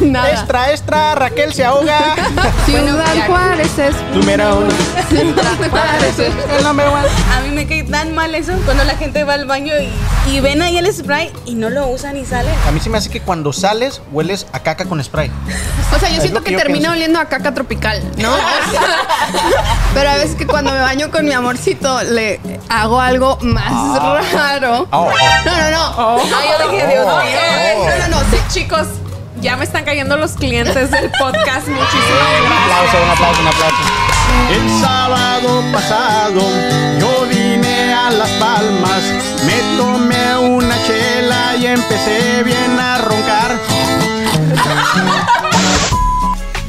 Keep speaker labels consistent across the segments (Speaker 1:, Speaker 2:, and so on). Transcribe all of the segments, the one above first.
Speaker 1: Nada.
Speaker 2: Extra, extra, Raquel se ahoga.
Speaker 1: Ciudad Juárez es
Speaker 2: Número uno.
Speaker 1: Ciudad Juárez es-
Speaker 2: El number one.
Speaker 3: A mí me cae tan mal eso cuando la gente va al baño y, y ven ahí el spray y no lo usan y sale.
Speaker 2: A mí se me hace que cuando sales, hueles a caca con spray.
Speaker 1: O sea, yo
Speaker 2: Es
Speaker 1: siento
Speaker 2: lo
Speaker 1: que,
Speaker 2: que yo
Speaker 1: termina
Speaker 2: pienso.
Speaker 1: oliendo a caca tropical, ¿no? O sea, pero a veces que cuando me baño con mi amorcito le hago algo más raro.
Speaker 2: Oh, oh.
Speaker 1: No, no, no.
Speaker 3: No, yo dije, Dios
Speaker 2: Oh,
Speaker 3: mío.
Speaker 2: oh.
Speaker 4: No, no, no, sí, chicos. Ya me están cayendo los clientes del podcast. Muchísimas
Speaker 2: Un aplauso,
Speaker 4: gracias.
Speaker 2: un aplauso, un aplauso.
Speaker 5: El sábado pasado yo vine a Las Palmas, me tomé una chela y empecé bien a roncar.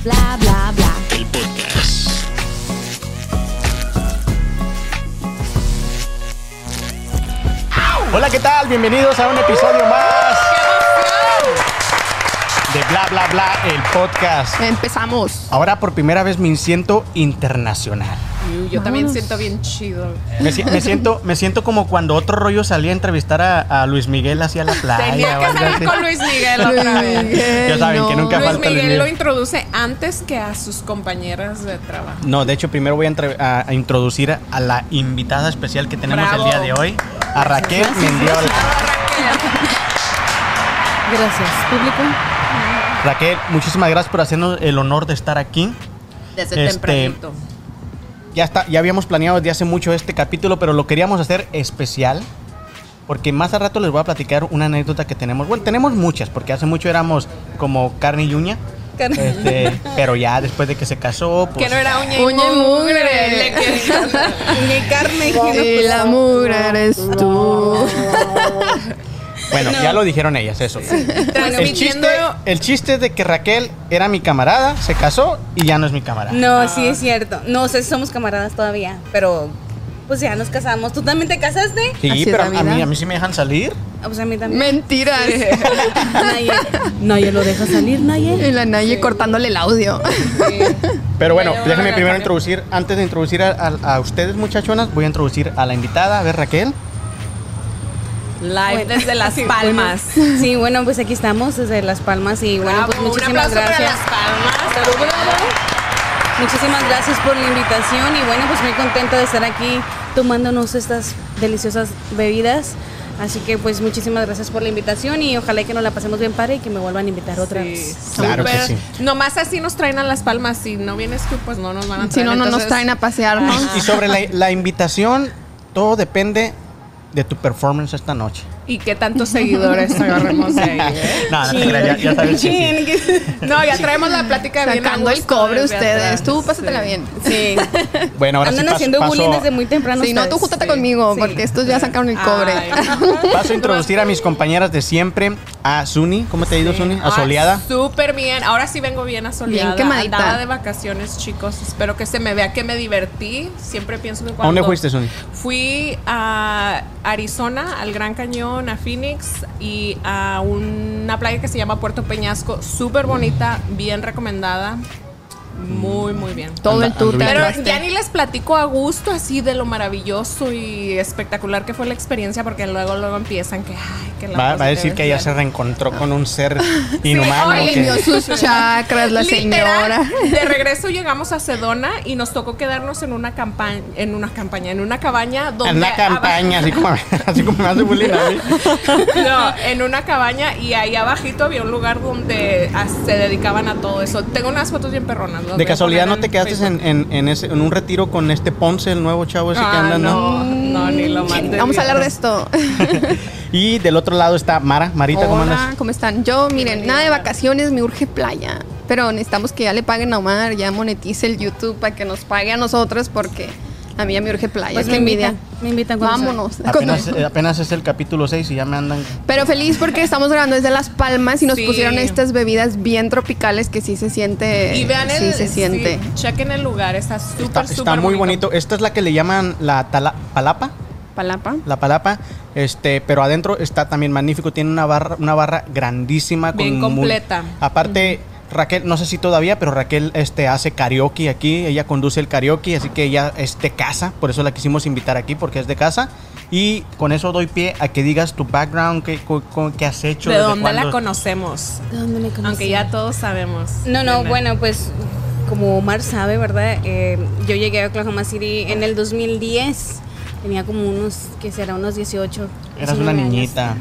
Speaker 6: Bla, bla, bla.
Speaker 2: Hola, ¿qué tal? Bienvenidos a un episodio más de Bla Bla Bla, el podcast.
Speaker 1: Empezamos.
Speaker 2: Ahora por primera vez me siento internacional.
Speaker 4: Uy, Yo también siento bien chido.
Speaker 2: Me, si- me siento, me siento como cuando otro rollo salía a entrevistar a, a Luis Miguel hacia la playa.
Speaker 4: Tenía
Speaker 2: o
Speaker 4: que
Speaker 2: algo así.
Speaker 4: salir con Luis Miguel otra vez.
Speaker 2: Ya saben que nunca
Speaker 4: Luis
Speaker 2: falta Luis
Speaker 4: Miguel lo
Speaker 2: Miguel.
Speaker 4: introduce antes que a sus compañeras de trabajo.
Speaker 2: No, de hecho primero voy a, entre- a- a introducir a la invitada especial que tenemos
Speaker 4: Bravo.
Speaker 2: el día de hoy, a Raquel Mendiola.
Speaker 3: Gracias, público.
Speaker 2: Raquel, muchísimas gracias por hacernos el honor de estar aquí.
Speaker 4: Desde
Speaker 2: Este,
Speaker 4: tempranito.
Speaker 2: Ya está, ya habíamos planeado desde hace mucho este capítulo, pero lo queríamos hacer especial. Porque más a rato les voy a platicar una anécdota que tenemos. Bueno, tenemos muchas, porque hace mucho éramos como carne y uña.
Speaker 3: Carne.
Speaker 2: Este, pero ya después de que se casó, pues.
Speaker 4: Que no era uña y
Speaker 1: Uña y mugre.
Speaker 4: mugre, le quería-
Speaker 3: Mi carne. pues
Speaker 1: Y la mugre eres tú.
Speaker 2: Bueno, ya lo dijeron ellas, eso. El chiste,
Speaker 4: Transmitiendo.
Speaker 2: el chiste es de que Raquel era mi camarada, se casó y ya no es mi camarada.
Speaker 4: Ah.
Speaker 3: No, sí es cierto. No sé si somos camaradas todavía, pero pues ya nos casamos. ¿Tú también te casaste?
Speaker 2: Sí,
Speaker 1: Así es
Speaker 2: pero
Speaker 1: la
Speaker 2: a,
Speaker 1: vida.
Speaker 2: mí, a mí sí me dejan salir.
Speaker 3: Ah, Pues a mí también.
Speaker 1: Mentiras.
Speaker 3: Naye. Naye lo deja salir, Naye.
Speaker 1: Y la Naye cortándole el audio.
Speaker 2: Pero bueno,
Speaker 4: Ya, ya,
Speaker 2: déjenme
Speaker 4: ya,
Speaker 2: primero
Speaker 4: ya.
Speaker 2: introducir, antes de introducir a, a- a ustedes muchachonas, voy a introducir a la invitada. A ver, Raquel.
Speaker 4: Live desde Las Palmas.
Speaker 3: Sí, bueno, pues aquí estamos desde Las Palmas y bueno, pues
Speaker 4: Bravo,
Speaker 3: muchísimas
Speaker 4: un aplauso
Speaker 3: gracias.
Speaker 4: para Las Palmas.
Speaker 3: Muchísimas gracias por la invitación y bueno, pues muy contenta de estar aquí tomándonos estas deliciosas bebidas. Así que pues muchísimas gracias por la invitación y ojalá y que nos la pasemos bien padre y que me vuelvan a invitar otra
Speaker 4: Sí,
Speaker 3: vez.
Speaker 2: Claro que
Speaker 4: súper.
Speaker 2: sí.
Speaker 4: Nomás así nos traen a Las Palmas. Si no vienes tú, pues no nos van a traer.
Speaker 1: Si no, no nos
Speaker 4: Entonces,
Speaker 1: traen a pasear, ¿no?
Speaker 2: Y sobre la, la invitación, todo depende de tu performance esta noche.
Speaker 4: ¿Y qué tantos seguidores agarremos de ahí? eh?
Speaker 2: No, no te creas, ya, ya sabes que sí.
Speaker 3: Chin, que-
Speaker 4: No, ya traemos la plática bien.
Speaker 1: Sacando
Speaker 4: a
Speaker 1: el
Speaker 4: gusto
Speaker 1: cobre
Speaker 4: desde
Speaker 1: ustedes.
Speaker 4: atrás.
Speaker 1: Tú, pásatela bien.
Speaker 3: Sí.
Speaker 2: Bueno, ahora
Speaker 3: Andan
Speaker 2: sí pas-
Speaker 3: haciendo
Speaker 2: paso,
Speaker 3: bullying desde muy temprano.
Speaker 1: Si no, tú
Speaker 3: ustedes.
Speaker 1: júntate conmigo,
Speaker 3: Sí.
Speaker 1: porque estos ya sacaron el cobre.
Speaker 4: Ay.
Speaker 2: paso a introducir a mis compañeras de siempre, a Zuni. ¿Cómo te ha ido, Zuni? A
Speaker 4: Ah,
Speaker 2: Soleada.
Speaker 4: Súper bien. Ahora sí vengo bien asoleada.
Speaker 1: Bien quemadita.
Speaker 4: Andaba de vacaciones, chicos. Espero que se me vea que me divertí. Siempre pienso que cuando...
Speaker 2: ¿A dónde fuiste, Zuni?
Speaker 4: Fui a Arizona, al Gran Cañón, a Phoenix y a una playa que se llama Puerto Peñasco. Súper bonita, bien recomendada. Muy, muy bien.
Speaker 1: Todo
Speaker 2: Anda-
Speaker 1: el tour te
Speaker 2: anduviste.
Speaker 4: Pero
Speaker 1: armaste.
Speaker 4: ya ni les platico a gusto así de lo maravilloso y espectacular que fue la experiencia porque luego luego empiezan que ay, que la
Speaker 2: Va, va a decir
Speaker 4: positiva
Speaker 2: que ella
Speaker 4: es
Speaker 2: se
Speaker 4: real.
Speaker 2: reencontró con un ser inhumano.
Speaker 4: oye,
Speaker 2: que-
Speaker 1: Limpió sus chakras, la
Speaker 4: Literal,
Speaker 1: señora.
Speaker 4: De regreso llegamos a Sedona y nos tocó quedarnos en una campaña, en una campaña, en una cabaña donde
Speaker 2: en la campaña, así como, así como me hace bullying a mí.
Speaker 4: No, en una cabaña y ahí abajito había un lugar donde ah, se dedicaban a todo eso. Tengo unas fotos bien perronas. las voy
Speaker 2: De
Speaker 4: a
Speaker 2: casualidad
Speaker 4: poner
Speaker 2: no te quedaste
Speaker 4: Facebook.
Speaker 2: en, en, en ese- en un retiro con este Ponce, el nuevo chavo ese que
Speaker 4: Ah,
Speaker 2: anda, ¿no?
Speaker 4: no, no, ni lo mandé.
Speaker 1: Vamos a hablar de esto.
Speaker 2: Y del otro lado está Mara. Marita, ¿cómo
Speaker 1: Hola,
Speaker 2: andas?
Speaker 1: ¿cómo están? Yo, miren, nada de vacaciones, me urge playa. Pero necesitamos que ya le paguen a Omar, ya monetice el YouTube para que nos pague a nosotros porque a mí ya me urge playa. es
Speaker 3: Pues me
Speaker 1: que envidia.
Speaker 3: invitan, me invitan cuando
Speaker 1: Vámonos.
Speaker 2: Apenas, eh, apenas es el capítulo 6 y ya me andan.
Speaker 1: Pero feliz porque estamos grabando desde Las Palmas y nos
Speaker 4: Sí.
Speaker 1: pusieron estas bebidas bien tropicales que sí se siente.
Speaker 4: Y vean
Speaker 1: Eh, sí
Speaker 4: el.
Speaker 1: se siente.
Speaker 4: sí, chequen el lugar, está súper,
Speaker 2: Está,
Speaker 4: súper
Speaker 2: está muy bonito. Esta es la que le llaman la tala- palapa.
Speaker 1: Palapa.
Speaker 2: La palapa. Este, pero adentro está también magnífico. Tiene una barra, una barra grandísima.
Speaker 4: Bien
Speaker 2: mu-
Speaker 4: completa.
Speaker 2: aparte, Raquel, no sé si todavía, pero Raquel este, hace karaoke aquí, ella conduce el karaoke, así que ella es de casa, por eso la quisimos invitar aquí, porque es de casa. Y con eso doy pie a que digas tu background, qué, cu- cu- qué has hecho.
Speaker 4: ¿De
Speaker 2: desde
Speaker 4: dónde la
Speaker 2: cuándo.
Speaker 4: conocemos?
Speaker 3: ¿De dónde me conocí?
Speaker 4: Aunque ya todos sabemos.
Speaker 3: No, no,
Speaker 4: ¿verdad?
Speaker 3: bueno, pues como Omar sabe, ¿verdad? Eh, yo llegué a Oklahoma City en el 2010. Tenía como unos, que será, unos 18.
Speaker 2: Eras una
Speaker 3: 19 años.
Speaker 2: niñita.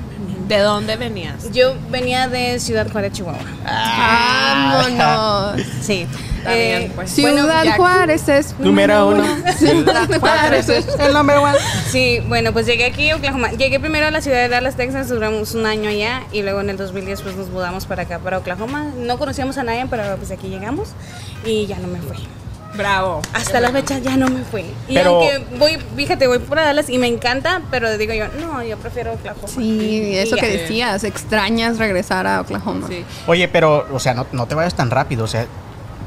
Speaker 4: ¿De dónde venías?
Speaker 3: Yo venía de Ciudad Juárez, Chihuahua.
Speaker 2: Ah,
Speaker 1: Vámonos.
Speaker 3: Sí. Eh,
Speaker 4: Está bien, pues.
Speaker 1: Ciudad
Speaker 4: ya-
Speaker 1: Juárez es
Speaker 2: Número uno.
Speaker 1: Ciudad Juárez es
Speaker 2: El número uno.
Speaker 3: Sí, bueno, pues llegué aquí a Oklahoma. Llegué primero a la ciudad de Dallas, Texas, duramos un año allá y luego en el 2010 pues nos mudamos para acá, para Oklahoma. No conocíamos a nadie, pero pues aquí llegamos y ya no me fui.
Speaker 4: Bravo.
Speaker 3: Hasta la fecha ya no me fui. Y
Speaker 2: Pero-
Speaker 3: aunque voy, fíjate, voy para Dallas y me encanta, pero digo yo, no, yo prefiero Oklahoma.
Speaker 1: Sí, eso
Speaker 3: Y
Speaker 1: que
Speaker 3: ya.
Speaker 1: decías, extrañas regresar a Oklahoma.
Speaker 4: Sí.
Speaker 2: Oye, pero, o sea, no, no te vayas tan rápido. O sea,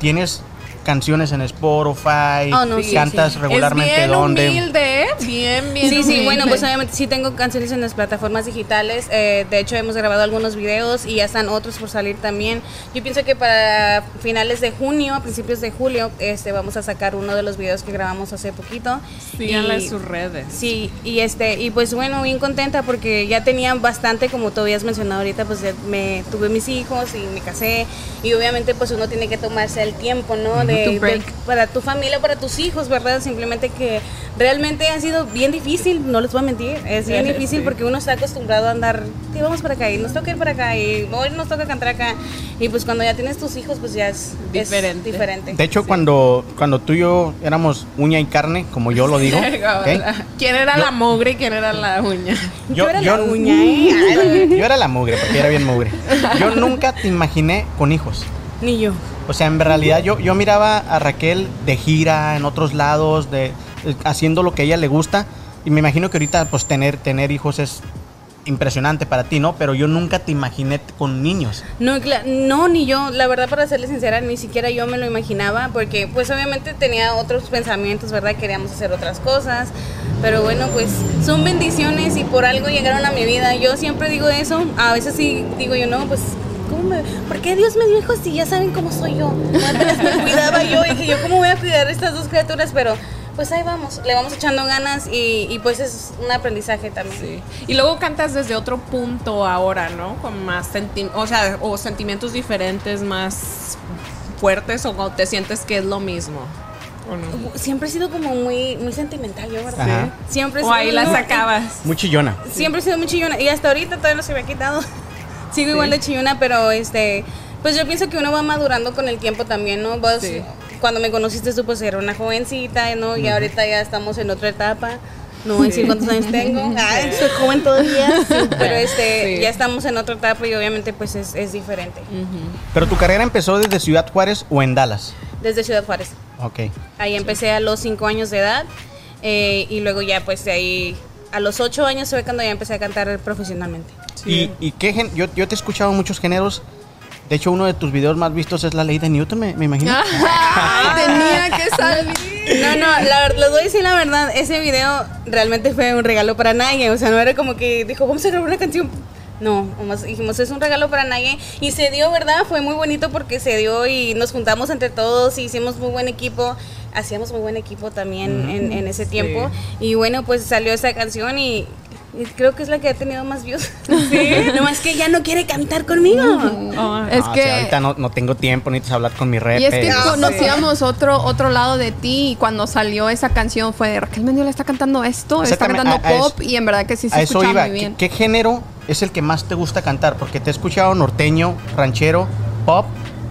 Speaker 2: tienes canciones en Spotify,
Speaker 3: Oh, no, sí,
Speaker 2: cantas
Speaker 3: sí.
Speaker 2: regularmente
Speaker 4: es bien
Speaker 2: dónde.
Speaker 4: humilde, ¿eh? bien, bien
Speaker 3: Sí, sí,
Speaker 4: humilde.
Speaker 3: bueno, pues obviamente sí tengo canciones en las plataformas digitales. eh, de hecho, hemos grabado algunos videos y ya están otros por salir también. Yo pienso que para finales de junio, a principios de julio, este, vamos a sacar uno de los videos que grabamos hace poquito.
Speaker 4: Síganla en
Speaker 3: Y-
Speaker 4: sus redes.
Speaker 3: Sí, y este, y pues bueno, bien contenta porque ya tenían bastante, como tú habías mencionado ahorita, pues ya me tuve mis hijos y me casé. Y obviamente pues uno tiene que tomarse el tiempo, ¿no? De,
Speaker 4: Tu
Speaker 3: de-
Speaker 4: break.
Speaker 3: para tu familia, para tus hijos, ¿verdad? Simplemente que realmente ha sido bien difícil, no les voy a mentir, es bien
Speaker 4: Sí.
Speaker 3: difícil porque uno está acostumbrado a andar, sí, vamos para acá y nos toca ir para acá y hoy nos toca cantar acá. Y pues cuando ya tienes tus hijos, pues ya es es
Speaker 4: Diferente.
Speaker 3: diferente.
Speaker 2: De hecho, cuando, cuando tú y yo éramos uña y carne, como yo lo digo, ¿ok?
Speaker 4: ¿Quién era la mogre y quién era la uña?
Speaker 3: Yo era la uña, ¿eh?
Speaker 2: Yo era la mugre, porque era bien mugre. Yo nunca te imaginé con hijos.
Speaker 3: Ni yo.
Speaker 2: O sea, en realidad yo, yo miraba a Raquel de gira en otros lados, de, eh, haciendo lo que a ella le gusta. Y me imagino que ahorita pues tener, tener hijos es impresionante para ti, ¿no? Pero yo nunca te imaginé t- con niños.
Speaker 3: No, cla- no, ni yo. La verdad, para serles sincera, ni siquiera yo me lo imaginaba, porque pues obviamente tenía otros pensamientos, ¿verdad? Queríamos hacer otras cosas, pero bueno, pues son bendiciones y por algo llegaron a mi vida. Yo siempre digo eso, a veces sí digo yo, no, pues... ¿Cómo me, ¿Por qué Dios me dijo si ya saben cómo soy yo? Antes me cuidaba yo y dije yo, ¿cómo voy a cuidar a estas dos criaturas? Pero pues ahí vamos, le vamos echando ganas y, y pues es un aprendizaje también.
Speaker 4: Sí. Y luego cantas desde otro punto ahora, ¿no? Con más senti- o sea, o sentimientos diferentes, más fuertes o cuando te sientes que es lo mismo. ¿O no?
Speaker 3: Siempre he sido como muy, muy sentimental yo, ¿verdad?
Speaker 2: Ajá.
Speaker 3: Siempre he
Speaker 4: O ahí
Speaker 3: sido-
Speaker 4: la
Speaker 3: no,
Speaker 4: sacabas.
Speaker 2: Muy chillona.
Speaker 3: Siempre he sido muy chillona y hasta ahorita todavía no se me ha quitado. Sigo igual de chillona, pero este, pues yo pienso que uno va madurando con el tiempo también, ¿no? Vos,
Speaker 4: Sí.
Speaker 3: cuando me conociste tú pues era una jovencita, ¿no? Y ahorita ya estamos en otra etapa. No voy a decir cuántos años tengo. Ay, soy joven todavía. Pero este,
Speaker 4: Sí. Mm.
Speaker 3: ya estamos en otra etapa y obviamente pues es, es diferente.
Speaker 2: Pero tu carrera empezó desde Ciudad Juárez o en Dallas.
Speaker 3: Desde Ciudad Juárez.
Speaker 2: Ok.
Speaker 3: Ahí empecé a los 5 años de edad eh, y luego ya pues de ahí a los 8 años fue cuando ya empecé a cantar profesionalmente.
Speaker 2: ¿Y, y qué gen- yo, yo te he escuchado en muchos géneros. De hecho, uno de tus videos más vistos es la ley de Newton, me, me imagino.
Speaker 1: Ah, Ay, tenía que salir.
Speaker 3: Ah. No, no, la, ver- les voy a decir la verdad, ese video realmente fue un regalo para nadie, o sea, no era como que dijo, vamos a grabar una canción. No, nomás dijimos, es un regalo para nadie. Y se dio, ¿verdad? Fue muy bonito porque se dio y nos juntamos entre todos y hicimos muy buen equipo. Hacíamos muy buen equipo también en, en ese tiempo. Y bueno, pues salió esa canción y, y creo que es la que ha tenido más views. Sí. Nomás que ya no quiere cantar conmigo.
Speaker 1: es
Speaker 2: Ah, o sea,
Speaker 1: que
Speaker 2: ahorita no, no tengo tiempo, necesitas hablar con mi rep.
Speaker 1: Y es que
Speaker 2: eh.
Speaker 1: conocíamos otro, otro lado de ti y cuando salió esa canción fue de Raquel Mendiola está cantando esto, está
Speaker 2: Exactamente,
Speaker 1: cantando
Speaker 2: a- a
Speaker 1: pop
Speaker 2: eso-
Speaker 1: y en verdad que sí se
Speaker 2: a eso
Speaker 1: escucha
Speaker 2: iba.
Speaker 1: muy bien.
Speaker 2: ¿Qué, qué género es el que más te gusta cantar? Porque te he escuchado norteño, ranchero, pop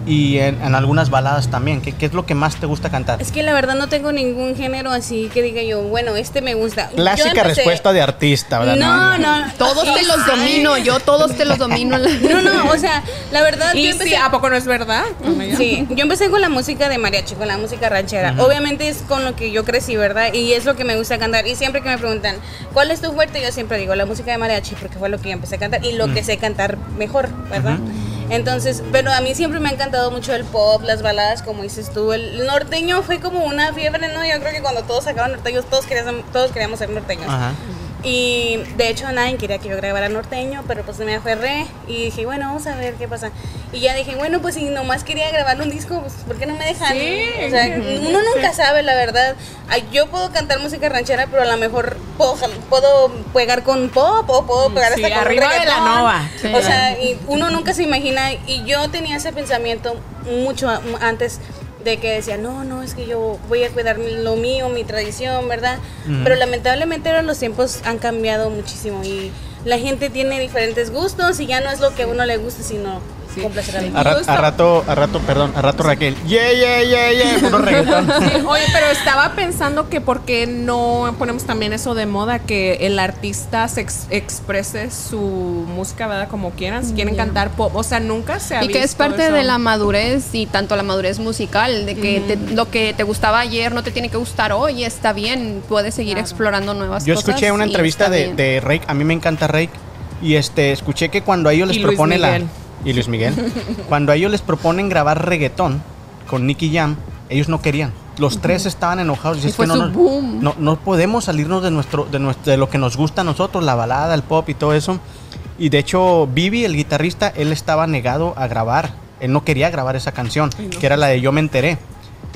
Speaker 2: y en, en algunas baladas también. ¿Qué, qué es lo que más te gusta cantar?
Speaker 3: Es que la verdad no tengo ningún género así que diga yo, bueno, este me gusta. Yo
Speaker 2: Clásica
Speaker 3: empecé-
Speaker 2: respuesta de artista, ¿verdad?
Speaker 3: No, no,
Speaker 1: Todos te los domino, yo todos te los domino.
Speaker 3: No, no, o sea, la verdad yo
Speaker 4: Y sí,
Speaker 3: empecé
Speaker 4: ¿a poco no es verdad?
Speaker 3: Sí, yo empecé con la música de mariachi, con la música ranchera. Obviamente es con lo que yo crecí, ¿verdad? Y es lo que me gusta cantar. Y siempre que me preguntan, ¿cuál es tu fuerte? Yo siempre digo la música de mariachi, porque fue lo que yo empecé a cantar y lo que sé cantar mejor, ¿verdad? Entonces, pero a mí siempre me ha encantado mucho el pop, las baladas, como dices tú. El norteño fue como una fiebre, ¿no? Yo creo que cuando todos sacaban norteños, todos queríamos, todos queríamos ser norteños.
Speaker 2: Ajá.
Speaker 3: Y de hecho nadie quería que yo grabara norteño, pero pues me aferré y dije, bueno, vamos a ver qué pasa. Y ya dije, bueno, pues si nomás quería grabar un disco, pues ¿por qué no me dejan?
Speaker 4: Sí,
Speaker 3: o sea, uno nunca sabe, la verdad. Ay, Yo puedo cantar música ranchera, pero a lo mejor puedo, jal- puedo pegar con pop o puedo pegar
Speaker 4: sí,
Speaker 3: hasta con
Speaker 4: arriba de la
Speaker 3: reggaetón.
Speaker 4: nova.
Speaker 1: Sí.
Speaker 3: O sea, y uno nunca se imagina, y yo tenía ese pensamiento mucho a- antes de que decía, no, no, es que yo voy a cuidar mi- lo mío, mi tradición, ¿verdad? Pero lamentablemente ahora los tiempos han cambiado muchísimo y la gente tiene diferentes gustos y ya no es lo que a uno le gusta, sino
Speaker 4: Sí.
Speaker 3: complacer a la
Speaker 4: Sí.
Speaker 2: A, ra-
Speaker 4: Justo.
Speaker 2: a rato, a rato, perdón, a rato Raquel. Yeah, yeah, yeah, yeah. Puro reggaetón.
Speaker 4: Sí, oye, pero estaba pensando que por qué no ponemos también eso de moda, que el artista se ex- exprese su música, ¿verdad? Como quieran, si quieren cantar pop, o sea, nunca se ha
Speaker 1: Y que es
Speaker 4: visto
Speaker 1: parte
Speaker 4: eso.
Speaker 1: de la madurez y tanto la madurez musical, de que te- lo que te gustaba ayer no te tiene que gustar hoy, está bien, puedes seguir explorando nuevas
Speaker 2: Yo
Speaker 1: cosas.
Speaker 2: escuché una
Speaker 1: y
Speaker 2: entrevista
Speaker 1: está
Speaker 2: de,
Speaker 1: bien.
Speaker 2: de Rake, a mí me encanta Rake, y este, escuché que cuando a ellos les
Speaker 4: Y Luis
Speaker 2: propone
Speaker 4: Miguel.
Speaker 2: la... Y Luis Miguel. cuando a ellos les proponen grabar reggaetón con Nicky Jam, ellos no querían. Los tres estaban enojados.
Speaker 1: Y
Speaker 2: Dicen, "Es
Speaker 1: fue
Speaker 2: que no,
Speaker 1: su
Speaker 2: nos-
Speaker 1: boom".
Speaker 2: no- no podemos salirnos de, nuestro, de, nuestro, de lo que nos gusta a nosotros, la balada, el pop y todo eso. Y de hecho, Vivi, el guitarrista, él estaba negado a grabar. Él no quería grabar esa canción, que era la de Yo me enteré.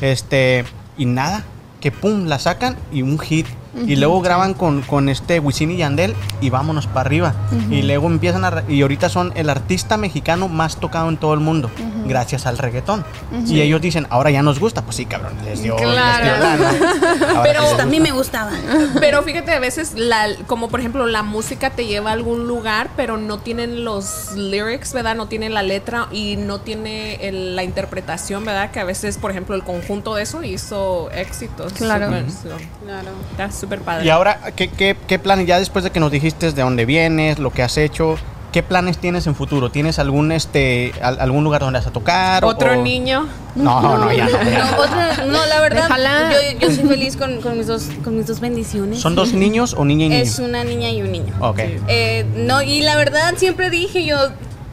Speaker 2: Este, y nada, que pum, la sacan y un hit. Y luego graban con, con este Wisin y Yandel y vámonos para arriba. Y luego empiezan a. re- Y ahorita son el artista mexicano más tocado en todo el mundo, gracias al reggaetón. Y ellos dicen, ahora ya nos gusta. Pues sí, cabrón, les dio. les dio
Speaker 4: Claro.
Speaker 2: lana. Ahora
Speaker 4: Pero-
Speaker 2: sí les
Speaker 3: Hasta a mí
Speaker 2: gusta.
Speaker 3: me gustaba.
Speaker 4: Pero fíjate, a veces, la, como por ejemplo, la música te lleva a algún lugar, pero no tienen los lyrics, ¿verdad? No tiene la letra y no tiene el- la interpretación, ¿verdad? Que a veces, por ejemplo, el conjunto de eso hizo éxitos.
Speaker 1: Claro.
Speaker 4: Súper, so,
Speaker 3: Claro.
Speaker 4: Está súper padre.
Speaker 2: Y ahora, ¿qué, qué, qué planes? Ya después de que nos dijiste de dónde vienes, lo que has hecho, ¿qué planes tienes en futuro? ¿Tienes algún este al- algún lugar donde vas a tocar?
Speaker 4: Otro
Speaker 2: o-
Speaker 4: niño.
Speaker 2: No, no, ya no. ya
Speaker 3: No,
Speaker 2: no.
Speaker 3: otra- no, la verdad,
Speaker 1: Déjala.
Speaker 3: yo, yo soy feliz con, con mis dos, con mis dos bendiciones.
Speaker 2: ¿Son dos niños o niña y niño?
Speaker 3: Es una niña y un niño.
Speaker 2: Ok.
Speaker 3: Eh, no, y la verdad siempre dije yo,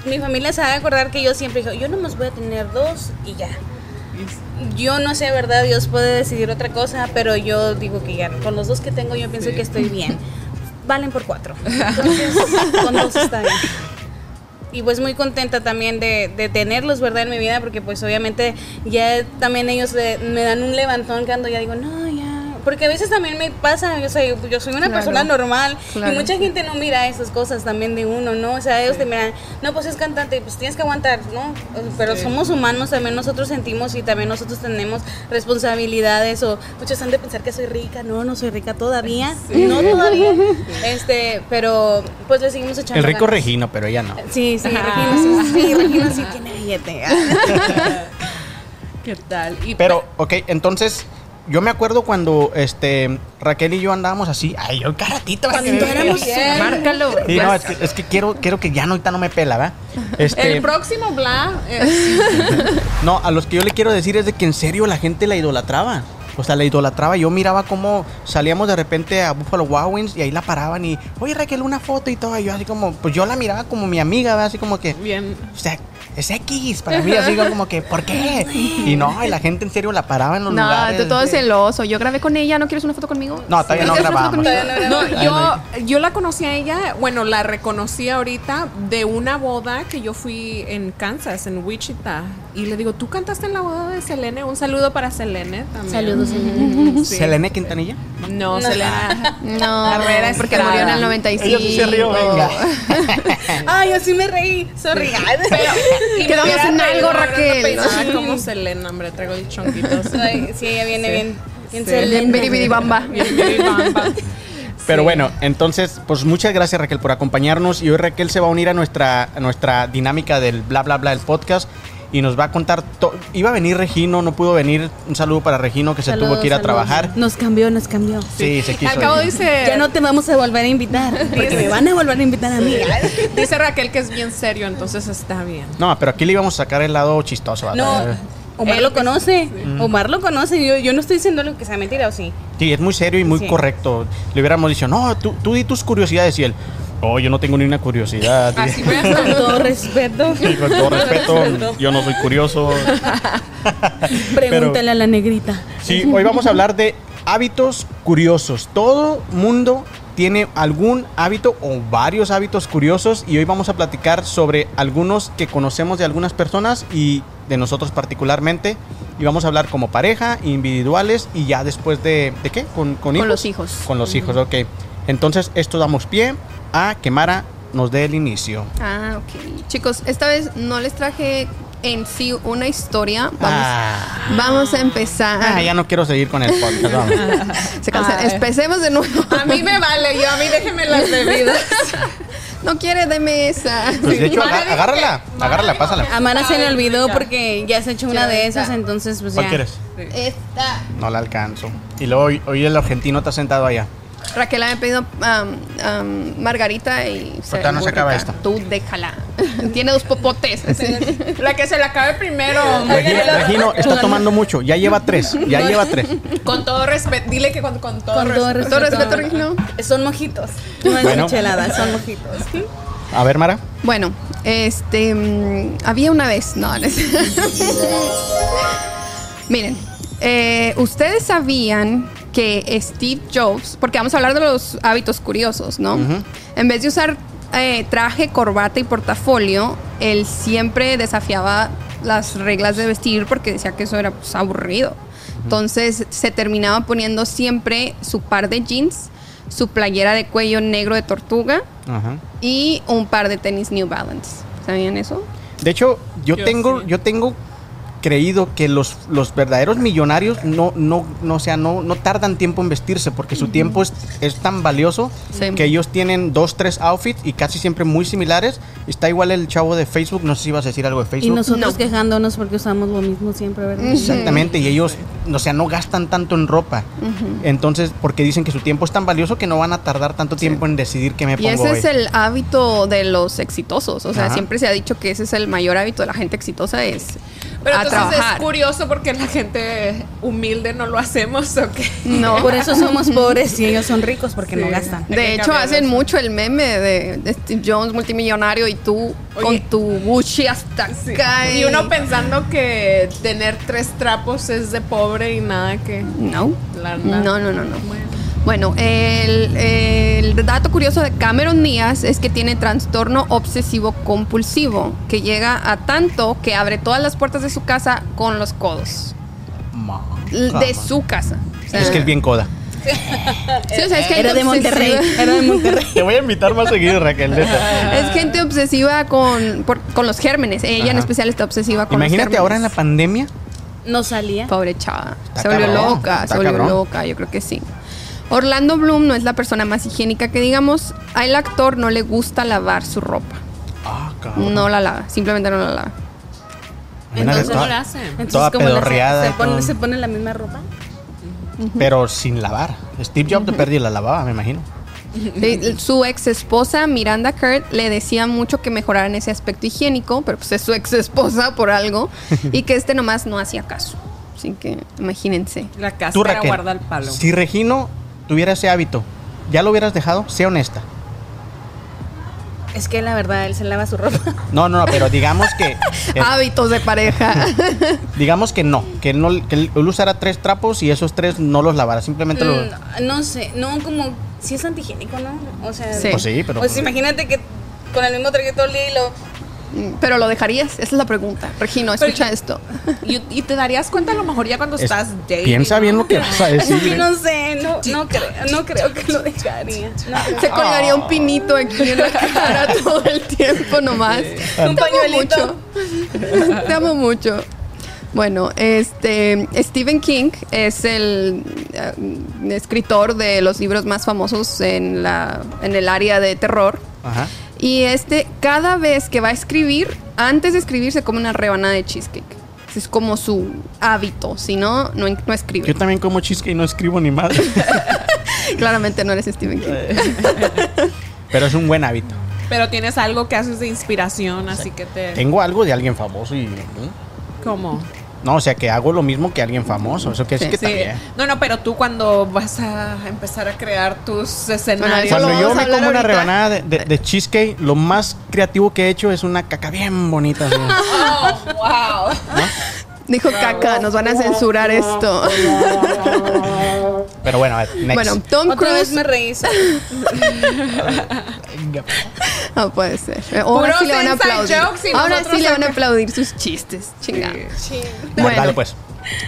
Speaker 3: mi familia se va a acordar que yo siempre dije, yo nomás voy a tener dos y ya. Yo no sé, ¿verdad? Dios puede decidir otra cosa, pero yo digo que ya, con los dos que tengo yo pienso que estoy bien. Valen por cuatro. Entonces, con dos está bien. Y pues muy contenta también de, de tenerlos, ¿verdad? En mi vida, porque pues obviamente ya también ellos de- me dan un levantón cuando ya digo, no, ya. Porque a veces también me pasa, yo soy, yo soy una
Speaker 1: Claro.
Speaker 3: persona normal
Speaker 1: Claro.
Speaker 3: y mucha gente no mira esas cosas también de uno, ¿no? O sea, ellos te miran, no, pues es cantante, pues tienes que aguantar, ¿no? Pero somos humanos, también nosotros sentimos y también nosotros tenemos responsabilidades o muchos han de pensar que soy rica, no, no soy rica todavía, no todavía. Este, pero pues le seguimos echando
Speaker 2: El rico
Speaker 3: ganas.
Speaker 2: Regino, pero ella no.
Speaker 3: Sí, sí,
Speaker 4: Ah.
Speaker 3: Regina, sí, sí, Regina sí tiene billete.
Speaker 4: ¿Qué tal? Y
Speaker 2: Pero, ok, entonces, yo me acuerdo cuando este Raquel y yo andábamos así. Ay, yo el caratito. ¿verdad?
Speaker 3: Cuando éramos
Speaker 4: Bien.
Speaker 1: Márcalo.
Speaker 2: Sí, no, es que, es que quiero, quiero que ya no, ahorita no me pela, ¿verdad? Este,
Speaker 4: El próximo bla eh, es
Speaker 2: No, a los que yo le quiero decir es de que en serio la gente la idolatraba. O sea, la idolatraba. Yo miraba cómo salíamos de repente a Buffalo Wild Wings y ahí la paraban y, oye Raquel, una foto y todo. Y yo así como, pues yo la miraba como mi amiga, ¿verdad? así como que,
Speaker 4: bien.
Speaker 2: o sea, es X para mí. Así como que, ¿por qué? Y no, y la gente en serio la paraba en los
Speaker 1: No,
Speaker 2: lugares.
Speaker 1: tú todo celoso. Yo grabé con ella, ¿no quieres una foto conmigo?
Speaker 2: este, No, todavía no
Speaker 1: quieres una foto
Speaker 2: grabamos.
Speaker 1: conmigo?
Speaker 3: Todavía no
Speaker 4: No,
Speaker 3: grabamos.
Speaker 4: yo, yo la conocí a ella, bueno, la reconocí ahorita de una boda que yo fui en Kansas, en Wichita. Y le digo, ¿tú cantaste en la boda de Selene? Un saludo para Selene también.
Speaker 3: Saludos,
Speaker 4: Selene.
Speaker 2: Selene Quintanilla.
Speaker 4: No, Selena.
Speaker 1: No,
Speaker 4: Carrera
Speaker 1: porque
Speaker 4: Estrada.
Speaker 1: murió en el 95.
Speaker 2: Ella sí se rió, ¿eh? venga.
Speaker 3: Ay, yo sí me reí, sorry.
Speaker 4: Pero, y me
Speaker 1: Quedamos
Speaker 4: hubiera
Speaker 1: en
Speaker 4: reído,
Speaker 1: algo,
Speaker 4: no
Speaker 1: Raquel.
Speaker 4: pensaba como Selena, hombre, traigo el chonquito.
Speaker 3: Ay, sí, ella viene bien. bien
Speaker 4: Sí.
Speaker 3: Selena.
Speaker 1: En Biribiribamba.
Speaker 4: Bien, bien, bamba.
Speaker 2: Pero
Speaker 4: Sí.
Speaker 2: bueno, entonces, pues muchas gracias Raquel por acompañarnos. Y hoy Raquel se va a unir a nuestra, a nuestra dinámica del bla bla bla del podcast. Y nos va a contar to- Iba a venir Regino, no pudo venir. Un saludo para Regino que se tuvo que ir a trabajar.
Speaker 3: Nos cambió, nos cambió.
Speaker 2: Sí, se quiso.
Speaker 4: Al cabo
Speaker 2: ir.
Speaker 4: dice,
Speaker 3: Ya no te vamos a volver a invitar. Porque me van a volver a invitar a mí.
Speaker 4: dice Raquel que es bien serio, entonces está bien.
Speaker 2: No, pero aquí le íbamos a sacar el lado chistoso.
Speaker 3: No,
Speaker 2: ¿verdad?
Speaker 3: Omar
Speaker 4: Eh,
Speaker 3: lo conoce.
Speaker 4: pues,
Speaker 3: Omar
Speaker 4: mm.
Speaker 3: lo conoce. Yo, yo no estoy diciendo lo que sea mentira o sí.
Speaker 2: Sí, es muy serio y muy
Speaker 3: Sí.
Speaker 2: correcto. Le hubiéramos dicho, no, tú, tú di tus curiosidades. Y él, oh, yo no tengo ni una curiosidad.
Speaker 3: Ah,
Speaker 4: Así
Speaker 2: Y-
Speaker 4: ves,
Speaker 3: Con todo respeto.
Speaker 2: y con todo respeto, yo no soy curioso.
Speaker 3: Pregúntale a la negrita.
Speaker 2: Sí, hoy vamos a hablar de hábitos curiosos. Todo mundo tiene algún hábito o varios hábitos curiosos y hoy vamos a platicar sobre algunos que conocemos de algunas personas y de nosotros particularmente. Y vamos a hablar como pareja, individuales y ya después de... ¿De qué? ¿Con, con,
Speaker 1: Con los hijos.
Speaker 2: Con los hijos, ok. Entonces esto damos pie a que Mara nos dé el inicio.
Speaker 1: Ah, ok. Chicos, esta vez no les traje en sí una historia. Vamos,
Speaker 2: Ah.
Speaker 1: vamos a empezar.
Speaker 2: Ah, ya Ah, no quiero seguir con el podcast. vamos.
Speaker 1: Se cancela.
Speaker 4: Ay.
Speaker 1: Empecemos de nuevo.
Speaker 4: A
Speaker 2: Ah,
Speaker 4: mí me vale, yo a mí déjenme las bebidas.
Speaker 1: No quiere, deme esa.
Speaker 2: Pues, de hecho,
Speaker 4: Mara
Speaker 2: aga-
Speaker 4: dijo
Speaker 2: agárrala,
Speaker 4: que- Mara
Speaker 2: agárrala,
Speaker 4: dijo
Speaker 2: pásala.
Speaker 4: que-
Speaker 3: A Mara se le
Speaker 4: Ay,
Speaker 3: olvidó
Speaker 4: ya.
Speaker 3: porque ya se ha hecho una
Speaker 1: Ya,
Speaker 3: de
Speaker 1: esa.
Speaker 3: esas, entonces pues
Speaker 2: ¿Cuál
Speaker 3: ya.
Speaker 2: quieres?
Speaker 1: Esta.
Speaker 2: No la alcanzo. Y luego hoy, hoy el argentino está sentado allá.
Speaker 1: Raquel había pedido am, am, margarita y
Speaker 2: Pero todavía no se acaba
Speaker 1: burrita.
Speaker 2: esta.
Speaker 1: Tú déjala. Tiene dos popotes.
Speaker 4: La que se la acabe primero.
Speaker 2: Regino, Regino, está tomando mucho. Ya lleva tres. Ya lleva tres.
Speaker 4: Con todo respeto, dile que con, con todo
Speaker 3: Con todo
Speaker 4: respeto.
Speaker 1: Todo respeto, Regino.
Speaker 3: Son mojitos. No es
Speaker 2: Bueno.
Speaker 3: michelada, son mojitos.
Speaker 2: A ver, Mara.
Speaker 1: Bueno, este mm, había una vez, no, no es- Miren, eh, ustedes sabían que Steve Jobs, porque vamos a hablar de los hábitos curiosos, ¿no?
Speaker 2: Ujú.
Speaker 1: En vez de usar eh, traje, corbata y portafolio, él siempre desafiaba las reglas de vestir porque decía que eso era pues, aburrido. Entonces se terminaba poniendo siempre su par de jeans, su playera de cuello negro de tortuga
Speaker 2: Ajá.
Speaker 1: y un par de tenis New Balance. ¿Sabían eso?
Speaker 2: De hecho, yo,
Speaker 4: Yo
Speaker 2: tengo,
Speaker 4: sí.
Speaker 2: yo tengo creído que los, los verdaderos millonarios no, no, no, o sea, no, no tardan tiempo en vestirse porque su tiempo es, es tan valioso
Speaker 1: Sí.
Speaker 2: que ellos tienen dos, tres outfits y casi siempre muy similares. Está igual el chavo de Facebook, no sé si ibas a decir algo de Facebook.
Speaker 3: Y nosotros
Speaker 1: No.
Speaker 3: quejándonos porque usamos lo mismo siempre, ¿verdad?
Speaker 2: Exactamente, y ellos, o sea, no gastan tanto en ropa. Entonces, porque dicen que su tiempo es tan valioso que no van a tardar tanto tiempo en decidir qué me
Speaker 1: Y
Speaker 2: pongo
Speaker 1: ese
Speaker 2: hoy.
Speaker 1: es el hábito de los exitosos. O sea,
Speaker 2: Ajá.
Speaker 1: siempre se ha dicho que ese es el mayor hábito de la gente exitosa es
Speaker 4: Pero
Speaker 1: a
Speaker 4: entonces
Speaker 1: trabajar.
Speaker 4: es curioso porque la gente humilde no lo hacemos o qué.
Speaker 1: no.
Speaker 3: Por eso somos pobres y ellos son ricos porque no
Speaker 4: Sí.
Speaker 3: gastan.
Speaker 4: Hay que
Speaker 1: De hecho,
Speaker 4: cambiar
Speaker 1: hacen
Speaker 4: eso.
Speaker 1: mucho el meme de de Steve Jones multimillonario y tú
Speaker 4: Oye.
Speaker 1: con tu Gucci hasta
Speaker 4: Sí.
Speaker 1: acá.
Speaker 4: Y uno pensando que tener tres trapos es de pobre y nada que.
Speaker 1: No.
Speaker 4: La verdad.
Speaker 1: No, no, no, no.
Speaker 4: Bueno.
Speaker 1: Bueno, el, el dato curioso de Cameron Díaz es que tiene trastorno obsesivo compulsivo, que llega a tanto que abre todas las puertas de su casa con los codos.
Speaker 2: Ma-
Speaker 1: L-
Speaker 2: cama.
Speaker 1: De su casa. O sea,
Speaker 2: Ah. Es que es bien coda.
Speaker 1: sí, o sea, es gente
Speaker 3: Eh, Era de Monterrey,
Speaker 1: obsesiva-
Speaker 3: era de Monterrey.
Speaker 2: Te voy a invitar más seguido, Raquel. neta.
Speaker 1: Es gente obsesiva con, por- con los gérmenes. Ella en
Speaker 2: Ajá.
Speaker 1: especial está obsesiva con los
Speaker 2: Imagínate
Speaker 1: gérmenes.
Speaker 2: ahora en la pandemia.
Speaker 3: No salía.
Speaker 1: Pobre chava.
Speaker 2: Está
Speaker 1: se volvió
Speaker 2: cabrón,
Speaker 1: loca,
Speaker 2: está
Speaker 1: se volvió
Speaker 2: cabrón.
Speaker 1: loca, yo creo que sí. Orlando Bloom no es la persona más higiénica que digamos. Al actor no le gusta lavar su ropa.
Speaker 2: Ah, cabrón.
Speaker 1: No la lava, simplemente no la lava.
Speaker 2: Imagínate
Speaker 3: Entonces,
Speaker 2: toda-
Speaker 4: ¿cómo la hacen?
Speaker 2: Toda
Speaker 3: ¿cómo la hace?
Speaker 2: pedorreada y
Speaker 3: ¿Se pone,
Speaker 2: todo.
Speaker 3: se pone la misma ropa?
Speaker 2: Pero sin lavar. Steve Jobs de perdí la lavaba, me imagino.
Speaker 1: Sí, Eh, su ex esposa, Miranda Kurt, le decía mucho que mejoraran ese aspecto higiénico, pero pues es su ex esposa por algo, y que este nomás no hacía caso. Así que imagínense.
Speaker 4: La
Speaker 2: Tú,
Speaker 4: cáscara
Speaker 2: Raquel.
Speaker 4: guarda el palo.
Speaker 2: Si Regino tuviera ese hábito, ¿ya lo hubieras dejado? Sé honesta.
Speaker 3: Es que la verdad, él se lava su ropa.
Speaker 2: No, no, no, pero digamos que. que-
Speaker 1: Hábitos de pareja.
Speaker 2: digamos que no. Que él, no, que él usara tres trapos y esos tres no los lavara. Simplemente los.
Speaker 3: Mm, no sé, no, como, si es antihigiénico, ¿no? O sea,
Speaker 1: Sí.
Speaker 2: Pues sí, pero.
Speaker 3: pues imagínate que con el mismo traje todo el día y lo...
Speaker 1: pero lo dejarías, esa es la pregunta. Regino, escucha
Speaker 4: Pero-
Speaker 1: esto.
Speaker 4: Y, y te darías cuenta a lo mejor ya cuando
Speaker 2: Es-
Speaker 4: estás dating.
Speaker 2: Piensa
Speaker 4: ¿no?
Speaker 2: bien lo que vas a
Speaker 3: Es que
Speaker 2: decir.
Speaker 3: no sé, no, no, creo, no creo que lo dejaría. No creo.
Speaker 1: Se colgaría un pinito aquí en la cara todo el tiempo nomás.
Speaker 3: Un pañuelito.
Speaker 1: mucho. Te amo mucho. Bueno, este Stephen King es el eh, escritor de los libros más famosos en la en el área de terror
Speaker 2: Ajá.
Speaker 1: y este cada vez que va a escribir, antes de escribir se come una rebanada de cheesecake. Ese Es como su hábito, si no no, en- no escribe.
Speaker 2: Yo también como chisque y no escribo ni madre.
Speaker 1: Claramente no eres Stephen King.
Speaker 2: Pero es un buen hábito.
Speaker 4: Pero tienes algo que haces de inspiración, así que te.
Speaker 2: Tengo algo de alguien famoso y.
Speaker 4: ¿Cómo?
Speaker 2: No, o sea que hago lo mismo que alguien famoso. Eso quiere decir que
Speaker 4: Sí.
Speaker 2: también.
Speaker 4: No, no, pero tú cuando vas a empezar a crear tus escenarios.
Speaker 1: Eso lo
Speaker 2: Cuando yo
Speaker 1: vamos a
Speaker 2: me
Speaker 1: hablar
Speaker 2: como una
Speaker 1: ahorita.
Speaker 2: rebanada de, de- de cheesecake, lo más creativo que he hecho es una caca bien bonita. así.
Speaker 4: Oh, wow.
Speaker 1: Dijo caca, nos van a censurar esto.
Speaker 2: Pero bueno, a ver, next.
Speaker 1: Bueno, Tom
Speaker 3: Otra vez
Speaker 1: Cruise.
Speaker 3: me reí.
Speaker 1: No Ah, puede ser. Ahora
Speaker 4: Puros
Speaker 1: sí le van a
Speaker 4: inside
Speaker 1: aplaudir.
Speaker 4: jokes y
Speaker 1: Ahora
Speaker 4: nosotros
Speaker 1: sí le van a
Speaker 4: acá.
Speaker 1: aplaudir sus chistes. Chingada.
Speaker 2: Bueno,
Speaker 1: Bueno.
Speaker 2: dale pues.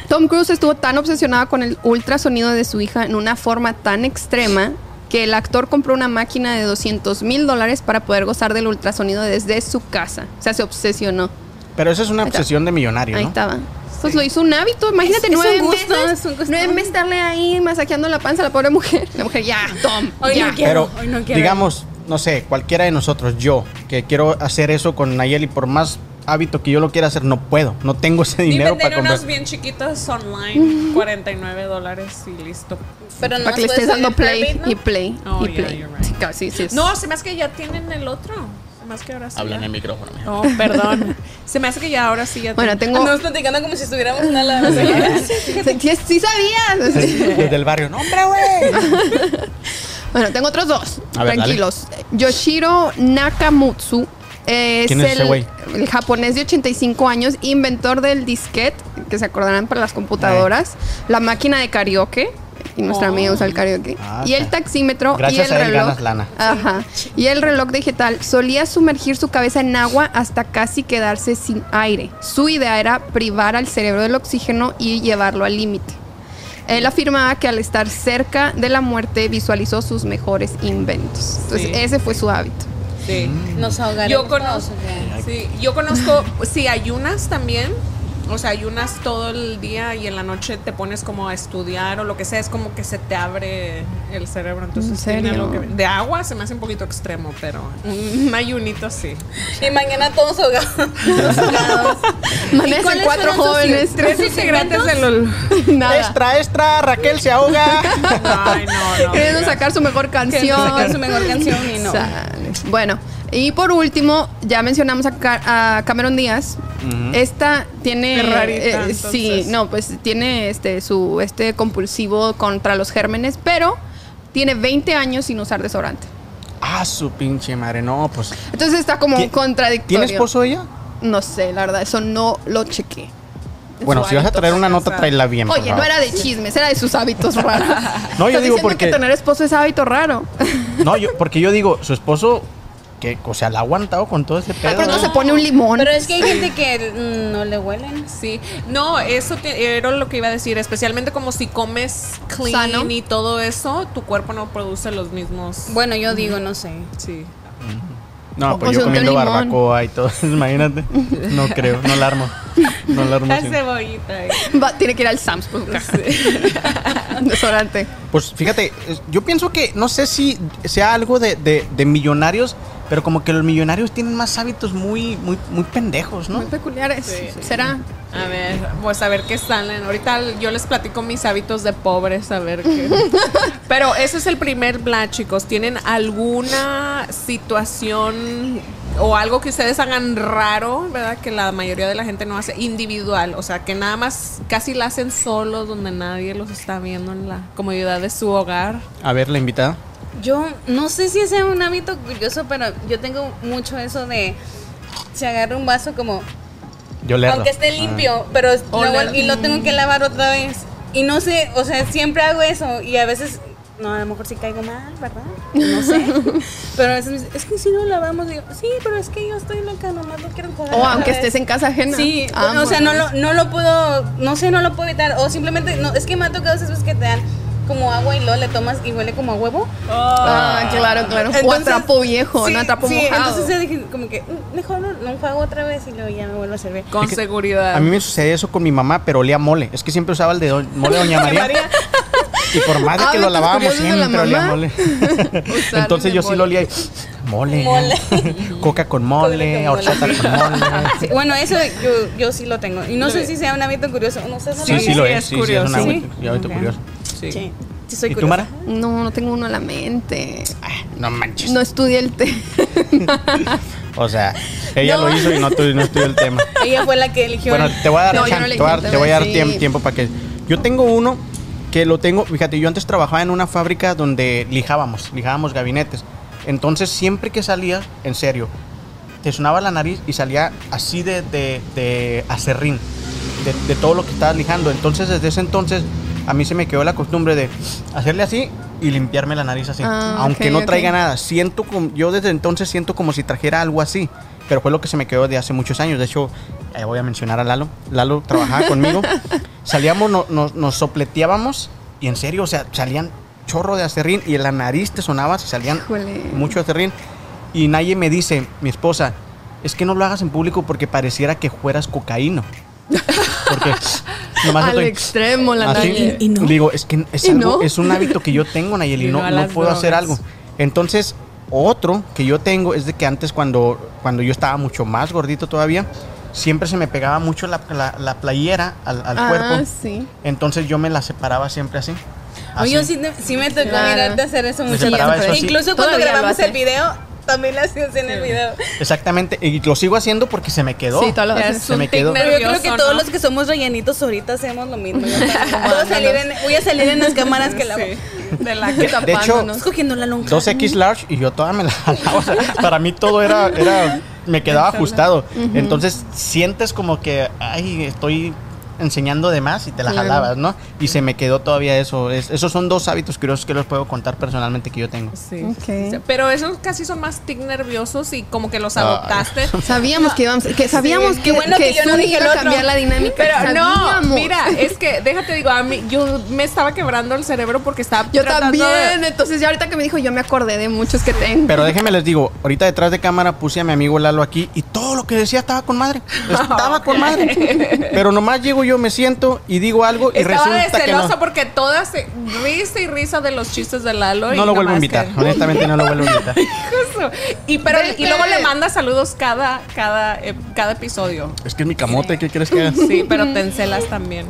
Speaker 1: Tom Cruise estuvo tan obsesionado con el ultrasonido de su hija en una forma tan extrema que el actor compró una máquina de 200 mil dólares para poder gozar del ultrasonido desde su casa. O sea, se obsesionó.
Speaker 2: Pero esa es una
Speaker 1: Ahí está.
Speaker 2: obsesión de millonario,
Speaker 1: Ahí
Speaker 2: ¿no?
Speaker 1: estaba. Pues lo hizo un hábito. Imagínate
Speaker 3: Es- es un
Speaker 1: nueve
Speaker 3: gusto,
Speaker 1: meses.
Speaker 3: es un gusto.
Speaker 1: Nueve meses estarle ahí masajeando la panza a la pobre mujer. La mujer, ya, Tom.
Speaker 3: Hoy
Speaker 1: ya.
Speaker 3: no quiero,
Speaker 2: Pero
Speaker 3: hoy no quiero.
Speaker 2: digamos, no sé, cualquiera de nosotros, yo, que quiero hacer eso con Nayeli, por más hábito que yo lo quiera hacer, no puedo. No tengo ese dinero
Speaker 4: Viven
Speaker 2: para
Speaker 4: de
Speaker 2: comprar.
Speaker 4: unos bien chiquitos online, 49 dólares y listo.
Speaker 3: Pero no
Speaker 1: para que le
Speaker 3: nos
Speaker 1: estés
Speaker 3: puedes
Speaker 1: dando play
Speaker 3: pedir, ¿no?
Speaker 1: y play
Speaker 4: Oh,
Speaker 1: y
Speaker 4: yeah,
Speaker 1: play.
Speaker 4: you're right.
Speaker 1: Sí, Casi, sí. es-
Speaker 4: No, se me hace que ya tienen el otro. Se me hace que ahora sí.
Speaker 5: Habla en
Speaker 4: ya-
Speaker 5: el micrófono. mija.
Speaker 4: No, perdón. se me hace que ya ahora Ah, sí ya
Speaker 1: Bueno,
Speaker 4: tienen-
Speaker 1: tengo.
Speaker 3: Andamos platicando como si estuviéramos en una lavadora.
Speaker 1: Sí, sí sabías.
Speaker 2: Desde el barrio, no, hombre, güey.
Speaker 1: Bueno, tengo otros dos.
Speaker 5: A ver,
Speaker 1: Tranquilos. Yoshiro Nakamutsu. eh,
Speaker 2: ¿Quién es ese
Speaker 1: el,
Speaker 2: güey?
Speaker 1: el japonés de 85 años, inventor del disquete, que se acordarán para las computadoras, la máquina de karaoke, y nuestra
Speaker 4: Oh.
Speaker 1: amiga usa el karaoke,
Speaker 2: Ah,
Speaker 1: y el
Speaker 2: ok.
Speaker 1: taxímetro
Speaker 2: Gracias
Speaker 1: y
Speaker 2: a
Speaker 1: el
Speaker 2: él
Speaker 1: reloj.
Speaker 2: ganas lana.
Speaker 1: Ajá. Y el reloj digital solía sumergir su cabeza en agua hasta casi quedarse sin aire. Su idea era privar al cerebro del oxígeno y llevarlo al límite. Él afirmaba que al estar cerca de la muerte visualizó sus mejores inventos. Entonces,
Speaker 4: Sí.
Speaker 1: ese fue su hábito.
Speaker 4: Sí.
Speaker 3: Nos ahogaremos.
Speaker 4: Yo conozco,
Speaker 3: Ok.
Speaker 4: sí, yo conozco, sí, ayunas también. O sea, ayunas todo el día y en la noche te pones como a estudiar o lo que sea, es como que se te abre el cerebro. Entonces,
Speaker 1: ¿En
Speaker 4: tiene
Speaker 1: serio?
Speaker 4: algo que ver. de agua se me hace un poquito extremo, pero un ayunito sí.
Speaker 3: Y mañana todos ahogados. Todos ahogados. ¿Y
Speaker 1: Amanecen
Speaker 3: cuáles
Speaker 1: cuatro
Speaker 3: fueron sus
Speaker 1: jóvenes,
Speaker 3: in-
Speaker 1: tres
Speaker 3: sus
Speaker 1: integrantes
Speaker 3: inventos?
Speaker 1: del Nada.
Speaker 2: Extra, extra, Raquel se ahoga.
Speaker 4: Ay, no, no.
Speaker 1: Queriendo
Speaker 4: mira.
Speaker 1: sacar su mejor
Speaker 3: Queriendo
Speaker 1: canción.
Speaker 3: sacar su mejor canción y no.
Speaker 1: Sale. Bueno, y por último, ya mencionamos a, Ca- a Cameron Díaz. Esta tiene. eh,
Speaker 4: Qué rarita,
Speaker 1: sí,
Speaker 4: entonces.
Speaker 1: no, pues tiene este su este compulsivo contra los gérmenes, pero tiene 20 años sin usar desodorante.
Speaker 2: ah, su pinche madre, no, pues.
Speaker 1: Entonces está como
Speaker 2: ¿Qui-
Speaker 1: contradictorio.
Speaker 2: ¿Tiene esposo ella?
Speaker 1: No sé, la verdad, eso no lo chequé.
Speaker 2: Bueno, si vas a traer una
Speaker 4: hábito,
Speaker 2: nota,
Speaker 4: o sea,
Speaker 2: tráela bien. por
Speaker 1: Oye, no
Speaker 2: favor.
Speaker 1: era de chismes, era de sus hábitos raros.
Speaker 2: No, yo
Speaker 1: Estás
Speaker 2: digo
Speaker 1: diciendo
Speaker 2: porque-
Speaker 1: que tener esposo es hábito raro.
Speaker 2: No, yo, porque yo digo, su esposo, que, o sea, la ha aguantado con todo ese
Speaker 1: De
Speaker 2: pedo.
Speaker 1: pronto
Speaker 2: ¿no?
Speaker 1: se pone un limón.
Speaker 3: Pero es que hay gente que mm, no le huelen.
Speaker 4: Sí, no, eso te- era lo que iba a decir, especialmente como si comes clean
Speaker 1: Sano.
Speaker 4: y todo eso, tu cuerpo no produce los mismos.
Speaker 3: Bueno, yo digo, no sé.
Speaker 4: sí.
Speaker 2: No,
Speaker 1: O
Speaker 2: pues
Speaker 1: sea,
Speaker 2: yo
Speaker 1: un
Speaker 2: comiendo
Speaker 1: limón.
Speaker 2: barbacoa y todo, imagínate. No creo, no la armo. No la armo.
Speaker 4: La
Speaker 2: sí.
Speaker 4: cebollita. eh.
Speaker 1: Va- tiene que ir al Sam's por un desodorante.
Speaker 2: Pues fíjate, es- yo pienso que no sé si sea algo de, de- de millonarios, pero como que los millonarios tienen más hábitos muy, muy, muy pendejos, ¿no?
Speaker 1: Muy peculiares.
Speaker 4: Sí.
Speaker 1: ¿Será?
Speaker 4: A ver, pues a ver qué salen. Ahorita yo les platico mis hábitos de pobres, a ver qué. Pero ese es el primer plan, chicos. ¿Tienen alguna situación o algo que ustedes hagan raro, verdad? Que la mayoría de la gente no hace individual. O sea, que nada más casi la hacen solos, donde nadie los está viendo en la comodidad de su hogar.
Speaker 2: A ver, la invitada.
Speaker 3: Yo no sé si ese es un hábito curioso, pero yo tengo mucho eso de se agarra un vaso como
Speaker 2: Yo le
Speaker 3: aunque esté limpio, pero lo
Speaker 4: Olerlo.
Speaker 3: vuel- y lo tengo que lavar otra vez. Y no sé, o sea, siempre hago eso y a veces no, a lo mejor sí caigo mal, ¿verdad? No sé. Pero a veces me dicen, es que si no lavamos, digo, sí, pero es que yo estoy loca, nomás lo quiero jugar.
Speaker 1: O aunque estés en casa ajena.
Speaker 3: Sí,
Speaker 1: Ah,
Speaker 3: o sea, no
Speaker 1: bueno.
Speaker 3: lo, no lo puedo, no sé, no lo puedo evitar. O simplemente, no, es que me ha tocado esas veces que te dan como agua y luego le tomas y huele como a huevo.
Speaker 1: Ah, claro, claro. o
Speaker 3: oh. Entonces,
Speaker 1: atrapo viejo,
Speaker 3: sí,
Speaker 1: no atrapo
Speaker 3: sí,
Speaker 1: mojado.
Speaker 3: Entonces dije como que "Mm, mejor no, no juego otra vez y luego ya me vuelvo a servir.
Speaker 4: Con
Speaker 2: Es que
Speaker 4: seguridad.
Speaker 2: Ah. A mí me sucedió eso con mi mamá, pero olía a mole. Es que siempre usaba el de do- mole de Doña María. Y por más de que lo
Speaker 1: Hábitos
Speaker 2: lavábamos,
Speaker 1: curiosos de la
Speaker 2: siempre olía a
Speaker 1: mamá.
Speaker 2: mole.
Speaker 1: Usar
Speaker 2: Entonces
Speaker 1: el
Speaker 2: yo sí
Speaker 1: mole.
Speaker 2: lo olía y, mole,
Speaker 3: Mole.
Speaker 2: coca con
Speaker 3: Coca
Speaker 2: mole,
Speaker 3: con
Speaker 2: horchata con mole.
Speaker 3: Sí, bueno, eso yo, yo sí lo tengo. Y no sé si sea un hábito curioso. No sé, no
Speaker 2: Sí,
Speaker 3: lo
Speaker 2: sí
Speaker 3: sé.
Speaker 2: lo
Speaker 4: Sí,
Speaker 2: es,
Speaker 4: es
Speaker 2: sí, sí, es
Speaker 4: curioso.
Speaker 2: un hábito,
Speaker 3: Sí.
Speaker 2: hábito
Speaker 3: Ok.
Speaker 2: curioso.
Speaker 4: Sí.
Speaker 3: Sí, sí soy
Speaker 2: ¿Y tú,
Speaker 3: curiosa.
Speaker 2: Mara?
Speaker 1: No, no tengo uno en la mente.
Speaker 2: Ah, No manches.
Speaker 1: No estudié el té.
Speaker 2: O sea, ella
Speaker 1: No.
Speaker 2: lo hizo y no, tu- no estudió el tema.
Speaker 3: Ella fue la que eligió.
Speaker 2: Bueno,
Speaker 3: el-
Speaker 2: te voy a dar,
Speaker 1: No, yo
Speaker 2: chan-
Speaker 1: no le
Speaker 2: te voy a dar-
Speaker 1: dije,
Speaker 2: te voy a dar
Speaker 1: sí.
Speaker 2: tiempo, tiempo para que... Yo tengo uno que lo tengo, fíjate, yo antes trabajaba en una fábrica donde lijábamos, lijábamos gabinetes. Entonces siempre que salía, en serio, te sonaba la nariz y salía así de, de, de acerrín, de, de todo lo que estabas lijando. Entonces desde ese entonces a mí se me quedó la costumbre de hacerle así y limpiarme la nariz así.
Speaker 1: Ah,
Speaker 2: aunque
Speaker 1: ok,
Speaker 2: no
Speaker 1: ok.
Speaker 2: traiga nada. Siento como, yo desde entonces siento como si trajera algo así. Pero fue lo que se me quedó de hace muchos años. De hecho, eh, voy a mencionar a Lalo. Lalo trabajaba conmigo. Salíamos, no- nos- nos sopleteábamos y en serio, o sea, salían chorro de acerrín y en la nariz te sonaba, se salían
Speaker 1: Híjole.
Speaker 2: mucho acerrín. Y nadie me dice, mi esposa, es que no lo hagas en público porque pareciera que fueras cocaíno. Porque nomás
Speaker 1: Al
Speaker 2: estoy-
Speaker 1: extremo la
Speaker 2: así.
Speaker 1: Nayeli.
Speaker 3: ¿Y no?
Speaker 2: ¿Ah, Digo, es que es,
Speaker 1: ¿Y
Speaker 2: algo-
Speaker 1: no?
Speaker 2: es un hábito que yo tengo, Nayeli,
Speaker 4: Y
Speaker 2: no,
Speaker 4: no a
Speaker 2: no
Speaker 4: las
Speaker 2: puedo hacer algo.
Speaker 4: drogas.
Speaker 2: Entonces, otro que yo tengo es de que antes cuando, cuando yo estaba mucho más gordito todavía, siempre se me pegaba mucho la, la- la playera al, al
Speaker 1: Ah,
Speaker 2: cuerpo.
Speaker 1: sí.
Speaker 2: Entonces yo me la separaba siempre así.
Speaker 3: Oye,
Speaker 2: Así.
Speaker 3: yo sí, te- sí me tocó
Speaker 1: Claro.
Speaker 3: mirarte hacer eso
Speaker 2: Me
Speaker 3: mucho
Speaker 2: separaba eso así.
Speaker 3: Incluso cuando
Speaker 1: Todavía lo
Speaker 3: grabamos
Speaker 1: hace.
Speaker 3: el video, también lo hacías en el video.
Speaker 2: Exactamente, y lo sigo haciendo porque se me quedó.
Speaker 1: Sí, todo lo
Speaker 4: Ya
Speaker 1: haces.
Speaker 4: es
Speaker 2: se
Speaker 4: un
Speaker 2: me
Speaker 4: tic
Speaker 2: quedó.
Speaker 3: Pero yo creo que
Speaker 4: Nervioso,
Speaker 3: todos
Speaker 4: ¿no?
Speaker 3: los que somos rellenitos ahorita hacemos lo mismo. Yo también voy, a salir en, voy a salir en las cámaras que la
Speaker 4: Sí, de la
Speaker 2: De-
Speaker 4: que
Speaker 2: De hecho,
Speaker 1: Tapándonos.
Speaker 3: Estás cogiendo la lonja.
Speaker 2: 2X large y yo toda me la jalaba. O sea, para mí todo era, era me quedaba ajustado. Entonces sientes como que, ay, estoy enseñando de más y te la
Speaker 1: Claro.
Speaker 2: jalabas, ¿no? Y se me quedó todavía eso. Es- esos son dos hábitos curiosos que los puedo contar personalmente que yo tengo.
Speaker 4: Sí.
Speaker 1: Ok.
Speaker 4: Pero esos casi son más tic nerviosos y como que los
Speaker 2: Ay.
Speaker 4: adoptaste.
Speaker 1: Sabíamos que íbamos, que sabíamos
Speaker 3: Qué
Speaker 1: que,
Speaker 3: bueno
Speaker 1: que
Speaker 3: que yo no
Speaker 1: Zuni
Speaker 3: dije el
Speaker 1: iba a
Speaker 3: otro.
Speaker 1: cambiar la dinámica.
Speaker 4: Pero no,
Speaker 1: Sabíamos.
Speaker 4: mira, es que déjate digo, a mí yo me estaba quebrando el cerebro porque estaba
Speaker 1: Yo
Speaker 4: tratando
Speaker 1: también,
Speaker 4: de-
Speaker 1: entonces ya ahorita que me dijo, yo me acordé de muchos que tengo.
Speaker 2: Pero déjenme les digo, ahorita detrás de cámara puse a mi amigo Lalo aquí y todo lo que decía estaba con madre. Estaba con madre. Pero nomás llego yo, me siento y digo algo y
Speaker 4: estaba de
Speaker 2: resulta que
Speaker 4: celosa
Speaker 2: no.
Speaker 4: porque todas se- risa y risa de los chistes de Lalo. y
Speaker 2: No lo vuelvo a
Speaker 4: nomás
Speaker 2: invitar,
Speaker 4: que-
Speaker 2: honestamente no lo vuelvo a invitar.
Speaker 4: Eso. Y, pero,
Speaker 1: Vete.
Speaker 4: y luego le manda saludos cada, cada, eh, cada episodio.
Speaker 2: Es que es mi camote, ¿qué crees que haga?
Speaker 4: Sí, pero te encelas también.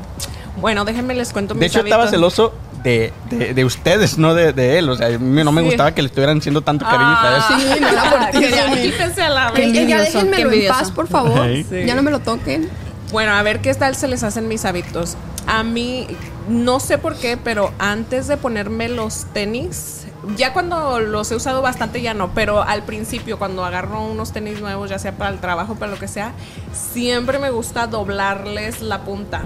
Speaker 4: Bueno, déjenme les cuento mis
Speaker 2: De hecho, estaba
Speaker 4: hábitos.
Speaker 2: celoso de, de, de ustedes, no de, de él. O sea, a mí no me
Speaker 4: Sí.
Speaker 2: gustaba que le estuvieran haciendo tanto cariño.
Speaker 4: Ah,
Speaker 2: ¿sabes?
Speaker 1: Sí, no la por ti,
Speaker 4: que ya
Speaker 1: Dani.
Speaker 4: quítense a la
Speaker 1: Que
Speaker 4: vez.
Speaker 1: ya- ya
Speaker 3: envidioso, qué
Speaker 1: déjenmelo en
Speaker 3: envidioso.
Speaker 1: paz, por favor.
Speaker 2: Ey.
Speaker 4: Sí.
Speaker 1: Ya no me lo toquen.
Speaker 4: Bueno, a ver qué tal se les hacen mis hábitos. A mí, no sé por qué, pero antes de ponerme los tenis, ya cuando los he usado bastante ya no, pero al principio cuando agarro unos tenis nuevos, ya sea para el trabajo, para lo que sea, siempre me gusta doblarles la punta.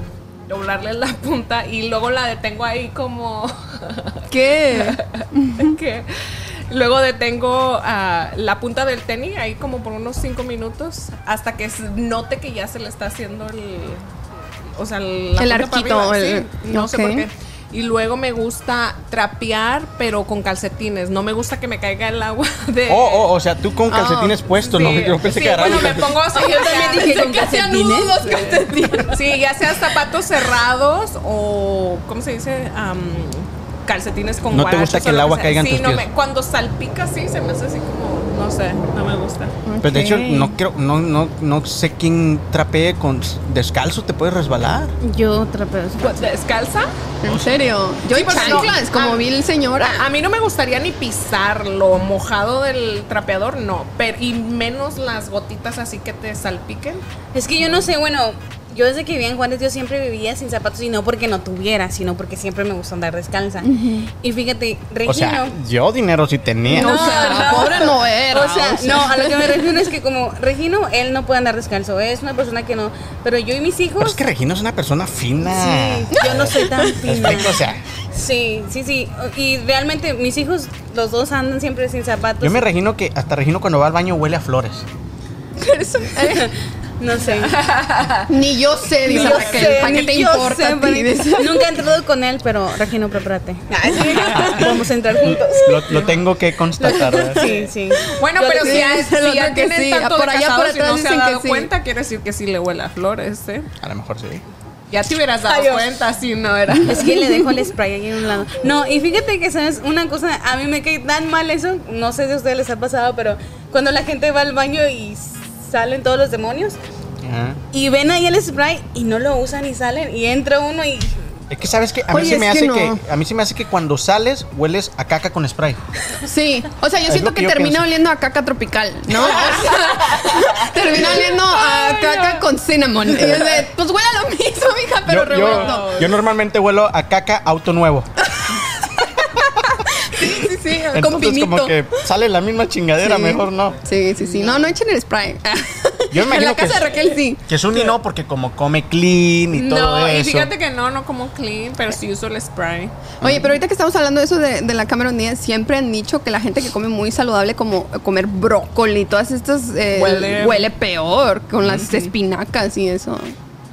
Speaker 4: Doblarles la punta y luego la detengo ahí como
Speaker 1: ¿Qué?
Speaker 4: que luego detengo ah, la punta del tenis ahí como por unos 5 minutos hasta que s- note que ya se le está haciendo el o sea la
Speaker 1: El
Speaker 4: punta para
Speaker 1: arquito,
Speaker 4: arriba,
Speaker 1: el-
Speaker 4: sí, no sé por
Speaker 1: ok.
Speaker 4: qué y luego me gusta trapear pero con calcetines no me gusta que me caiga el agua de
Speaker 2: Oh, oh, o sea, tú con calcetines puestos, ¿no?
Speaker 4: Ah, Sí,
Speaker 2: Yo pensé
Speaker 4: sí,
Speaker 2: que agarraba
Speaker 4: bueno,
Speaker 2: los
Speaker 4: me
Speaker 2: calcetines.
Speaker 4: pongo así, yo también
Speaker 3: dije, ¿con calcetines?
Speaker 4: Sí, ya sea zapatos cerrados o, ¿cómo se dice? Am, calcetines con
Speaker 2: No te gusta
Speaker 4: guarachos
Speaker 2: que
Speaker 4: o
Speaker 2: el
Speaker 4: lo
Speaker 2: agua
Speaker 4: sea.
Speaker 2: caiga en
Speaker 4: sí,
Speaker 2: tus
Speaker 4: no
Speaker 2: pies.
Speaker 4: me- cuando salpica, sí, se me hace así como, no sé, no me gusta.
Speaker 2: Pero de hecho,
Speaker 1: Ok.
Speaker 2: no, creo, no, no, no sé quién trapee con descalzo, te puedes resbalar.
Speaker 3: Yo trapeo.
Speaker 4: Pues, ¿Descalza?
Speaker 1: ¿En serio? Yo en
Speaker 4: porque
Speaker 1: chanclas,
Speaker 4: no-
Speaker 1: como
Speaker 4: ah,
Speaker 1: vi el señor.
Speaker 4: A, a mí no me gustaría ni pisarlo mojado del trapeador, no. Pero, y menos las gotitas así que te salpiquen.
Speaker 3: Es que yo no sé, bueno, yo desde que vivía en Juárez yo siempre vivía sin zapatos y no porque no tuviera, sino porque siempre me gusta andar descalza. Y fíjate, Regino.
Speaker 2: O sea, yo dinero sí tenía.
Speaker 1: No, o sea, pobre no era,
Speaker 3: O sea,
Speaker 1: o sea.
Speaker 3: no, a lo que me refiero es que como Regino, él no puede andar descalzo, es una persona que no, pero yo y mis
Speaker 2: Pero
Speaker 3: hijos,
Speaker 2: es que Regina es una persona fina.
Speaker 3: sí, yo no soy tan
Speaker 2: Me
Speaker 3: fina.
Speaker 2: explico, o sea,
Speaker 3: Sí, sí, sí, y realmente mis hijos, los dos andan siempre sin zapatos.
Speaker 2: yo me regino que hasta Regino cuando va al baño huele a flores.
Speaker 3: ah, no sé.
Speaker 1: Eh, Ni yo sé,
Speaker 3: Ni
Speaker 1: dice
Speaker 3: yo
Speaker 1: Raquel.
Speaker 3: sé,
Speaker 1: ¿Para qué
Speaker 3: ni
Speaker 1: te
Speaker 3: yo
Speaker 1: importa
Speaker 3: sé,
Speaker 1: a ti?
Speaker 3: pero-
Speaker 1: Dice.
Speaker 3: Nunca he entrado con él, pero Regino, prepárate. Vamos a entrar juntos.
Speaker 2: Lo, lo tengo que constatar. ¿verdad?
Speaker 3: Sí, sí.
Speaker 4: Bueno,
Speaker 3: Yo
Speaker 4: pero
Speaker 3: le-
Speaker 4: si ya,
Speaker 1: sí,
Speaker 4: si
Speaker 1: el
Speaker 4: ya
Speaker 1: otro que
Speaker 4: tienen
Speaker 1: sí,
Speaker 4: tanto
Speaker 1: por
Speaker 4: de
Speaker 1: allá por
Speaker 4: casados y
Speaker 1: atrás
Speaker 4: no se ha
Speaker 1: dicen que
Speaker 4: dado
Speaker 1: sí.
Speaker 4: cuenta, quiere decir que sí le huele a flores, ¿eh?
Speaker 2: A lo mejor sí.
Speaker 4: Ya te hubieras dado
Speaker 3: Adiós.
Speaker 4: cuenta si no era.
Speaker 3: Es que le dejo el spray ahí en un lado. No, y fíjate que, ¿sabes? Una cosa, a mí me cae tan mal eso, no sé si a ustedes les ha pasado, pero cuando la gente va al baño y salen todos los demonios
Speaker 2: Ajá.
Speaker 3: y ven ahí el spray y no lo usan y salen y entra uno y...
Speaker 2: Es que sabes que a mí
Speaker 1: Oye,
Speaker 2: se me
Speaker 1: es
Speaker 2: hace
Speaker 1: que
Speaker 2: que,
Speaker 1: no.
Speaker 2: a mí se me hace que cuando sales hueles a caca con spray.
Speaker 1: Sí, o sea, yo
Speaker 2: Es
Speaker 1: siento
Speaker 2: lo
Speaker 1: que,
Speaker 2: que yo
Speaker 1: termina
Speaker 2: pienso.
Speaker 1: oliendo a caca tropical, ¿no? ah, O sea, termina oliendo a caca con cinnamon. Y es de, pues huele a lo mismo, mija, pero
Speaker 2: yo,
Speaker 1: revuelto.
Speaker 2: yo, yo normalmente huelo a caca auto nuevo.
Speaker 1: Sí, sí, con
Speaker 2: Entonces
Speaker 1: pinito.
Speaker 2: como que sale la misma chingadera,
Speaker 1: Sí.
Speaker 2: mejor no.
Speaker 1: Sí, sí, sí. No, no echen el spray.
Speaker 2: Yo me
Speaker 1: en la
Speaker 2: imagino que,
Speaker 1: casa de Raquel sí.
Speaker 2: que Sunny no, porque como come clean y todo
Speaker 4: No,
Speaker 2: eso.
Speaker 4: y fíjate que no, no como clean, pero sí uso el spray.
Speaker 1: Oye, pero ahorita que estamos hablando de eso de, de la Cameron Díaz, siempre han dicho que la gente que come muy saludable, como comer brócoli y todas estas, eh,
Speaker 4: Huele.
Speaker 1: huele. peor con las espinacas y eso.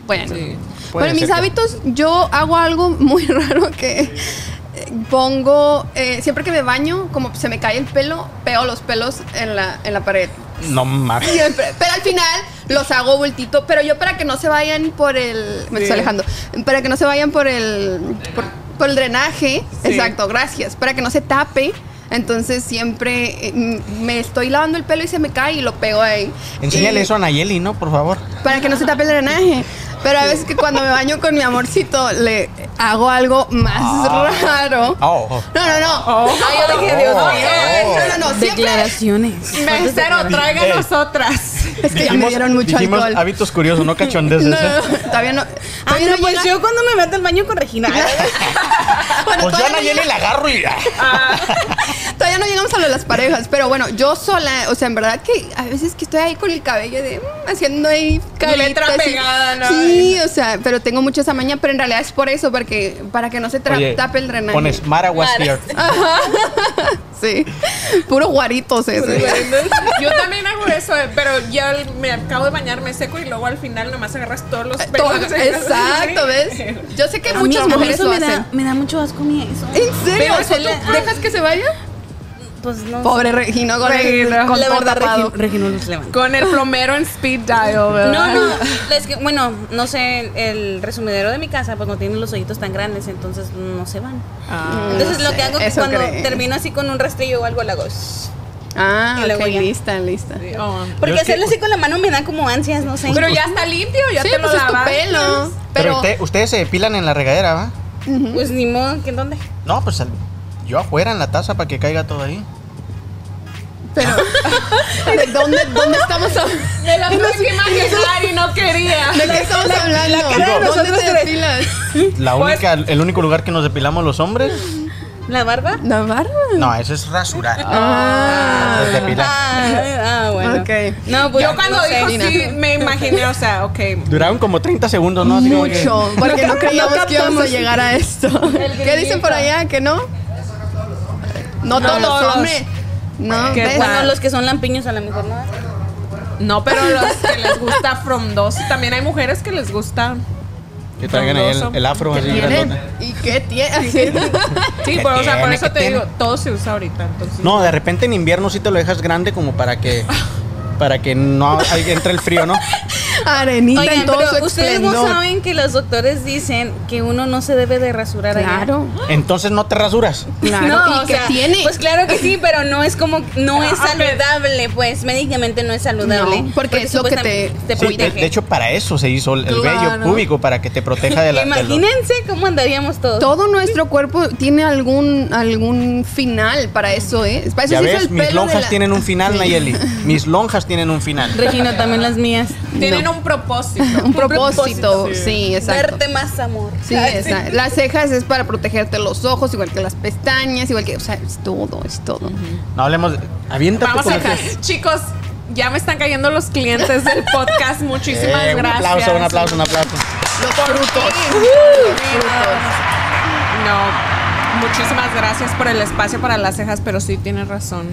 Speaker 1: Bueno,
Speaker 4: Sí.
Speaker 2: Puede
Speaker 1: bueno mis
Speaker 2: ser que-
Speaker 1: hábitos, yo hago algo muy raro que eh, pongo, eh, siempre que me baño, como se me cae el pelo, pego los pelos en la, en la pared.
Speaker 2: No mames.
Speaker 1: Siempre. Pero al final los hago bultito. Pero yo para que no se vayan por el. Me
Speaker 4: Sí.
Speaker 1: estoy alejando. Para que no se vayan por el. Por, por el drenaje.
Speaker 4: Sí.
Speaker 1: Exacto, gracias. Para que no se tape. Entonces siempre eh, mm, me estoy lavando el pelo y se me cae y lo pego ahí.
Speaker 2: Enséñale
Speaker 1: Y-
Speaker 2: eso a Nayeli, ¿no? Por favor.
Speaker 1: Para que no se tape el drenaje. Pero a veces que cuando me baño con mi amorcito le hago algo más raro.
Speaker 2: Oh, oh.
Speaker 1: No, no, no.
Speaker 3: Ay, yo dije, Dios
Speaker 2: Oh.
Speaker 3: mío.
Speaker 1: No, no, no. Siempre.
Speaker 3: Ah. Declaraciones.
Speaker 4: Mesero, tráiganos otras.
Speaker 1: Es que ya me dieron mucho
Speaker 2: Eh, dijimos
Speaker 1: alcohol.
Speaker 2: hábitos curiosos, no cachondes.
Speaker 1: No,
Speaker 2: ¿eh?
Speaker 1: no, no, todavía no.
Speaker 3: Ah,
Speaker 1: todavía
Speaker 3: no,
Speaker 1: no
Speaker 3: pues
Speaker 1: llega-
Speaker 3: yo cuando me meto al baño con Regina.
Speaker 1: Bueno,
Speaker 2: Pues yo
Speaker 1: todavía,
Speaker 2: a
Speaker 1: no
Speaker 2: Nayeli la agarro y... ah.
Speaker 1: llega- todavía no llegamos a lo de las parejas, pero bueno, yo sola, o sea, en verdad que a veces que estoy ahí con el cabello de mm, haciendo ahí caritas
Speaker 4: Letra
Speaker 1: y-
Speaker 4: pegada, ¿no?
Speaker 1: Sí, o sea, pero tengo mucha esa maña, pero en realidad es por eso, porque para que no se tra-
Speaker 2: Oye,
Speaker 1: tape el drenaje.
Speaker 2: Pones Mara was here.
Speaker 1: Sí. Puro guaritos ese.
Speaker 4: Yo también hago eso, eh, pero ya el- me acabo de bañar, me seco y luego al final nomás agarras todos los
Speaker 1: Todo-
Speaker 4: pelos.
Speaker 1: Eh, Exacto, ¿ves? Yo sé que
Speaker 3: A mí-
Speaker 1: muchas
Speaker 3: a mí
Speaker 1: mujeres
Speaker 3: eso
Speaker 1: lo
Speaker 3: me da,
Speaker 1: hacen.
Speaker 3: me da mucho asco a mí eso.
Speaker 1: ¿En serio?
Speaker 4: Pero
Speaker 1: O sea,
Speaker 4: se
Speaker 1: ¿tú
Speaker 4: le-
Speaker 1: dejas que se vaya?
Speaker 3: Pues no.
Speaker 1: Pobre Regino con, el-
Speaker 4: Regino.
Speaker 1: con
Speaker 3: la
Speaker 1: todo
Speaker 3: verdad,
Speaker 1: tapado.
Speaker 3: Regina, Regina los levanta.
Speaker 4: Con el plomero en speed dial, ¿verdad?
Speaker 3: No, no, es que, bueno, no sé, el resumidero de mi casa pues no tiene los ojitos tan grandes, entonces no se van.
Speaker 4: Ah.
Speaker 3: Entonces
Speaker 1: no
Speaker 3: lo
Speaker 1: sé,
Speaker 3: que hago es que
Speaker 1: eso
Speaker 3: cuando
Speaker 1: crees.
Speaker 3: termino así con un rastrillo o algo, la hago.
Speaker 1: Ah,
Speaker 3: Y luego
Speaker 1: ok,
Speaker 3: ya.
Speaker 1: lista, lista.
Speaker 4: Oh.
Speaker 3: Porque
Speaker 2: Yo es que-
Speaker 3: hacerlo así con la mano me da como ansias, no sé.
Speaker 4: Pero ya está limpio, ya
Speaker 1: pues sí,
Speaker 4: te lo
Speaker 1: pues es tu
Speaker 4: lavaste.
Speaker 1: pelo.
Speaker 2: Pero
Speaker 1: Pero,
Speaker 2: usted- ustedes se depilan en la regadera, ¿va?
Speaker 3: Pues ni modo, ¿que en dónde?
Speaker 2: No, pues al- yo afuera en la taza para que caiga todo ahí.
Speaker 1: pero, ¿de dónde, dónde estamos hablando?
Speaker 4: De la última que Mari no quería.
Speaker 1: ¿De qué estamos hablando?
Speaker 2: cara de
Speaker 1: ¿Dónde te depilas?
Speaker 2: La
Speaker 4: Pues-
Speaker 2: única, el único lugar que nos depilamos los hombres.
Speaker 3: ¿La barba?
Speaker 1: ¿La barba?
Speaker 2: No, eso es rasurar.
Speaker 1: Ah.
Speaker 2: Es depilar.
Speaker 3: Ah, ah, bueno.
Speaker 1: Ok.
Speaker 3: No, pues
Speaker 4: Yo cuando
Speaker 3: no sé.
Speaker 4: dijo
Speaker 1: Nina.
Speaker 4: sí, me imaginé, o sea, ok.
Speaker 2: Duraron como 30 segundos, ¿no? Así como que-
Speaker 1: Mucho, porque no creíamos que íbamos a llegar a esto. ¿Qué dicen por allá? ¿Que no? No todos
Speaker 4: todos
Speaker 1: los
Speaker 4: los-
Speaker 1: hombres. No,
Speaker 4: Qué
Speaker 1: ¿ves?
Speaker 4: guay.
Speaker 3: Bueno, los que son lampiños a lo mejor no.
Speaker 4: No, pero los que les gusta From 2. También hay mujeres que les gusta.
Speaker 2: Que traigan ahí el, el afro así
Speaker 1: ¿Tienen?
Speaker 2: grandote.
Speaker 1: ¿Y qué tiene?
Speaker 4: Sí,
Speaker 2: ¿Qué
Speaker 4: pero, o sea, por
Speaker 2: tiene?
Speaker 4: eso
Speaker 2: ¿Qué
Speaker 4: te
Speaker 2: tiene?
Speaker 4: digo, todo se usa ahorita. Entonces,
Speaker 2: No, de repente en invierno sí te lo dejas grande como para que para que no ahí entre el frío, ¿no?
Speaker 1: Arenita en
Speaker 3: Oigan,
Speaker 1: todo
Speaker 3: pero
Speaker 1: su
Speaker 3: ustedes no
Speaker 1: esplendor.
Speaker 3: saben que los doctores dicen que uno no se debe de rasurar allá.
Speaker 1: Claro,
Speaker 2: Entonces no te rasuras.
Speaker 1: claro.
Speaker 3: No,
Speaker 1: ¿Y
Speaker 3: o
Speaker 1: qué
Speaker 3: sea,
Speaker 1: tiene?
Speaker 3: Pues claro que sí, pero no es como, no es
Speaker 4: Ah, ok.
Speaker 3: saludable, pues médicamente no es saludable.
Speaker 1: No, porque es lo que te-
Speaker 3: supuestamente
Speaker 2: Sí, de,
Speaker 3: protege.
Speaker 2: de hecho para eso se hizo el, el vello
Speaker 1: Claro.
Speaker 2: púbico para que te proteja de la de los-
Speaker 3: Imagínense cómo andaríamos todos.
Speaker 1: Todo nuestro cuerpo tiene algún algún final para eso, ¿eh? Para eso
Speaker 2: Ya
Speaker 1: se hizo
Speaker 2: ves,
Speaker 1: el
Speaker 2: mis
Speaker 1: pelo de
Speaker 2: lonjas
Speaker 1: la-
Speaker 2: tienen un final, Nayeli. Mis lonjas tienen un final.
Speaker 3: Regina, también las mías.
Speaker 4: tienen
Speaker 1: no.
Speaker 4: un propósito.
Speaker 1: un propósito, sí, exacto.
Speaker 3: Darte más amor.
Speaker 1: Sí, exacto. Las cejas es para protegerte los ojos, igual que las pestañas, igual que, o sea, es todo, es todo.
Speaker 2: No hablemos de. Aviéntate
Speaker 4: Vamos
Speaker 2: con
Speaker 4: a
Speaker 2: el-
Speaker 4: Chicos, ya me están cayendo los clientes del podcast. Muchísimas
Speaker 2: Eh, un
Speaker 4: gracias.
Speaker 2: aplauso, un aplauso, un aplauso.
Speaker 1: Los frutos.
Speaker 4: No, muchísimas gracias por el espacio para las cejas, pero sí tienes razón.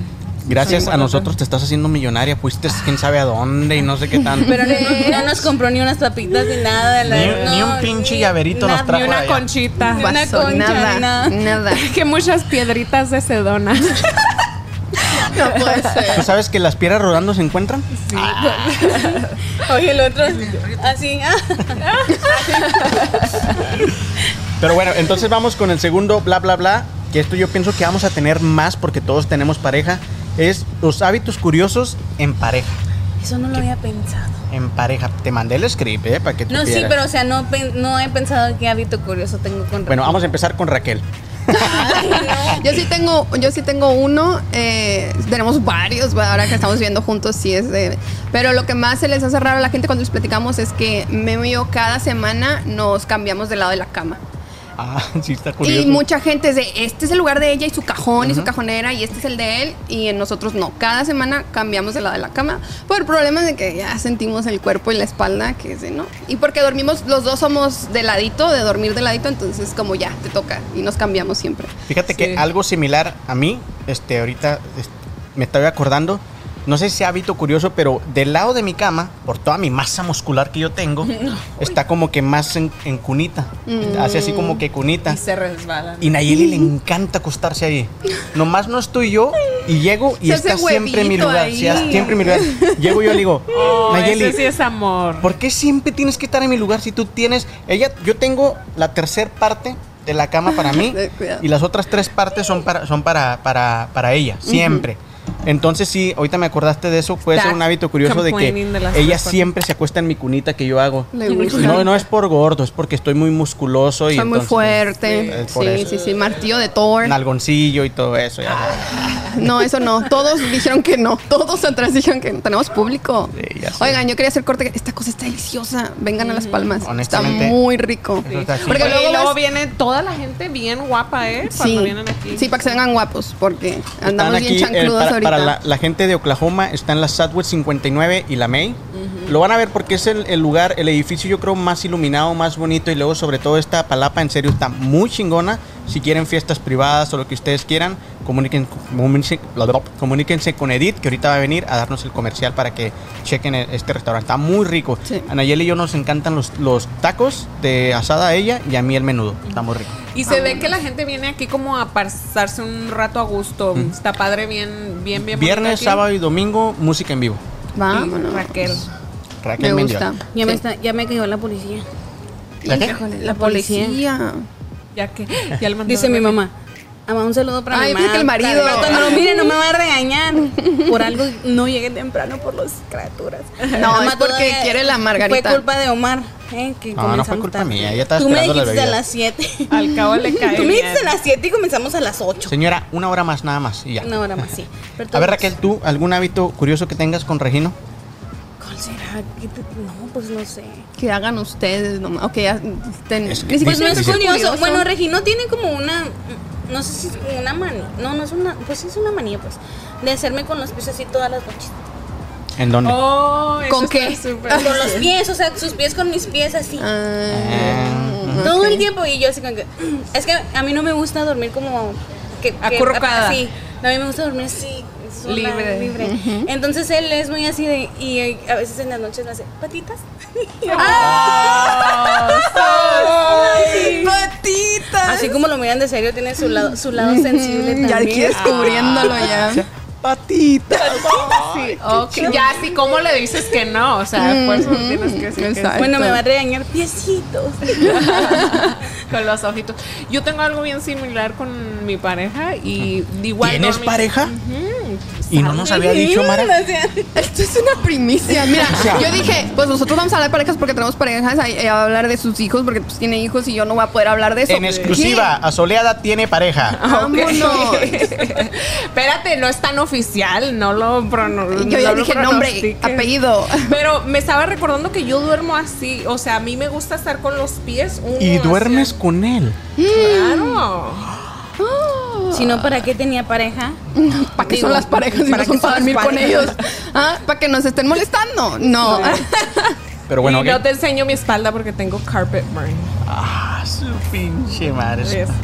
Speaker 2: Gracias
Speaker 4: Sí.
Speaker 2: a nosotros te estás haciendo millonaria. Fuiste quién sabe a dónde y no sé qué tanto.
Speaker 3: Pero no, no nos compró ni unas papitas ni nada. la-
Speaker 2: Ni- ni un
Speaker 3: no,
Speaker 2: pinche
Speaker 3: ni-
Speaker 2: llaverito nos
Speaker 3: nada,
Speaker 2: trajo
Speaker 4: Ni
Speaker 2: por
Speaker 4: una
Speaker 2: allá.
Speaker 4: conchita.
Speaker 1: No pasó
Speaker 3: concha,
Speaker 1: nada,
Speaker 3: ni nada.
Speaker 1: nada.
Speaker 4: Que muchas piedritas de Sedona.
Speaker 1: No puede ser.
Speaker 2: ¿Tú sabes que las piedras rodando se encuentran?
Speaker 3: Oye, el otro así. ah.
Speaker 2: Pero bueno, entonces vamos con el segundo bla bla bla, que esto yo pienso que vamos a tener más porque todos tenemos pareja, es los hábitos curiosos en pareja.
Speaker 3: Eso no lo había pensado.
Speaker 2: En pareja. Te mandé el script, ¿eh? Para que tú
Speaker 3: No, sí,
Speaker 2: vieras.
Speaker 3: pero o sea, no, pen- no he pensado qué hábito curioso tengo con
Speaker 2: Bueno, vamos a empezar con Raquel.
Speaker 1: Yo sí tengo, yo sí tengo uno, eh, tenemos varios, va, ahora que estamos viendo juntos, sí es de- Pero lo que más se les hace raro a la gente cuando les platicamos es que Memo y yo cada semana nos cambiamos del lado de la cama.
Speaker 2: Ah, sí, está curioso.
Speaker 1: Y mucha gente es de, este es el lugar de ella y su cajón y su cajonera y este es el de él y en nosotros no. Cada semana cambiamos de lado de la cama por problemas de que ya sentimos el cuerpo y la espalda, que es de no. Y porque dormimos, los dos somos de ladito, de dormir de ladito, entonces como ya, te toca y nos cambiamos siempre.
Speaker 2: Fíjate
Speaker 4: Sí.
Speaker 2: que algo similar a mí, este, ahorita este, me estoy acordando, no sé si sea hábito curioso, pero del lado de mi cama, por toda mi masa muscular que yo tengo, está como que más en, en cunita, hace así como que cunita.
Speaker 4: Mm. Y se resbalan.
Speaker 2: Y Nayeli le encanta acostarse ahí. Nomás no estoy yo y llego y
Speaker 1: Se hace
Speaker 2: está siempre en mi
Speaker 1: huevito
Speaker 2: lugar.
Speaker 1: ahí.
Speaker 2: se hace siempre en mi lugar. Llego yo y le digo,
Speaker 4: Oh,
Speaker 2: Nayeli,
Speaker 4: ese sí es amor.
Speaker 2: ¿Por qué siempre tienes que estar en mi lugar si tú tienes... Ella, yo tengo la tercer parte de la cama para mí
Speaker 1: Eh, cuidado.
Speaker 2: y las otras tres partes son para, son para, para, para ella, siempre. Entonces sí, ahorita me acordaste de eso, puede
Speaker 4: Está
Speaker 2: ser un hábito curioso de que
Speaker 4: complaining de las
Speaker 2: ella
Speaker 4: tres partes.
Speaker 2: siempre se acuesta en mi cunita que yo hago.
Speaker 1: Le gusta.
Speaker 2: No, no es por gordo, es porque estoy muy musculoso y...
Speaker 1: Soy muy
Speaker 2: entonces,
Speaker 1: fuerte.
Speaker 2: es por
Speaker 1: Sí,
Speaker 2: eso.
Speaker 1: sí, sí, martillo de Thor.
Speaker 2: Nalgoncillo y todo eso. ya sabes.
Speaker 1: No, eso no. Todos dijeron que no. Todos atrás dijeron que no. Tenemos público.
Speaker 2: Sí, ya sé. Mm,
Speaker 1: Oigan, yo quería hacer corte. Esta cosa está deliciosa. Vengan a Las Palmas. Está
Speaker 2: Honestamente,
Speaker 1: muy rico.
Speaker 2: eso está
Speaker 1: Porque
Speaker 4: Oye,
Speaker 1: luego
Speaker 4: y luego
Speaker 1: vas-
Speaker 4: viene toda la gente bien guapa, ¿eh? Cuando vienen aquí.
Speaker 1: Sí, para que se vengan guapos, porque andamos
Speaker 2: Están
Speaker 1: bien
Speaker 2: aquí, eh,
Speaker 1: chancludos
Speaker 2: para,
Speaker 1: ahorita.
Speaker 2: para la, la gente de Oklahoma está en la Southwest 59 y la May. Lo van a ver porque es el, el lugar, el edificio yo creo más iluminado, más bonito y luego sobre todo esta palapa en serio está muy chingona. Si quieren fiestas privadas o lo que ustedes quieran, comuniquen- comuníquense, comuníquense con Edith que ahorita va a venir a darnos el comercial para que chequen e- este restaurante. Está muy rico.
Speaker 1: Sí.
Speaker 2: A Nayeli y yo nos encantan los, los tacos de asada a ella y a mí el menudo. Está muy rico.
Speaker 4: Y se
Speaker 2: Ah.
Speaker 4: ve que la gente viene aquí como a pasarse un rato a gusto. Está padre, bien, bien, bien.
Speaker 2: Mm. Viernes, sábado y domingo, música en vivo.
Speaker 1: Vámonos.
Speaker 4: Vámonos. Raquel.
Speaker 2: Raquel
Speaker 1: Me
Speaker 2: Mendiola.
Speaker 1: gusta.
Speaker 3: Ya, me
Speaker 1: Sí.
Speaker 3: está, ya me cayó la policía.
Speaker 2: ¿La qué?
Speaker 1: Híjole,
Speaker 3: La
Speaker 1: la
Speaker 3: policía.
Speaker 1: policía.
Speaker 4: Ya que. Ya le mandó
Speaker 3: Dice mi
Speaker 4: Raquel.
Speaker 3: mamá. Mamá, un saludo para
Speaker 1: Ay, pensé
Speaker 3: mi mamá.
Speaker 1: que el marido.
Speaker 3: Pero Cuando lo mire no me va a regañar. Por algo no llegué temprano por las criaturas.
Speaker 1: No,
Speaker 3: Mamá,
Speaker 1: es porque
Speaker 3: todavía
Speaker 1: quiere la margarita.
Speaker 3: Fue culpa de Omar, eh, que
Speaker 2: No, no
Speaker 3: comenzamos
Speaker 2: fue culpa
Speaker 3: tarde.
Speaker 2: mía, ella estaba
Speaker 3: Tú me
Speaker 2: esperando la
Speaker 3: dijiste a
Speaker 2: bebida.
Speaker 3: las 7.
Speaker 4: Al cabo le cae
Speaker 3: Tú me
Speaker 4: bien.
Speaker 3: dijiste a las 7 y comenzamos a las 8.
Speaker 2: Señora, una hora más nada más y ya.
Speaker 3: Una hora más, sí.
Speaker 2: A
Speaker 3: Pero
Speaker 2: ver,
Speaker 3: todos-
Speaker 2: Raquel, ¿tú algún hábito curioso que tengas con Regino?
Speaker 3: ¿Cuál será? ¿Qué te- No, pues no sé.
Speaker 1: Que hagan ustedes nomás. Ok, ya, ten-
Speaker 2: Es que
Speaker 1: ni siquiera
Speaker 3: Pues no
Speaker 2: Dice-
Speaker 3: es
Speaker 1: es
Speaker 3: curioso. Bueno, Regino tiene como una. No sé si es como una manía. No, no es una. Pues sí es una manía, pues. De hacerme con los pies así todas las noches.
Speaker 2: ¿En dónde?
Speaker 4: Oh, eso
Speaker 1: ¿Con
Speaker 4: está
Speaker 1: qué?
Speaker 4: súper.
Speaker 3: Con los pies, o sea, sus pies con mis pies así.
Speaker 4: Mm.
Speaker 2: Ah,
Speaker 3: Todo el tiempo. Y yo así como que. Es que a mí no me gusta dormir como. Que, que-
Speaker 4: Acurrucada.
Speaker 3: Sí. A mí me gusta dormir así. sola,
Speaker 4: Libre.
Speaker 3: libre. Entonces él es muy así de. Y eh, a veces en las noches me hace. ¿Patitas?
Speaker 1: Patitas.
Speaker 3: Así como lo miran de serio, tiene su lado, su lado sensible también. Ah.
Speaker 1: Ya aquí descubriéndolo ya.
Speaker 2: Patita.
Speaker 4: Ok, Ya, así como le dices que no. O sea, pues tienes que decir que sí.
Speaker 1: Exacto.
Speaker 3: Bueno, me va a regañar piecitos.
Speaker 4: con los ojitos. Yo tengo algo bien similar con mi pareja y igual.
Speaker 2: ¿Tienes
Speaker 4: dormimos-
Speaker 2: pareja?
Speaker 4: Ujú.
Speaker 2: Y no nos había dicho, Mara.
Speaker 1: Esto es una primicia. Mira, yo dije, pues nosotros vamos a hablar de parejas porque tenemos parejas. ahí- ella va a hablar de sus hijos porque pues, tiene hijos y yo no voy a poder hablar de eso.
Speaker 2: En exclusiva, Ah, Asoleada tiene
Speaker 4: Ah,
Speaker 2: pareja.
Speaker 1: Vámonos.
Speaker 4: Espérate, no es tan oficial, no lo
Speaker 1: Yo
Speaker 4: pronuncié.
Speaker 1: ya dije nombre, apellido.
Speaker 4: Pero me estaba recordando que yo duermo así, o sea, a mí me gusta estar con los pies. uno
Speaker 2: Y
Speaker 4: hacia-
Speaker 2: duermes con él.
Speaker 4: Claro.
Speaker 3: Si no, ¿para qué tenía pareja?
Speaker 1: ¿Para qué
Speaker 3: Digo,
Speaker 1: son las parejas si
Speaker 3: ¿para
Speaker 1: no
Speaker 3: qué
Speaker 1: son para
Speaker 3: son
Speaker 1: dormir
Speaker 3: las
Speaker 1: con
Speaker 3: parejas?
Speaker 1: ellos? ¿Ah? ¿Para que nos estén molestando? No.
Speaker 2: Pero bueno,
Speaker 4: y
Speaker 2: ok.
Speaker 4: no te enseño mi espalda porque tengo carpet burn.
Speaker 2: Ah, su pinche madre.
Speaker 4: Yes.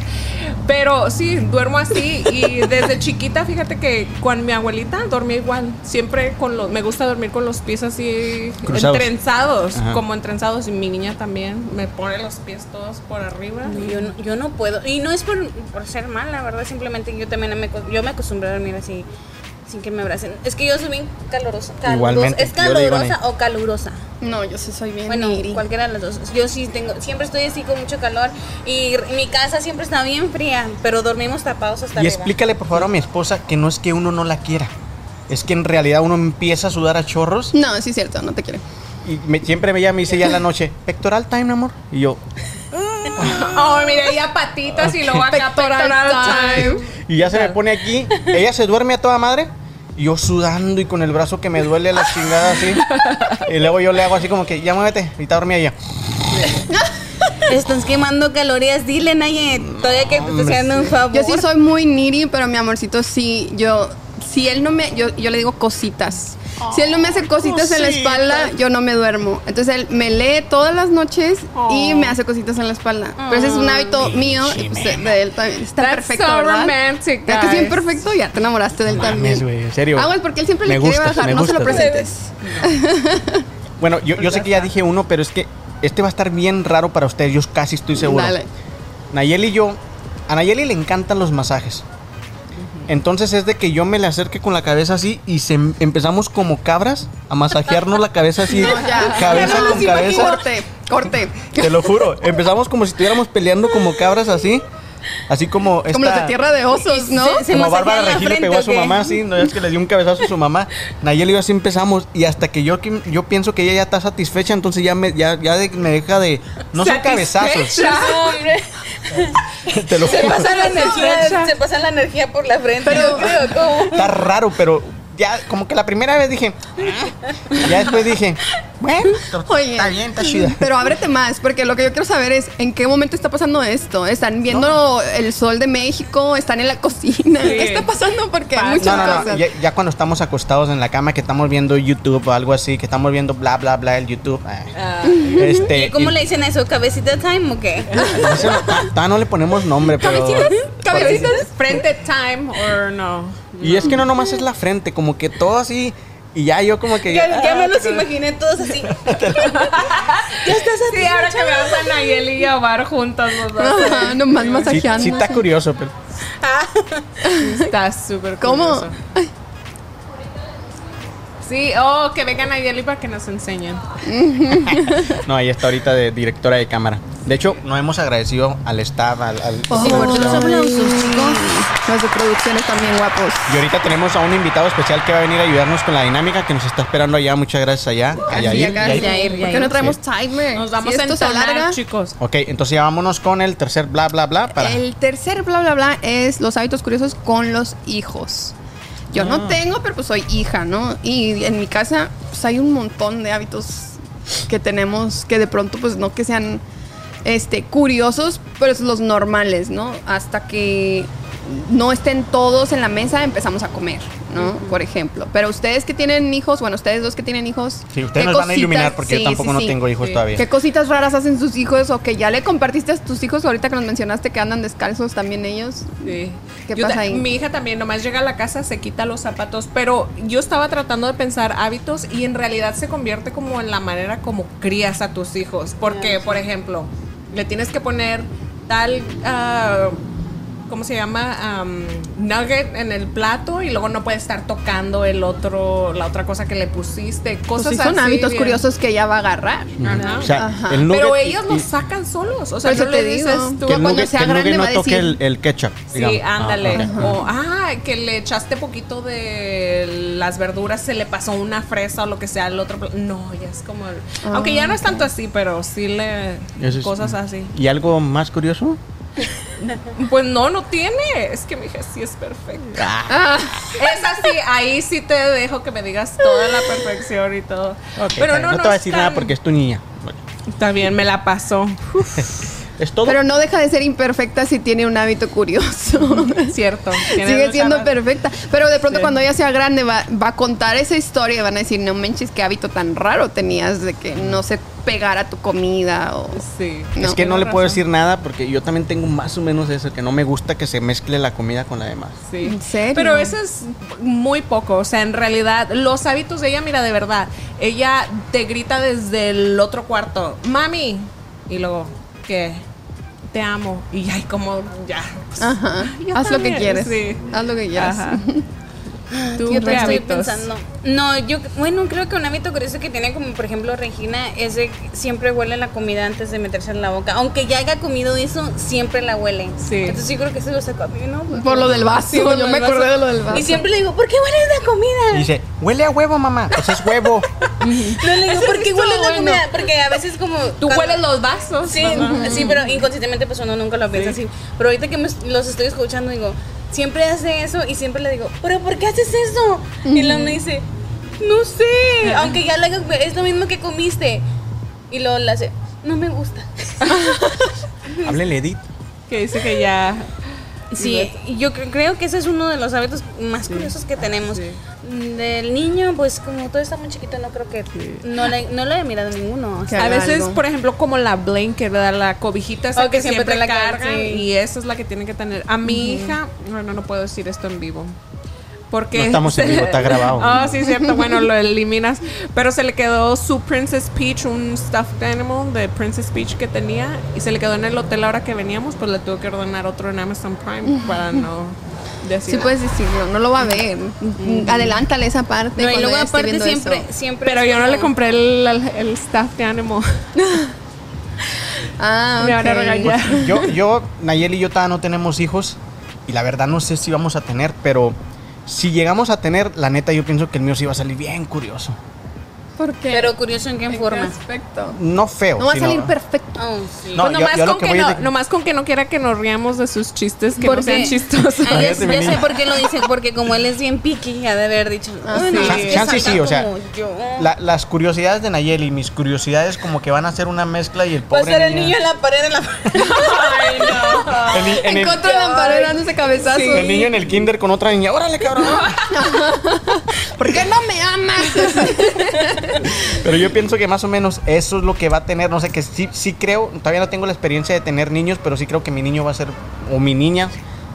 Speaker 4: Pero sí, duermo así y desde chiquita, fíjate que con mi abuelita dormía igual. Siempre con los, me gusta dormir con los pies así
Speaker 2: Cruzados.
Speaker 4: entrenzados,
Speaker 2: Ajá.
Speaker 4: como entrenzados. Y mi niña también me pone los pies todos por arriba.
Speaker 3: Yo no, yo no puedo. Y no es por, por ser mal, la verdad. Simplemente yo también me, acos- yo me acostumbré a dormir así, sin que me abracen. Es que yo soy bien calurosa. calurosa.
Speaker 2: Igualmente,
Speaker 3: ¿Es
Speaker 2: yo le digo,
Speaker 3: calurosa o calurosa?
Speaker 1: No, yo sí soy bien.
Speaker 3: Bueno,
Speaker 1: niri.
Speaker 3: cualquiera de las dos. Yo sí tengo, siempre estoy así con mucho calor. Y r- mi casa siempre está bien fría, pero dormimos tapados hasta
Speaker 2: Y
Speaker 3: arriba.
Speaker 2: explícale por favor a mi esposa que no es que uno no la quiera. Es que en realidad uno empieza a sudar a chorros
Speaker 1: No, sí es cierto, no te quiero.
Speaker 2: y me- siempre me llama y dice ya en la noche, pectoral time, amor. Y yo,
Speaker 4: Oh, mira, ella patitas y
Speaker 3: Oh,
Speaker 4: luego acá
Speaker 1: Pectoral
Speaker 4: pectoral
Speaker 1: time.
Speaker 4: time.
Speaker 2: Y ya se me pone aquí. Ella se duerme a toda madre. Y yo sudando y con el brazo que me duele la chingada así. Y luego yo le hago así como que, ya muévete. Y está dormida ella.
Speaker 3: Estás quemando calorías, dile, Naye. Todavía que te estoy haciendo un favor.
Speaker 1: Yo sí soy muy niri, pero mi amorcito sí, yo, si él no me, yo, yo le digo cositas. Si él no me hace cositas en la espalda, yo no me duermo. Entonces él me lee todas las noches y me hace cositas en la espalda. Pero ese es un hábito mío y pues, de él también. Está
Speaker 4: That's
Speaker 1: perfecto,
Speaker 4: so
Speaker 1: ¿verdad?
Speaker 4: romantic,
Speaker 1: Ya que es bien
Speaker 4: guys.
Speaker 1: perfecto, ya te enamoraste de él
Speaker 2: Mames,
Speaker 1: también.
Speaker 2: güey, en serio.
Speaker 1: Ah, güey, porque él siempre
Speaker 2: Me
Speaker 1: le quiere
Speaker 2: gustas,
Speaker 1: bajar,
Speaker 2: me
Speaker 1: no se lo
Speaker 2: gustas.
Speaker 1: presentes.
Speaker 2: Bueno, yo, yo sé que ya dije uno, pero es que este va a estar bien raro para ustedes, yo casi estoy seguro.
Speaker 1: Dale.
Speaker 2: Nayeli y yo, a Nayeli le encantan los masajes. Entonces es de que yo me le acerque con la cabeza así y se em- empezamos como cabras a masajearnos la cabeza así,
Speaker 1: Ya.
Speaker 2: cabeza
Speaker 1: Ya no,
Speaker 2: con
Speaker 1: sí, Paqui,
Speaker 2: cabeza.
Speaker 1: Corte, corte.
Speaker 2: Te lo juro, empezamos como si estuviéramos peleando como cabras así, así como esta,
Speaker 1: Como los de tierra de osos, ¿no?
Speaker 3: se- se
Speaker 2: como
Speaker 3: masajean
Speaker 2: Bárbara
Speaker 3: la
Speaker 2: Regil le
Speaker 3: frente,
Speaker 2: pegó a
Speaker 3: ¿o
Speaker 2: su
Speaker 3: qué?
Speaker 2: mamá, sí, no es que le dio un cabezazo a su mamá. Nayeli y yo así empezamos y hasta que yo, que- yo pienso que ella ya está satisfecha, entonces ya me, ya, ya de- me deja de... No son cabezazos,
Speaker 3: No, hombre.
Speaker 2: te lo
Speaker 3: Se
Speaker 2: juro.
Speaker 3: pasa la energía, se pasa la energía por la frente. yo creo, ¿cómo?
Speaker 2: Está raro, pero ya como que la primera vez dije... "Ah". Ya después dije... Bueno,
Speaker 1: Oye.
Speaker 2: está bien, está chida.
Speaker 1: Pero ábrete más, porque lo que yo quiero saber es en qué momento está pasando esto. ¿Están viendo el sol de México? ¿Están en la cocina? ¿Qué está pasando? Porque hay muchas
Speaker 2: No, no, no.
Speaker 1: cosas.
Speaker 2: Ya, ya cuando estamos acostados en la cama, que estamos viendo YouTube o algo así, que estamos viendo bla, bla, bla, el YouTube. eh. Este,
Speaker 3: Ah. ¿Y ¿Cómo
Speaker 2: y-
Speaker 3: le dicen eso? ¿Cabecita time o qué?
Speaker 2: no sé, ta- todavía no le ponemos nombre, pero...
Speaker 4: Cabecitas frente time or no.
Speaker 2: Y es que no nomás es la frente, como que todo así... Y ya yo como que...
Speaker 3: Ya, ya me los imaginé todos así. ya estás así.
Speaker 4: Sí, ahora que veamos a Nayeli y a Omar juntos los dos.
Speaker 1: Ajá, nomás
Speaker 2: Sí,
Speaker 1: masajeando.
Speaker 2: sí está curioso, pero...
Speaker 4: Está súper
Speaker 1: ¿Cómo?
Speaker 4: curioso. Sí, oh, que venga Nayeli para que nos enseñen.
Speaker 2: No, ella está ahorita de directora de cámara. De hecho, nos hemos agradecido al staff, al... al-
Speaker 1: Ay,
Speaker 3: por los aplausos, chicos.
Speaker 1: Oh, Los de producciones también guapos.
Speaker 2: Y ahorita tenemos a un invitado especial que va a venir a ayudarnos con la dinámica que nos está esperando allá. Muchas gracias allá.
Speaker 3: Ah,
Speaker 2: a
Speaker 1: Así
Speaker 2: Yair.
Speaker 1: acá,
Speaker 2: Yair.
Speaker 1: Yair, ¿Por qué no traemos timer?
Speaker 4: Nos vamos
Speaker 1: Si
Speaker 4: a
Speaker 1: esto se alarga-
Speaker 4: entonar, chicos.
Speaker 2: Ok, entonces ya vámonos con el tercer bla bla bla para.
Speaker 1: El tercer bla bla bla es los hábitos curiosos con los hijos. Yo
Speaker 4: Ah.
Speaker 1: no tengo, pero pues soy hija, ¿no? Y en mi casa pues hay un montón de hábitos que tenemos que de pronto pues no que sean este curiosos, pero es los normales, ¿no? Hasta que no estén todos en la mesa empezamos a comer, ¿no? Por ejemplo. Pero ustedes que tienen hijos, bueno, ustedes dos que tienen hijos,
Speaker 2: Sí, ustedes
Speaker 1: ¿qué
Speaker 2: nos van a
Speaker 1: cositas?
Speaker 2: iluminar porque
Speaker 1: Sí,
Speaker 2: yo tampoco
Speaker 1: sí,
Speaker 2: no
Speaker 1: sí.
Speaker 2: tengo hijos
Speaker 4: Sí.
Speaker 2: todavía.
Speaker 1: ¿Qué cositas raras hacen sus hijos o que ya le compartiste a tus hijos ahorita que nos mencionaste que andan descalzos también ellos?
Speaker 4: Sí.
Speaker 1: ¿Qué
Speaker 4: Yo
Speaker 1: pasa
Speaker 4: ta-
Speaker 1: ahí?
Speaker 4: Mi hija también nomás llega a la casa, se quita los zapatos, pero yo estaba tratando de pensar hábitos y en realidad se convierte como en la manera como crías a tus hijos, porque por ejemplo, le tienes que poner tal ah, ¿cómo se llama? Am, nugget en el plato y luego no puede estar tocando el otro la otra cosa que le pusiste,
Speaker 1: Pues
Speaker 4: cosas
Speaker 1: sí son
Speaker 4: así,
Speaker 1: hábitos
Speaker 4: bien.
Speaker 1: curiosos que ella va a agarrar.
Speaker 4: Ajá.
Speaker 2: O sea,
Speaker 1: Ajá.
Speaker 2: el nugget
Speaker 4: pero
Speaker 2: y-
Speaker 4: ellos
Speaker 2: y-
Speaker 4: los sacan solos, o sea,
Speaker 1: Por eso
Speaker 4: no
Speaker 1: te
Speaker 4: le
Speaker 1: digo.
Speaker 4: dices tú
Speaker 2: que el
Speaker 1: cuando
Speaker 2: nugget,
Speaker 1: sea
Speaker 2: que el nugget
Speaker 1: grande va a
Speaker 2: no toque
Speaker 1: decir-
Speaker 2: el, el ketchup.
Speaker 4: Sí,
Speaker 2: digamos. Ah,
Speaker 4: ándale.
Speaker 2: ok.
Speaker 4: o, ah, que le echaste poquito de las verduras, se le pasó una fresa o lo que sea al otro. pla- No, ya es como. el- aunque ya no es tanto así, pero sí le.
Speaker 2: Ah, Eso es-
Speaker 4: cosas así.
Speaker 2: ¿Y algo más curioso?
Speaker 4: Pues no, no tiene. Es que mi hija sí es
Speaker 2: Ah.
Speaker 4: perfecta.
Speaker 1: Ah,
Speaker 4: Es así, ahí sí te dejo que me digas toda la perfección y todo.
Speaker 2: Ah, Ok,
Speaker 4: pero
Speaker 2: está bien.
Speaker 4: no, no,
Speaker 2: te voy a decir
Speaker 4: es
Speaker 2: nada
Speaker 4: tan-
Speaker 2: porque es tu niña. Bueno,
Speaker 4: Está bien, me la pasó.
Speaker 2: Es todo.
Speaker 1: Pero no deja de ser imperfecta si tiene un hábito curioso.
Speaker 4: Cierto. tienes
Speaker 1: Sigue
Speaker 4: mucha
Speaker 1: siendo
Speaker 4: razón.
Speaker 1: perfecta. Pero de pronto
Speaker 4: Sí.
Speaker 1: cuando ella sea grande va, va a contar esa historia y van a decir, no manches, qué hábito tan raro tenías de que no se pegara tu comida o...
Speaker 4: Sí.
Speaker 2: es
Speaker 1: no,
Speaker 2: que no le
Speaker 4: tienes
Speaker 2: puedo
Speaker 4: razón.
Speaker 2: decir nada porque yo también tengo más o menos eso, que no me gusta que se mezcle la comida con la demás.
Speaker 4: Sí.
Speaker 1: ¿En serio?
Speaker 4: Pero eso es muy poco. O sea, en realidad, los hábitos de ella, mira, de verdad, ella te grita desde el otro cuarto, mami. Y luego, ¿qué? Te amo. Y ay, como ya. pues,
Speaker 3: Ah,
Speaker 1: Ajá.
Speaker 4: yo
Speaker 1: Haz lo que
Speaker 4: también,
Speaker 1: quieres.
Speaker 4: sí.
Speaker 1: Haz lo que quieras.
Speaker 4: Ajá. ¿Tú
Speaker 3: Yo
Speaker 4: qué
Speaker 3: también estoy
Speaker 4: hábitos?
Speaker 3: pensando. No, yo, bueno, creo que un hábito curioso que tiene como, por ejemplo, Regina es de que siempre huele la comida antes de meterse en la boca. Aunque ya haya comido eso, siempre la huele.
Speaker 4: Sí.
Speaker 3: Entonces yo creo que se lo sacó a mí, ¿no? Porque-
Speaker 1: Por lo del vaso,
Speaker 3: Sí, por
Speaker 1: yo
Speaker 3: lo
Speaker 1: me
Speaker 3: del vaso.
Speaker 1: acordé de lo del vaso.
Speaker 3: Y siempre le digo, ¿por qué huele la
Speaker 2: Y
Speaker 3: comida?
Speaker 2: dice, huele a huevo, mamá. Pues es huevo.
Speaker 3: No le digo, ¿por qué
Speaker 4: estuvo
Speaker 3: huele la
Speaker 4: bueno.
Speaker 3: comida? Porque a veces como...
Speaker 4: Tú
Speaker 3: cuando-
Speaker 4: hueles los vasos.
Speaker 3: Sí,
Speaker 4: ¿verdad?
Speaker 3: sí, pero inconscientemente pues uno nunca lo piensa
Speaker 4: Sí.
Speaker 3: así. Pero ahorita que me es- los estoy escuchando digo, siempre hace eso y siempre le digo, pero ¿por qué haces eso? Y luego me dice, no sé, aunque ya le haga- es lo mismo que comiste. Y luego le hace, No me gusta.
Speaker 2: Háblele, Edith.
Speaker 4: Que dice que ya.
Speaker 3: Sí, yo cre- creo que ese es uno de los hábitos más curiosos que tenemos.
Speaker 4: Sí.
Speaker 3: Del niño, pues como todo está muy chiquito, no creo que... No, le, no lo he mirado ninguno. o sea,
Speaker 1: Que
Speaker 4: A
Speaker 1: haga
Speaker 4: veces,
Speaker 1: algo.
Speaker 4: por ejemplo, como la blanket, ¿verdad? La cobijita
Speaker 3: Oh,
Speaker 4: esa que,
Speaker 3: que
Speaker 4: siempre,
Speaker 3: siempre trae la
Speaker 4: cargan.
Speaker 3: cara, sí.
Speaker 4: Y esa es la que tienen que tener. A mi hija, bueno, no puedo decir esto en vivo. Porque
Speaker 2: No estamos en vivo, está grabado.
Speaker 4: Ah, sí, cierto. Bueno, lo eliminas. Pero se le quedó su Princess Peach, un stuffed animal de Princess Peach que tenía. Y se le quedó en el hotel ahora que veníamos. Pues le tuve que ordenar otro en Amazon Prime para no decir.
Speaker 1: Sí pues, puedes decirlo, no lo va a ver. Adelántale esa parte.
Speaker 3: No, y
Speaker 1: cuando
Speaker 3: luego
Speaker 1: ella esté
Speaker 3: aparte
Speaker 1: viendo
Speaker 3: siempre,
Speaker 1: eso.
Speaker 3: siempre...
Speaker 4: Pero
Speaker 3: es
Speaker 4: yo no le
Speaker 3: como-
Speaker 4: compré el, el stuffed animal.
Speaker 1: Ah,
Speaker 4: Me van a
Speaker 1: ok.
Speaker 4: regañar.
Speaker 2: Yo, yo, Nayeli y yo todavía no tenemos hijos y la verdad no sé si vamos a tener, pero si llegamos a tener, la neta yo pienso que el mío sí va a salir bien curioso.
Speaker 1: ¿Por qué?
Speaker 3: Pero curioso en qué forma.
Speaker 1: Perfecto.
Speaker 2: No feo.
Speaker 1: No va a
Speaker 2: sino-
Speaker 1: salir perfecto.
Speaker 3: Oh, sí.
Speaker 2: No,
Speaker 4: Pues
Speaker 2: yo-
Speaker 4: nomás,
Speaker 2: yo lo
Speaker 4: con
Speaker 2: que
Speaker 4: que
Speaker 2: voy es
Speaker 4: no,
Speaker 2: de-
Speaker 4: nomás con que no quiera que nos riamos de sus chistes, que no
Speaker 3: Porque-
Speaker 4: sean chistosos.
Speaker 3: Ah, ya,
Speaker 2: Cállate,
Speaker 3: ya sé
Speaker 2: Benita.
Speaker 3: por qué lo dice, porque como él es bien piqui, ha de haber dicho.
Speaker 1: Ah,
Speaker 3: "Ay, no,
Speaker 1: sí.
Speaker 3: es que
Speaker 2: Chance
Speaker 3: salta
Speaker 2: sí, o sea,
Speaker 3: como yo".
Speaker 2: La- las curiosidades de Nayeli y mis curiosidades como que van a ser una mezcla y el
Speaker 3: Va a
Speaker 2: pobre
Speaker 3: ser el
Speaker 2: niño-
Speaker 3: niño en la pared, en la pared.
Speaker 4: Ay, no.
Speaker 2: el ni- en
Speaker 1: En
Speaker 2: el-
Speaker 1: contra de la pared dándose cabezazo.
Speaker 2: el niño en el kinder con otra niña. Órale, cabrón.
Speaker 1: ¿Por qué no me amas?
Speaker 2: Pero yo pienso que más o menos eso es lo que va a tener. No sé, que sí, sí creo, todavía no tengo la experiencia de tener niños, pero sí creo que mi niño va a ser, o mi niña,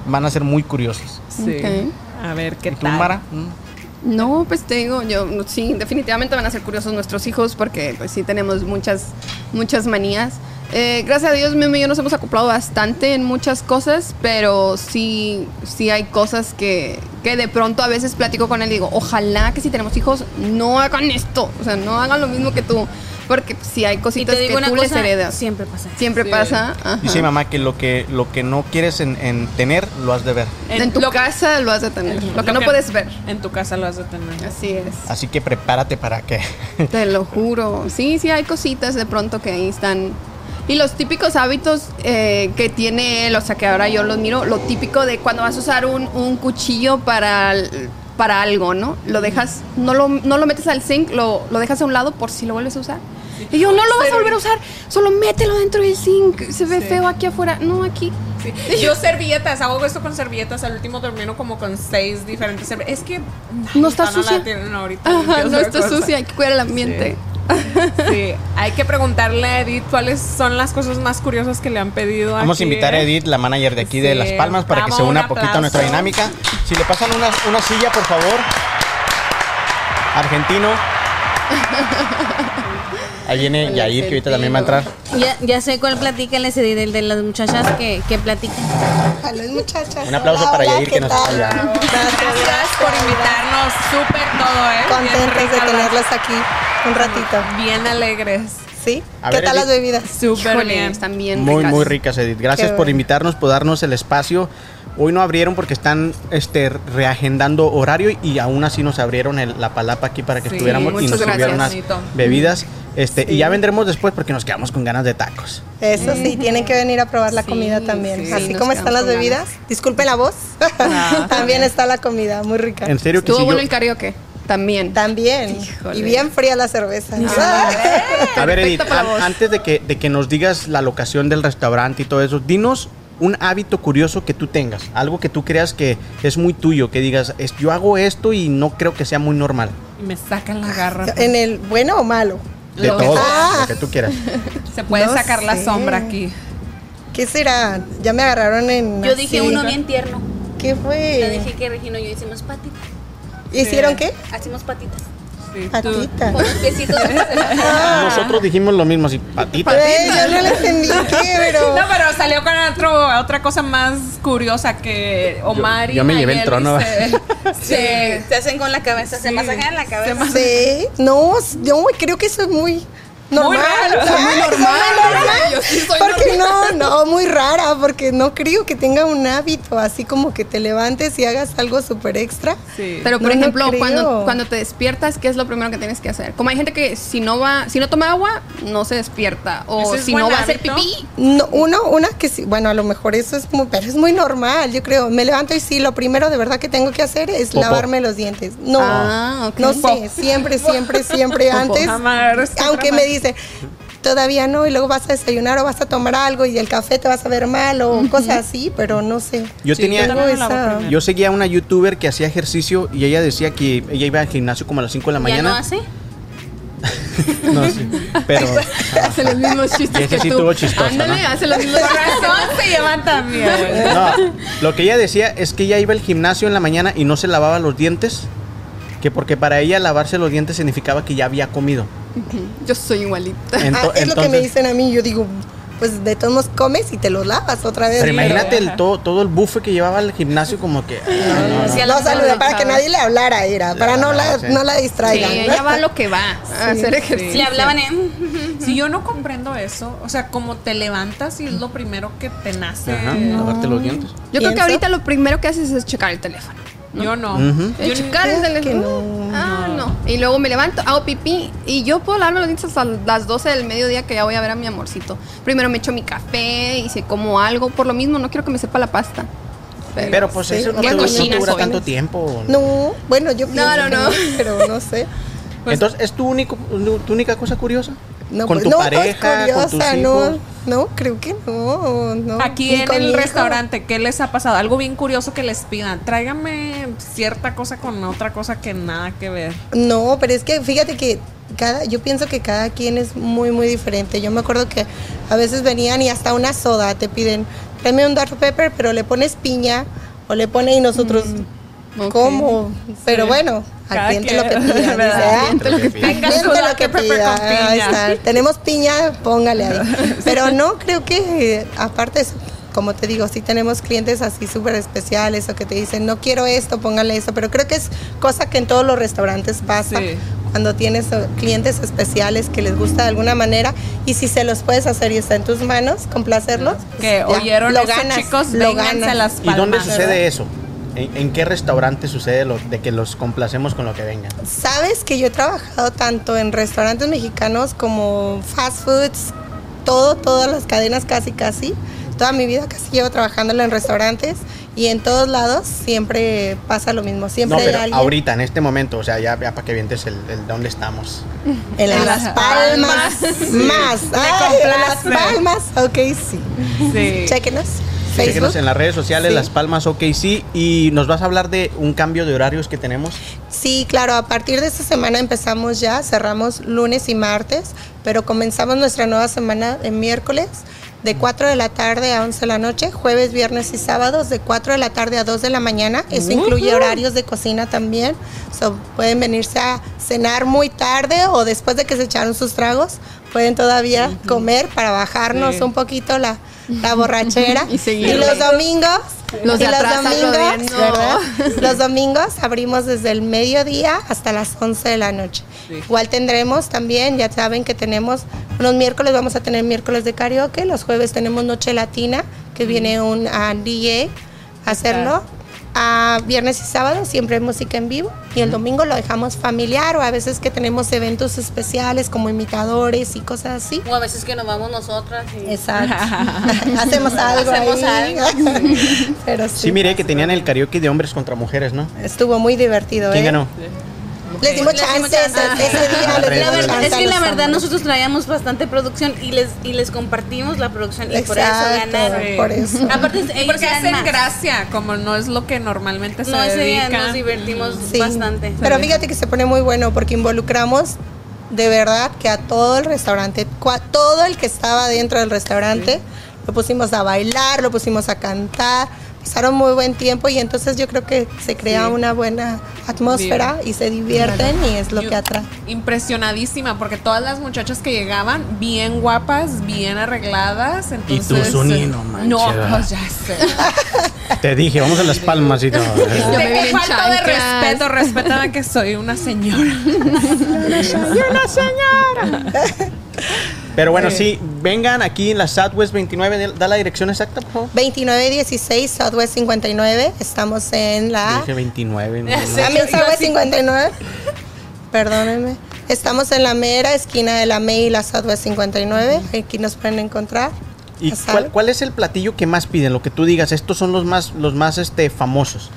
Speaker 2: van a ser muy curiosos.
Speaker 4: Sí.
Speaker 1: Ok.
Speaker 4: A ver, ¿qué
Speaker 2: ¿Y tú,
Speaker 4: tal?
Speaker 2: Mara? Mm.
Speaker 1: No, pues te digo, yo no, sí, definitivamente van a ser curiosos nuestros hijos porque pues sí tenemos muchas, muchas manías. Eh, gracias a Dios, Memo y yo nos hemos acoplado bastante en muchas cosas, pero sí, sí hay cosas que, que de pronto a veces platico con él y digo, ojalá que si tenemos hijos no hagan esto, o sea, no hagan lo mismo que tú, porque si sí hay
Speaker 3: Y
Speaker 1: cositas
Speaker 3: te
Speaker 1: que
Speaker 3: digo una
Speaker 1: tú les
Speaker 3: cosa,
Speaker 1: heredas. Siempre,
Speaker 3: siempre pasa.
Speaker 4: Sí.
Speaker 1: pasa. ajá.
Speaker 2: Dice mi mamá que lo que, lo que no quieres en, en tener, lo has de ver.
Speaker 1: En tu casa lo has de tener, lo que no puedes ver.
Speaker 4: En tu casa lo has de tener.
Speaker 1: Así es.
Speaker 2: Así que prepárate para que...
Speaker 1: Te lo juro. Sí, sí, hay cositas de pronto que ahí están. Y los típicos hábitos eh, que tiene él, o sea, que ahora yo los miro, lo típico de cuando vas a usar un, un cuchillo para, l- para algo, ¿no? Lo dejas, no lo, no lo metes al zinc, lo, lo dejas a un lado por si lo vuelves a usar. Y yo, no lo vas a volver a usar, solo mételo dentro del zinc, se ve
Speaker 4: Sí.
Speaker 1: feo aquí afuera, no aquí.
Speaker 4: Sí. Yo servilletas, hago esto con servilletas. Al último termino como con seis diferentes servilletas. Es que.
Speaker 1: No está
Speaker 4: ahorita la
Speaker 1: sucia.
Speaker 4: tienen ahorita,
Speaker 1: Ajá,
Speaker 4: limpias
Speaker 1: no
Speaker 4: otra
Speaker 1: está
Speaker 4: cosa.
Speaker 1: sucia, hay que cuidar el ambiente.
Speaker 4: Sí, hay que preguntarle a Edith cuáles son las cosas más curiosas que le han pedido
Speaker 2: Vamos a
Speaker 4: aquí,
Speaker 2: invitar a
Speaker 4: ¿eh?
Speaker 2: Edith, la manager de aquí de
Speaker 4: Sí,
Speaker 2: Las Palmas, para que
Speaker 4: damos
Speaker 2: se
Speaker 4: un
Speaker 2: una poquito a nuestra
Speaker 4: aplauso.
Speaker 2: dinámica. Si le pasan una, una silla, por favor. Argentino. Ahí viene
Speaker 1: El
Speaker 2: Yair, que ahorita también va a entrar.
Speaker 3: Ya, ya sé cuál platica les di del de las muchachas que, que platican.
Speaker 7: Saludos muchachas.
Speaker 2: Un aplauso
Speaker 7: Hola,
Speaker 2: para
Speaker 7: hola,
Speaker 2: Yair,
Speaker 7: ¿qué
Speaker 2: que nos está
Speaker 7: tal?
Speaker 2: ayudando.
Speaker 4: Gracias por invitarnos. Súper todo, ¿eh? Bien
Speaker 7: Contentos de
Speaker 4: ricas las-
Speaker 7: tenerlos aquí un ratito.
Speaker 4: Bien alegres.
Speaker 7: ¿Sí?
Speaker 2: A
Speaker 7: ¿Qué
Speaker 2: ver,
Speaker 7: tal
Speaker 2: Eli.
Speaker 7: las bebidas?
Speaker 4: Súper
Speaker 1: Híjole,
Speaker 4: bien.
Speaker 1: están bien
Speaker 2: Muy,
Speaker 1: ricas.
Speaker 2: muy ricas, Edith. Gracias
Speaker 7: Qué
Speaker 2: por
Speaker 7: bueno.
Speaker 2: invitarnos, por darnos el espacio. Hoy no abrieron porque están este, reagendando horario y aún así nos abrieron el- la palapa aquí para que
Speaker 4: Sí,
Speaker 2: estuviéramos y
Speaker 1: muchas
Speaker 2: nos sirvieron unas
Speaker 4: gracias. Bonito.
Speaker 2: bebidas. Este, Y ya vendremos después porque nos quedamos con ganas de tacos.
Speaker 7: Eso sí, tienen que venir a probar la
Speaker 1: Sí,
Speaker 7: comida también.
Speaker 1: sí,
Speaker 7: Así
Speaker 1: nos
Speaker 7: como
Speaker 1: quedamos
Speaker 7: están las
Speaker 1: con
Speaker 7: bebidas, disculpen la voz,
Speaker 3: Ah.
Speaker 7: también está la comida, muy rica.
Speaker 2: En serio que
Speaker 1: Estuvo
Speaker 2: sí,
Speaker 1: bueno
Speaker 2: yo-
Speaker 1: el karaoke, también.
Speaker 7: También.
Speaker 1: Híjole.
Speaker 7: Y bien fría la cerveza.
Speaker 2: A ver, Edith,
Speaker 1: Perfecto para
Speaker 2: an-
Speaker 1: vos.
Speaker 2: antes de que, de que nos digas la locación del restaurante y todo eso, dinos un hábito curioso que tú tengas, algo que tú creas que es muy tuyo, que digas, "Es- yo hago esto y no creo que sea muy normal.
Speaker 4: Y me sacan la garra.
Speaker 7: Ah, ¿En el bueno o malo?
Speaker 2: De
Speaker 4: Lo que
Speaker 2: todo,
Speaker 7: sea.
Speaker 2: lo que tú quieras.
Speaker 4: Se puede
Speaker 7: No
Speaker 4: sacar la
Speaker 7: sé.
Speaker 4: sombra aquí.
Speaker 7: ¿Qué será? Ya me agarraron en...
Speaker 3: Yo dije
Speaker 7: así.
Speaker 3: uno bien tierno.
Speaker 7: ¿Qué
Speaker 3: Le
Speaker 7: fue?
Speaker 3: dije eh, que Regino y yo hicimos patitas.
Speaker 7: ¿Hicieron qué?
Speaker 3: Hacemos patitas.
Speaker 4: Sí, tú-
Speaker 7: Patita.
Speaker 3: Con los piecitos.
Speaker 2: Nosotros dijimos lo mismo, así, patita.
Speaker 7: Güey, yo no le entendí qué, pero...
Speaker 4: No, pero salió con otro, otra cosa más curiosa que Omar y
Speaker 2: yo me llevé el
Speaker 4: Nayeli
Speaker 2: trono.
Speaker 4: se-
Speaker 3: Se,
Speaker 4: se-
Speaker 3: se hacen con la cabeza, se
Speaker 4: Sí.
Speaker 3: masajean la cabeza.
Speaker 7: Sí, no, yo creo que eso es muy normal.
Speaker 4: raro, o sea,
Speaker 7: Ay, soy muy normal. porque no, no, muy rara, porque no creo que tenga un hábito así como que te levantes y hagas algo súper extra.
Speaker 4: sí.
Speaker 1: Pero por
Speaker 7: No, no
Speaker 1: ejemplo,
Speaker 7: creo.
Speaker 1: cuando, cuando te despiertas, ¿qué es lo primero que tienes que hacer? Como hay gente que si no va, si no toma agua, no se despierta. O
Speaker 4: Ese es
Speaker 1: si
Speaker 4: buen
Speaker 1: no va a hacer
Speaker 4: hábito.
Speaker 1: pipí.
Speaker 7: No, uno, una que sí, bueno, a lo mejor eso es muy, pero es muy normal, yo creo. Me levanto y sí, lo primero de verdad que tengo que hacer es
Speaker 2: Popó.
Speaker 7: lavarme los dientes. No,
Speaker 1: Ah, ok.
Speaker 7: no sé, siempre, siempre, siempre antes.
Speaker 4: Amar,
Speaker 7: Aunque me dice, todavía no, y luego vas a desayunar o vas a tomar algo y el café te vas a ver mal o cosas así, pero no sé.
Speaker 2: Yo tenía-
Speaker 7: Tengo
Speaker 4: también lo hago
Speaker 7: esa-
Speaker 4: primero.
Speaker 2: Yo seguía a una youtuber que hacía ejercicio y ella decía que ella iba al gimnasio como a las 5 de la
Speaker 3: ¿Ya
Speaker 2: mañana.
Speaker 3: no hace?
Speaker 2: No, sí, pero
Speaker 1: Hace los mismos
Speaker 2: Y
Speaker 1: chistes
Speaker 2: ese
Speaker 1: que
Speaker 2: sí
Speaker 1: tú.
Speaker 2: estuvo chistoso,
Speaker 1: Ándale,
Speaker 2: ¿no?
Speaker 1: hace los mismos
Speaker 4: Razón se llevan también.
Speaker 2: no, lo que ella decía es que ella iba al gimnasio en la mañana y no se lavaba los dientes, que porque para ella lavarse los dientes significaba que ya había comido.
Speaker 1: Yo soy igualita.
Speaker 2: Ento-
Speaker 7: Ah, es lo que me
Speaker 2: entonces-
Speaker 7: dicen a mí, yo digo, pues de todos modos comes y te los lavas otra vez.
Speaker 2: Pero imagínate el
Speaker 4: ajá.
Speaker 2: todo, todo el buffet que llevaba al gimnasio como que ah, no,
Speaker 3: Sí, a lo
Speaker 7: No,
Speaker 3: mejor
Speaker 7: saluda,
Speaker 3: no
Speaker 7: para que
Speaker 3: sabe.
Speaker 7: nadie le hablara, era, para no la,
Speaker 2: sí.
Speaker 7: no la distraigan.
Speaker 1: Sí, ella va a lo que va a hacer ejercicio.
Speaker 3: Le hablaban en...
Speaker 4: Si yo no comprendo eso, o sea, como te levantas y es lo primero que te nace.
Speaker 2: ajá,
Speaker 4: ¿no?
Speaker 2: lavarte los dientes.
Speaker 1: Yo creo que
Speaker 7: Pienso.
Speaker 1: ahorita lo primero que haces es checar el teléfono.
Speaker 4: Yo no.
Speaker 2: Ujú.
Speaker 1: El checar el
Speaker 7: creo que
Speaker 1: teléfono.
Speaker 7: no.
Speaker 1: Ah, no. Y luego me levanto, hago pipí y yo puedo lavarme los dientes hasta las 12 del mediodía que ya voy a ver a mi amorcito. Primero me echo mi café y se como algo. Por lo mismo, no quiero que me sepa la pasta. Pero,
Speaker 2: Pero pues
Speaker 7: sí,
Speaker 2: eso no
Speaker 1: qué
Speaker 2: te, no te
Speaker 1: cochina
Speaker 2: dura
Speaker 1: soy.
Speaker 2: tanto tiempo.
Speaker 7: No, bueno, yo pienso
Speaker 1: no,
Speaker 7: que
Speaker 1: no.
Speaker 7: pero no sé.
Speaker 4: Pues-
Speaker 2: Entonces, ¿es tu, único, tu única cosa curiosa?
Speaker 7: No,
Speaker 2: con
Speaker 7: pues,
Speaker 2: tu
Speaker 7: no, no es
Speaker 2: pareja, con tus
Speaker 7: curiosa,
Speaker 2: hijos.
Speaker 7: no, no, creo que no, no.
Speaker 4: Aquí
Speaker 7: Ni
Speaker 4: en
Speaker 7: con mi
Speaker 4: el
Speaker 7: hijo.
Speaker 4: restaurante, ¿qué les ha pasado? Algo bien curioso que les pidan. Tráigame cierta cosa con otra cosa que nada que ver.
Speaker 7: No, pero es que fíjate que cada, yo pienso que cada quien es muy, muy diferente. Yo me acuerdo que a veces venían y hasta una soda te piden, tráeme un dark pepper, pero le pones piña o le pones y nosotros,
Speaker 1: ok.
Speaker 7: ¿cómo? Pero bueno, al
Speaker 4: Mm, Cada
Speaker 7: cliente lo que
Speaker 4: quien,
Speaker 7: pida. dice,
Speaker 4: ¿verdad?
Speaker 7: "Ah,
Speaker 4: Tenga
Speaker 7: Miente
Speaker 4: su
Speaker 7: lo
Speaker 4: Dr.
Speaker 7: que
Speaker 4: Pepper
Speaker 7: pida,
Speaker 4: con
Speaker 7: ahí
Speaker 4: piña.
Speaker 7: está. Tenemos piña, póngale ahí. Pero no, creo que eh, aparte, de eso, como te digo, sí tenemos clientes así súper especiales o que te dicen, no quiero esto, póngale esto. Pero creo que es cosa que en todos los restaurantes pasa.
Speaker 4: Sí.
Speaker 7: Cuando tienes eh, clientes especiales que les gusta de alguna manera y si se los puedes hacer y está en tus manos, complacerlos.
Speaker 4: Que
Speaker 7: ya,
Speaker 4: oyeron
Speaker 7: lo
Speaker 4: eso,
Speaker 7: ganas,
Speaker 4: chicos,
Speaker 7: lo
Speaker 4: vénganse a
Speaker 7: ganas.
Speaker 4: las
Speaker 2: ¿Y
Speaker 4: palmas.
Speaker 2: dónde sucede eso? ¿En, en qué restaurante sucede lo, de que los complacemos con lo que vengan?
Speaker 7: Sabes que yo he trabajado tanto en restaurantes mexicanos como fast foods, todo, todas las cadenas casi, casi. Toda mi vida casi llevo trabajándolo en restaurantes y en todos lados siempre pasa lo mismo. Siempre
Speaker 2: no,
Speaker 7: hay
Speaker 2: pero
Speaker 7: alguien
Speaker 2: ahorita, en este momento, o sea, ya, ya para que vientes el, el dónde estamos.
Speaker 7: en las,
Speaker 4: en Las
Speaker 7: palmas, más. Ay, en las
Speaker 4: complace.
Speaker 7: palmas, ok, sí.
Speaker 4: Sí.
Speaker 7: Chequenos.
Speaker 2: Síguenos
Speaker 7: Facebook.
Speaker 2: en las redes sociales,
Speaker 7: Sí.
Speaker 2: Las Palmas OKC, y nos vas a hablar de un cambio de horarios que tenemos.
Speaker 7: Sí, claro, a partir de esta semana empezamos ya, cerramos lunes y martes, pero comenzamos nuestra nueva semana en miércoles de 4 de la tarde a 11 de la noche, jueves, viernes y sábados de 4 de la tarde a 2 de la mañana. Eso incluye horarios de cocina también. So, pueden venirse a cenar muy tarde o después de que se echaron sus tragos, pueden todavía comer para bajarnos
Speaker 4: Sí.
Speaker 7: un poquito la, la borrachera.
Speaker 1: Y seguir.
Speaker 7: los domingos,
Speaker 1: Los
Speaker 7: y
Speaker 1: de atrás hablo bien, no.
Speaker 7: ¿verdad? Los domingos abrimos desde el mediodía hasta las 11 de la noche. Igual tendremos también, ya saben que tenemos, los miércoles vamos a tener miércoles de karaoke, los jueves tenemos Noche Latina, que viene un ah, DJ a hacerlo. Ah, viernes y sábado siempre hay música en vivo y el domingo lo dejamos familiar o a veces que tenemos eventos especiales como imitadores y cosas así.
Speaker 3: O a veces que nos vamos nosotras y...
Speaker 7: Exacto. Hacemos algo.
Speaker 3: Hacemos
Speaker 7: ahí. Pero sí.
Speaker 2: Sí, miré que tenían el karaoke de hombres contra mujeres, ¿no?
Speaker 7: Estuvo muy divertido.
Speaker 2: ¿Quién
Speaker 7: ¿eh?
Speaker 2: ganó?
Speaker 7: Les dimos
Speaker 3: Les dimos
Speaker 7: chance ese,
Speaker 3: chance.
Speaker 7: ese día. les
Speaker 3: "Ah". La
Speaker 7: dimos
Speaker 3: verdad,
Speaker 7: chance
Speaker 3: es
Speaker 7: a
Speaker 3: que
Speaker 7: los
Speaker 3: la verdad
Speaker 7: hombres.
Speaker 3: nosotros traíamos bastante producción y les, y les compartimos la producción y
Speaker 7: Exacto,
Speaker 3: por eso ganaron.
Speaker 7: por eso.
Speaker 3: Aparte, ellos
Speaker 4: Porque
Speaker 3: eran
Speaker 4: hacen
Speaker 3: más.
Speaker 4: gracia, como no es lo que normalmente se Mm.
Speaker 3: No, ese día
Speaker 4: dedica.
Speaker 3: nos divertimos
Speaker 7: Sí.
Speaker 3: bastante.
Speaker 7: Pero fíjate que se pone muy bueno porque involucramos de verdad que a todo el restaurante, cua- todo el que estaba dentro del restaurante, lo pusimos a bailar, lo pusimos a cantar. Pasaron muy buen tiempo y entonces yo creo que se crea una buena atmósfera y se divierten y es lo
Speaker 4: Yo-
Speaker 7: que atrae.
Speaker 4: Impresionadísima, porque todas las muchachas que llegaban, bien guapas, bien arregladas.
Speaker 2: Y tú,
Speaker 4: Entonces,
Speaker 2: Zuni, no manches,
Speaker 4: No,
Speaker 2: ¿verdad?
Speaker 4: pues ya sé.
Speaker 2: Te dije, vamos a Las Palmas y todo.
Speaker 1: me
Speaker 4: Te-
Speaker 1: vine
Speaker 4: qué
Speaker 1: en
Speaker 4: falta de
Speaker 1: chanclas.
Speaker 4: respeto, respétame que soy una señora.
Speaker 2: Pero bueno, sí, vengan aquí en la Southwest 29, de- da la dirección exacta, por favor.
Speaker 7: 2916 Southwest 59, estamos en la...
Speaker 2: Dije 29. no, no.
Speaker 7: A mí Southwest 59. Perdónenme. Estamos en la mera esquina de la May y la Southwest 59. Aquí nos pueden encontrar.
Speaker 2: ¿Y
Speaker 7: Asado.
Speaker 2: cuál, cuál es el platillo que más piden? Lo que tú digas, estos son los más, los más este, famosos.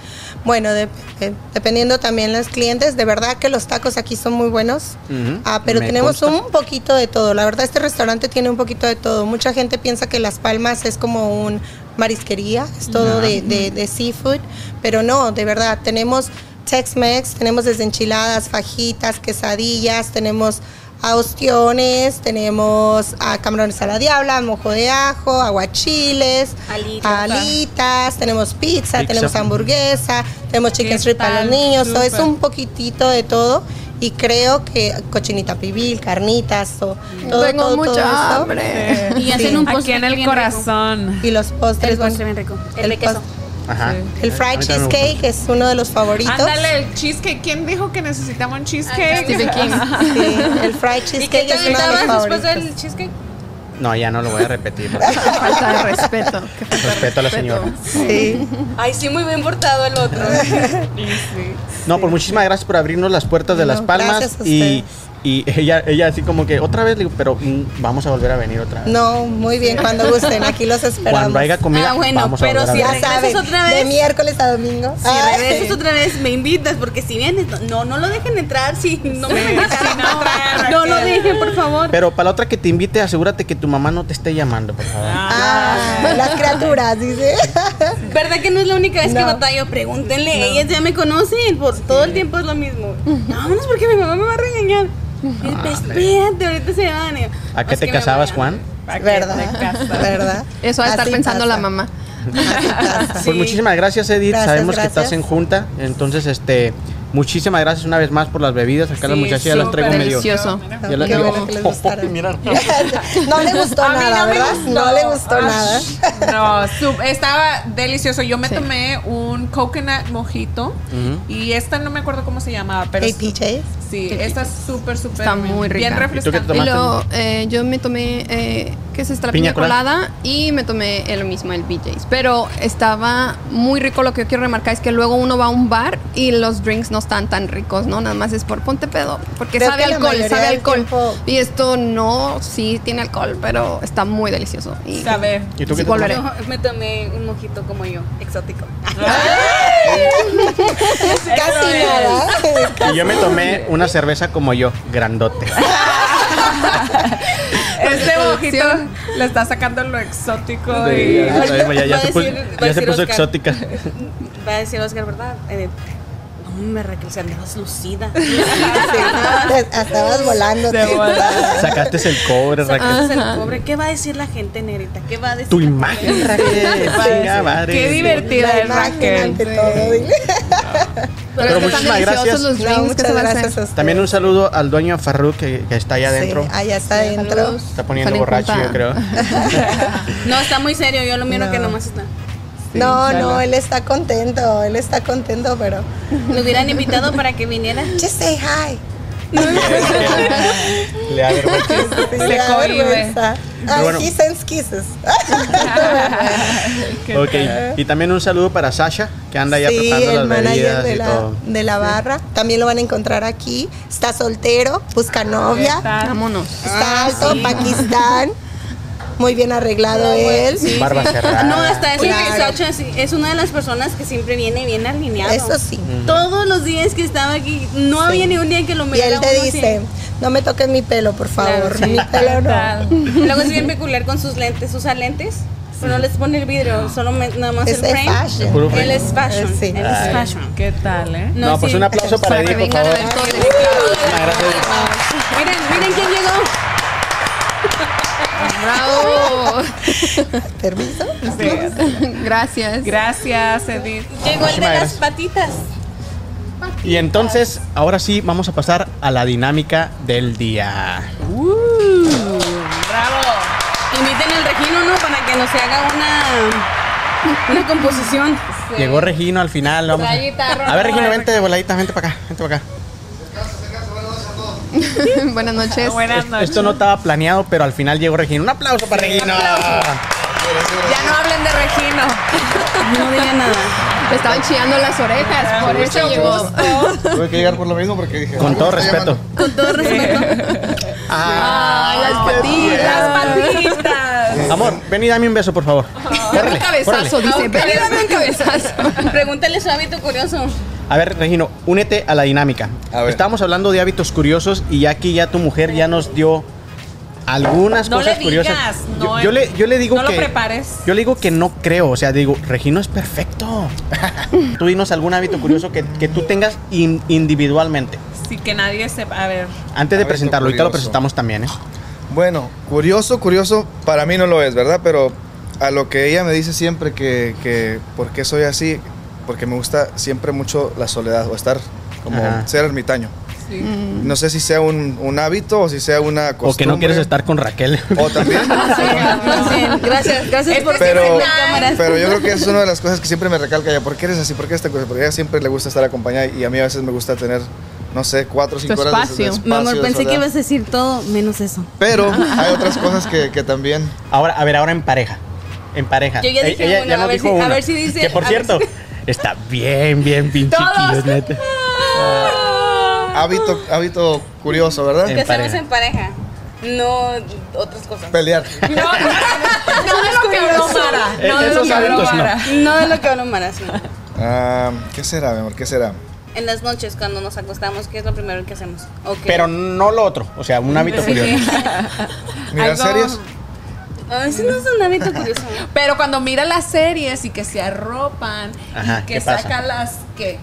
Speaker 7: Bueno, de- de- dependiendo también los clientes, de verdad que los tacos aquí son muy buenos,
Speaker 2: Ujú,
Speaker 7: ah, pero
Speaker 2: me
Speaker 7: tenemos
Speaker 2: consta.
Speaker 7: un poquito de todo. La verdad este restaurante tiene un poquito de todo. Mucha gente piensa que Las Palmas es como un marisquería, es todo de, de- de seafood, pero no, de verdad tenemos Tex-Mex, tenemos desde enchiladas, fajitas, quesadillas, tenemos a ostiones, tenemos a camarones a la diabla, mojo de ajo, aguachiles,
Speaker 3: Alitas.
Speaker 7: alitas, tenemos pizza,
Speaker 2: Pizza.
Speaker 7: tenemos hamburguesa, tenemos chicken
Speaker 4: ¿Qué
Speaker 7: strip para
Speaker 4: tal?
Speaker 7: los niños, so, es
Speaker 4: Súper.
Speaker 7: un poquitito de todo y creo que cochinita pibil, carnitas, so, todo,
Speaker 1: Tengo
Speaker 7: todo, todo
Speaker 1: mucha
Speaker 7: eso.
Speaker 1: hambre.
Speaker 3: Y
Speaker 7: Sí.
Speaker 3: hacen un
Speaker 8: Aquí
Speaker 3: postre
Speaker 8: en el
Speaker 3: bien rico.
Speaker 8: corazón.
Speaker 7: Y los postres,
Speaker 3: El postre
Speaker 7: bueno,
Speaker 3: bien rico. El de
Speaker 7: el
Speaker 3: queso.
Speaker 7: postre.
Speaker 2: Ajá.
Speaker 7: el
Speaker 2: A mí
Speaker 7: fried
Speaker 2: también me
Speaker 7: cheesecake es uno de los favoritos.
Speaker 4: Ándale, el cheesecake. ¿Quién dijo que necesitamos un cheesecake?
Speaker 1: Stephen King.
Speaker 7: Sí, el fried cheesecake es uno de los favoritos.
Speaker 3: cheesecake?
Speaker 2: gusta. No, ya no lo voy a repetir.
Speaker 1: Falta de respeto. Qué falta de
Speaker 2: Respeto a la señora.
Speaker 7: Sí.
Speaker 3: Ay, sí, muy bien portado el otro.
Speaker 2: No, por muchísimas gracias por abrirnos las puertas de
Speaker 7: No,
Speaker 2: Las Palmas.
Speaker 7: gracias a
Speaker 2: Y,
Speaker 7: ustedes.
Speaker 2: y ella, ella así como que otra vez, le digo, pero mm, vamos a volver a venir otra vez.
Speaker 7: No, muy bien, cuando gusten, aquí los esperamos.
Speaker 2: Cuando haya comida,
Speaker 3: Ah, bueno,
Speaker 2: vamos a
Speaker 3: pero
Speaker 2: volver a
Speaker 3: si
Speaker 2: venir.
Speaker 7: ya saben,
Speaker 3: ¿Regresas otra vez?
Speaker 7: de miércoles a domingo.
Speaker 3: Si
Speaker 7: Ah,
Speaker 3: regresas otra vez, me invitas, porque si vienes, no, no lo dejen entrar, si no me van a invitar. No lo dejen, por favor.
Speaker 2: Pero para la otra que te invite, asegúrate que tu mamá no te esté llamando, por favor.
Speaker 7: ah, las criaturas, dice.
Speaker 3: ¿Verdad que no es la única vez que
Speaker 7: No.
Speaker 3: batallo? Pregúntenle, ellas ya me conocen, por todo el tiempo es lo mismo. Vámonos porque mi mamá me va a regañar. Pues, Espérate, ahorita se van. Y yo,
Speaker 2: Ah, ¿A qué te
Speaker 3: "Es Pues que me
Speaker 2: casabas,
Speaker 3: voy a-".
Speaker 2: Juan?
Speaker 7: ¿Verdad? ¿Verdad?
Speaker 1: Eso va a estar
Speaker 7: Así
Speaker 1: pensando
Speaker 7: pasa.
Speaker 1: la mamá.
Speaker 7: Así pasa.
Speaker 2: Pues muchísimas gracias, Edith.
Speaker 7: Gracias,
Speaker 2: Sabemos que
Speaker 7: gracias.
Speaker 2: estás en junta. Entonces, este, muchísimas gracias una vez más por las bebidas. Acá las
Speaker 4: Sí,
Speaker 2: muchachas ya las traigo medio.
Speaker 1: Delicioso.
Speaker 2: Ya las
Speaker 7: Qué
Speaker 2: digo,
Speaker 7: bueno que les
Speaker 2: "Oh, oh,
Speaker 7: gustaron".
Speaker 2: mira, no.
Speaker 7: no le gustó
Speaker 4: A mí
Speaker 7: nada,
Speaker 4: me
Speaker 7: ¿verdad?
Speaker 4: gustó.
Speaker 7: No le gustó
Speaker 4: Ah,
Speaker 7: nada.
Speaker 4: No, su- estaba delicioso. Yo me tomé un coconut mojito y esta no me acuerdo cómo se llamaba, pero
Speaker 7: Hey,
Speaker 4: es-
Speaker 7: PJs.
Speaker 4: sí, esta es súper súper
Speaker 1: Está muy rica.
Speaker 4: bien
Speaker 1: ¿Y tú qué
Speaker 2: te
Speaker 4: refrescante.
Speaker 1: Y
Speaker 2: Tomaste.
Speaker 1: luego eh, yo me tomé, eh, ¿qué es esta? La
Speaker 2: Piña
Speaker 1: piña,
Speaker 2: colada.
Speaker 1: colada. y me tomé el mismo, el BJ's. Pero estaba muy rico. Lo que yo quiero remarcar es que luego uno va a un bar y los drinks no están tan ricos, ¿no? Nada más es por ponte pedo, porque
Speaker 7: Creo
Speaker 1: sabe
Speaker 7: que la
Speaker 1: alcohol,
Speaker 7: mayoría
Speaker 1: sabe
Speaker 7: del
Speaker 1: alcohol.
Speaker 7: tiempo-
Speaker 1: Y esto no, sí tiene alcohol, pero está muy delicioso. Y
Speaker 4: Sabe.
Speaker 2: ¿Y tú qué
Speaker 1: sí,
Speaker 2: te
Speaker 1: volveré.
Speaker 2: tomaste?
Speaker 3: Yo me tomé un mojito como yo, exótico.
Speaker 7: Casi nada.
Speaker 2: Y yo me tomé una cerveza como yo, grandote.
Speaker 4: Este mojito le está sacando lo exótico
Speaker 2: Sí,
Speaker 4: y
Speaker 2: ya, sabemos, ya- ya
Speaker 3: Va a
Speaker 2: se puso,
Speaker 3: decir- va a
Speaker 2: ya se
Speaker 3: decir
Speaker 2: puso
Speaker 3: Oscar.
Speaker 2: exótica.
Speaker 3: Va a decir Oscar, ¿verdad? Eh, no, me Raquel, se andabas lucida.
Speaker 7: Estabas volando.
Speaker 2: Sacaste el cobre, Raquel.
Speaker 3: Entonces, el pobre, ¿qué va a decir la gente, Nerita? ¿Qué va a decir?
Speaker 2: Tu
Speaker 3: la
Speaker 2: imagen,
Speaker 3: gente?
Speaker 2: Raquel. chinga madre.
Speaker 4: qué divertida
Speaker 7: La
Speaker 4: es
Speaker 7: imagen
Speaker 4: Raquel.
Speaker 7: ante todo. dile.
Speaker 1: Pero,
Speaker 2: Pero
Speaker 1: es que están
Speaker 2: muchísimas
Speaker 1: deliciosos
Speaker 2: gracias.
Speaker 1: los drinks que
Speaker 7: No,
Speaker 1: se
Speaker 7: muchas
Speaker 1: van a
Speaker 7: gracias a
Speaker 1: hacer.
Speaker 7: ustedes.
Speaker 2: También un saludo al dueño Farru que, que está allá adentro.
Speaker 7: Sí, allá está adentro.
Speaker 1: Saludos.
Speaker 2: Está poniendo
Speaker 1: Salen
Speaker 2: borracho,
Speaker 1: junta.
Speaker 2: yo creo.
Speaker 3: No, está muy serio, yo lo miro
Speaker 7: No.
Speaker 3: que nomás está.
Speaker 7: No, no, él está contento. Él está contento, pero.
Speaker 3: Lo hubieran invitado para que viniera.
Speaker 7: Just say hi.
Speaker 2: Le da vergüenza.
Speaker 7: Le da vergüenza.
Speaker 2: Pero bueno.
Speaker 7: Ay, He sends kisses.
Speaker 2: Ok. Y también un saludo para Sasha, que anda allá
Speaker 7: Sí,
Speaker 2: preparando
Speaker 7: el
Speaker 2: las
Speaker 7: manager
Speaker 2: bebidas
Speaker 7: de
Speaker 2: y
Speaker 7: la,
Speaker 2: todo.
Speaker 7: de la barra. También lo van a encontrar aquí. Está soltero, busca novia.
Speaker 1: Vámonos.
Speaker 3: Ah,
Speaker 7: Está alto, Pakistán. Muy bien arreglado él.
Speaker 2: Barba cerrada.
Speaker 3: No, hasta eso
Speaker 7: Claro.
Speaker 3: que Sacha sí, es una de las personas que siempre viene bien alineado.
Speaker 7: Eso sí.
Speaker 3: Todos los días que estaba aquí, no
Speaker 7: Sí.
Speaker 3: había ni un día que lo
Speaker 7: Y
Speaker 3: mirara
Speaker 7: él te
Speaker 3: uno
Speaker 7: dice,
Speaker 3: sin-
Speaker 7: no me toques mi pelo, por favor. Mi pelo no.
Speaker 3: Luego es bien peculiar con sus lentes, usa lentes, pero no les pone el vidrio, solo me- nada más
Speaker 7: Es
Speaker 3: el
Speaker 7: el
Speaker 3: frame.
Speaker 7: fashion.
Speaker 2: Puro frame.
Speaker 3: Él es fashion.
Speaker 7: Sí.
Speaker 3: Él es fashion.
Speaker 4: ¿Qué tal, eh?
Speaker 2: No, pues
Speaker 3: sí.
Speaker 2: un aplauso para
Speaker 1: Para que
Speaker 2: Edith,
Speaker 1: vengan
Speaker 2: por
Speaker 1: a
Speaker 2: favor.
Speaker 1: ver todo el
Speaker 2: Muchísimas gracias.
Speaker 3: Miren, miren quién llegó.
Speaker 1: ¡Bravo!
Speaker 7: Ah, ¿Permiso?
Speaker 1: Gracias.
Speaker 4: Gracias,
Speaker 3: Llegó el
Speaker 4: Edith.
Speaker 3: de
Speaker 2: Muchísimas
Speaker 3: las
Speaker 2: gracias.
Speaker 3: patitas.
Speaker 2: Y entonces, ahora sí, vamos a pasar a la dinámica del día.
Speaker 4: Bravo.
Speaker 3: Inviten al Regino, ¿no? Para que nos haga una, una composición.
Speaker 2: Llegó Regino al final. Vamos a... a ver, Regino, vente de voladita, vente para acá, vente para acá.
Speaker 1: Buenas
Speaker 7: Ah,
Speaker 1: noches.
Speaker 4: Buenas noches.
Speaker 2: Esto no estaba planeado, pero al final llegó Regino. Un aplauso para Regino.
Speaker 4: Ya no hablen de Regino.
Speaker 3: No diga nada.
Speaker 1: Le estaban chillando las orejas, por eso llegó.
Speaker 5: Tuve que llegar por lo mismo porque dije.
Speaker 2: Con
Speaker 5: "Alguien
Speaker 2: todo
Speaker 5: está
Speaker 2: respeto.
Speaker 5: llamando".
Speaker 3: Con todo respeto.
Speaker 2: Ah,
Speaker 1: Ay, las patitas.
Speaker 4: Las patitas. gracias.
Speaker 2: Amor, ven y dame un beso, por favor.
Speaker 1: Dame
Speaker 2: Córrele,
Speaker 1: un cabezazo,
Speaker 2: córrele.
Speaker 1: dice. Ven y dame un cabezazo.
Speaker 3: Pregúntale su hábito curioso.
Speaker 2: A ver, Regino, únete a la dinámica.
Speaker 8: A ver.
Speaker 2: Estábamos hablando de hábitos curiosos y ya aquí ya tu mujer ya nos dio algunas
Speaker 4: No
Speaker 2: cosas
Speaker 4: le
Speaker 2: curiosas.
Speaker 4: digas,
Speaker 2: Yo-
Speaker 4: no,
Speaker 2: yo, le, yo le digo
Speaker 4: no lo
Speaker 2: que
Speaker 4: prepares.
Speaker 2: Yo le digo que no creo, o sea, digo, Regino es perfecto. tú dinos algún hábito curioso que, que tú tengas in- individualmente.
Speaker 4: Sí, que nadie sepa. A ver.
Speaker 2: Antes de
Speaker 8: Hábito
Speaker 2: presentarlo, ahorita lo
Speaker 8: curioso.
Speaker 2: presentamos también, ¿eh?
Speaker 8: Bueno, curioso, curioso, para mí no lo es, ¿verdad? Pero a lo que ella me dice siempre que, que por qué soy así, porque me gusta siempre mucho la soledad o estar como
Speaker 2: Ajá.
Speaker 8: ser ermitaño.
Speaker 4: Sí.
Speaker 8: No sé si sea un, un hábito o si sea una costumbre.
Speaker 2: O que no quieres estar con Raquel.
Speaker 8: O también.
Speaker 3: Gracias, gracias por
Speaker 2: Este
Speaker 8: pero,
Speaker 3: siempre cámaras.
Speaker 8: pero yo creo que es una de las cosas que siempre me recalca ella. ¿Por qué eres así? ¿Por qué esta cosa? Porque a ella siempre le gusta estar acompañada y a mí a veces me gusta tener, no sé, cuatro o cinco horas de- de
Speaker 4: espacio. Mi
Speaker 8: espacio,
Speaker 3: Mi amor,
Speaker 8: de
Speaker 3: pensé que
Speaker 8: soledad.
Speaker 3: ibas a decir todo menos eso.
Speaker 8: Pero hay otras cosas que, que también.
Speaker 2: Ahora, a ver, ahora en pareja. En pareja. Eh,
Speaker 3: Yo ya dije
Speaker 2: Ella- ella
Speaker 3: uno,
Speaker 2: ya
Speaker 3: a
Speaker 2: nos
Speaker 3: ver
Speaker 2: dijo
Speaker 3: si- a
Speaker 2: uno.
Speaker 3: ver si dice-
Speaker 2: Que por
Speaker 3: a ver
Speaker 2: cierto, está bien, bien, bien
Speaker 4: Todos.
Speaker 2: chiquillos, neta.
Speaker 8: Hábito, hábito curioso, ¿verdad?
Speaker 2: En
Speaker 3: Que estamos
Speaker 2: pareja.
Speaker 3: en pareja. No otras cosas.
Speaker 8: Pelear.
Speaker 4: No, no, no de lo que habló Mara.
Speaker 8: Eh,
Speaker 4: No de lo
Speaker 2: Esos
Speaker 4: que habló
Speaker 2: hábitos no.
Speaker 4: Mara.
Speaker 3: No de lo que habló Mara, sí.
Speaker 8: Ah, ¿Qué será, mi amor? ¿Qué será?
Speaker 3: En las noches cuando nos acostamos, ¿qué es lo primero que hacemos? Ok.
Speaker 2: Pero no lo otro, o sea, un hábito curioso.
Speaker 8: ¿Mirar
Speaker 4: Algo-
Speaker 8: series?
Speaker 3: Ay, ese no es un hábito curioso.
Speaker 4: Pero cuando mira las series y que se arropan
Speaker 2: Ajá,
Speaker 4: y que
Speaker 2: ¿qué pasa?
Speaker 4: saca las que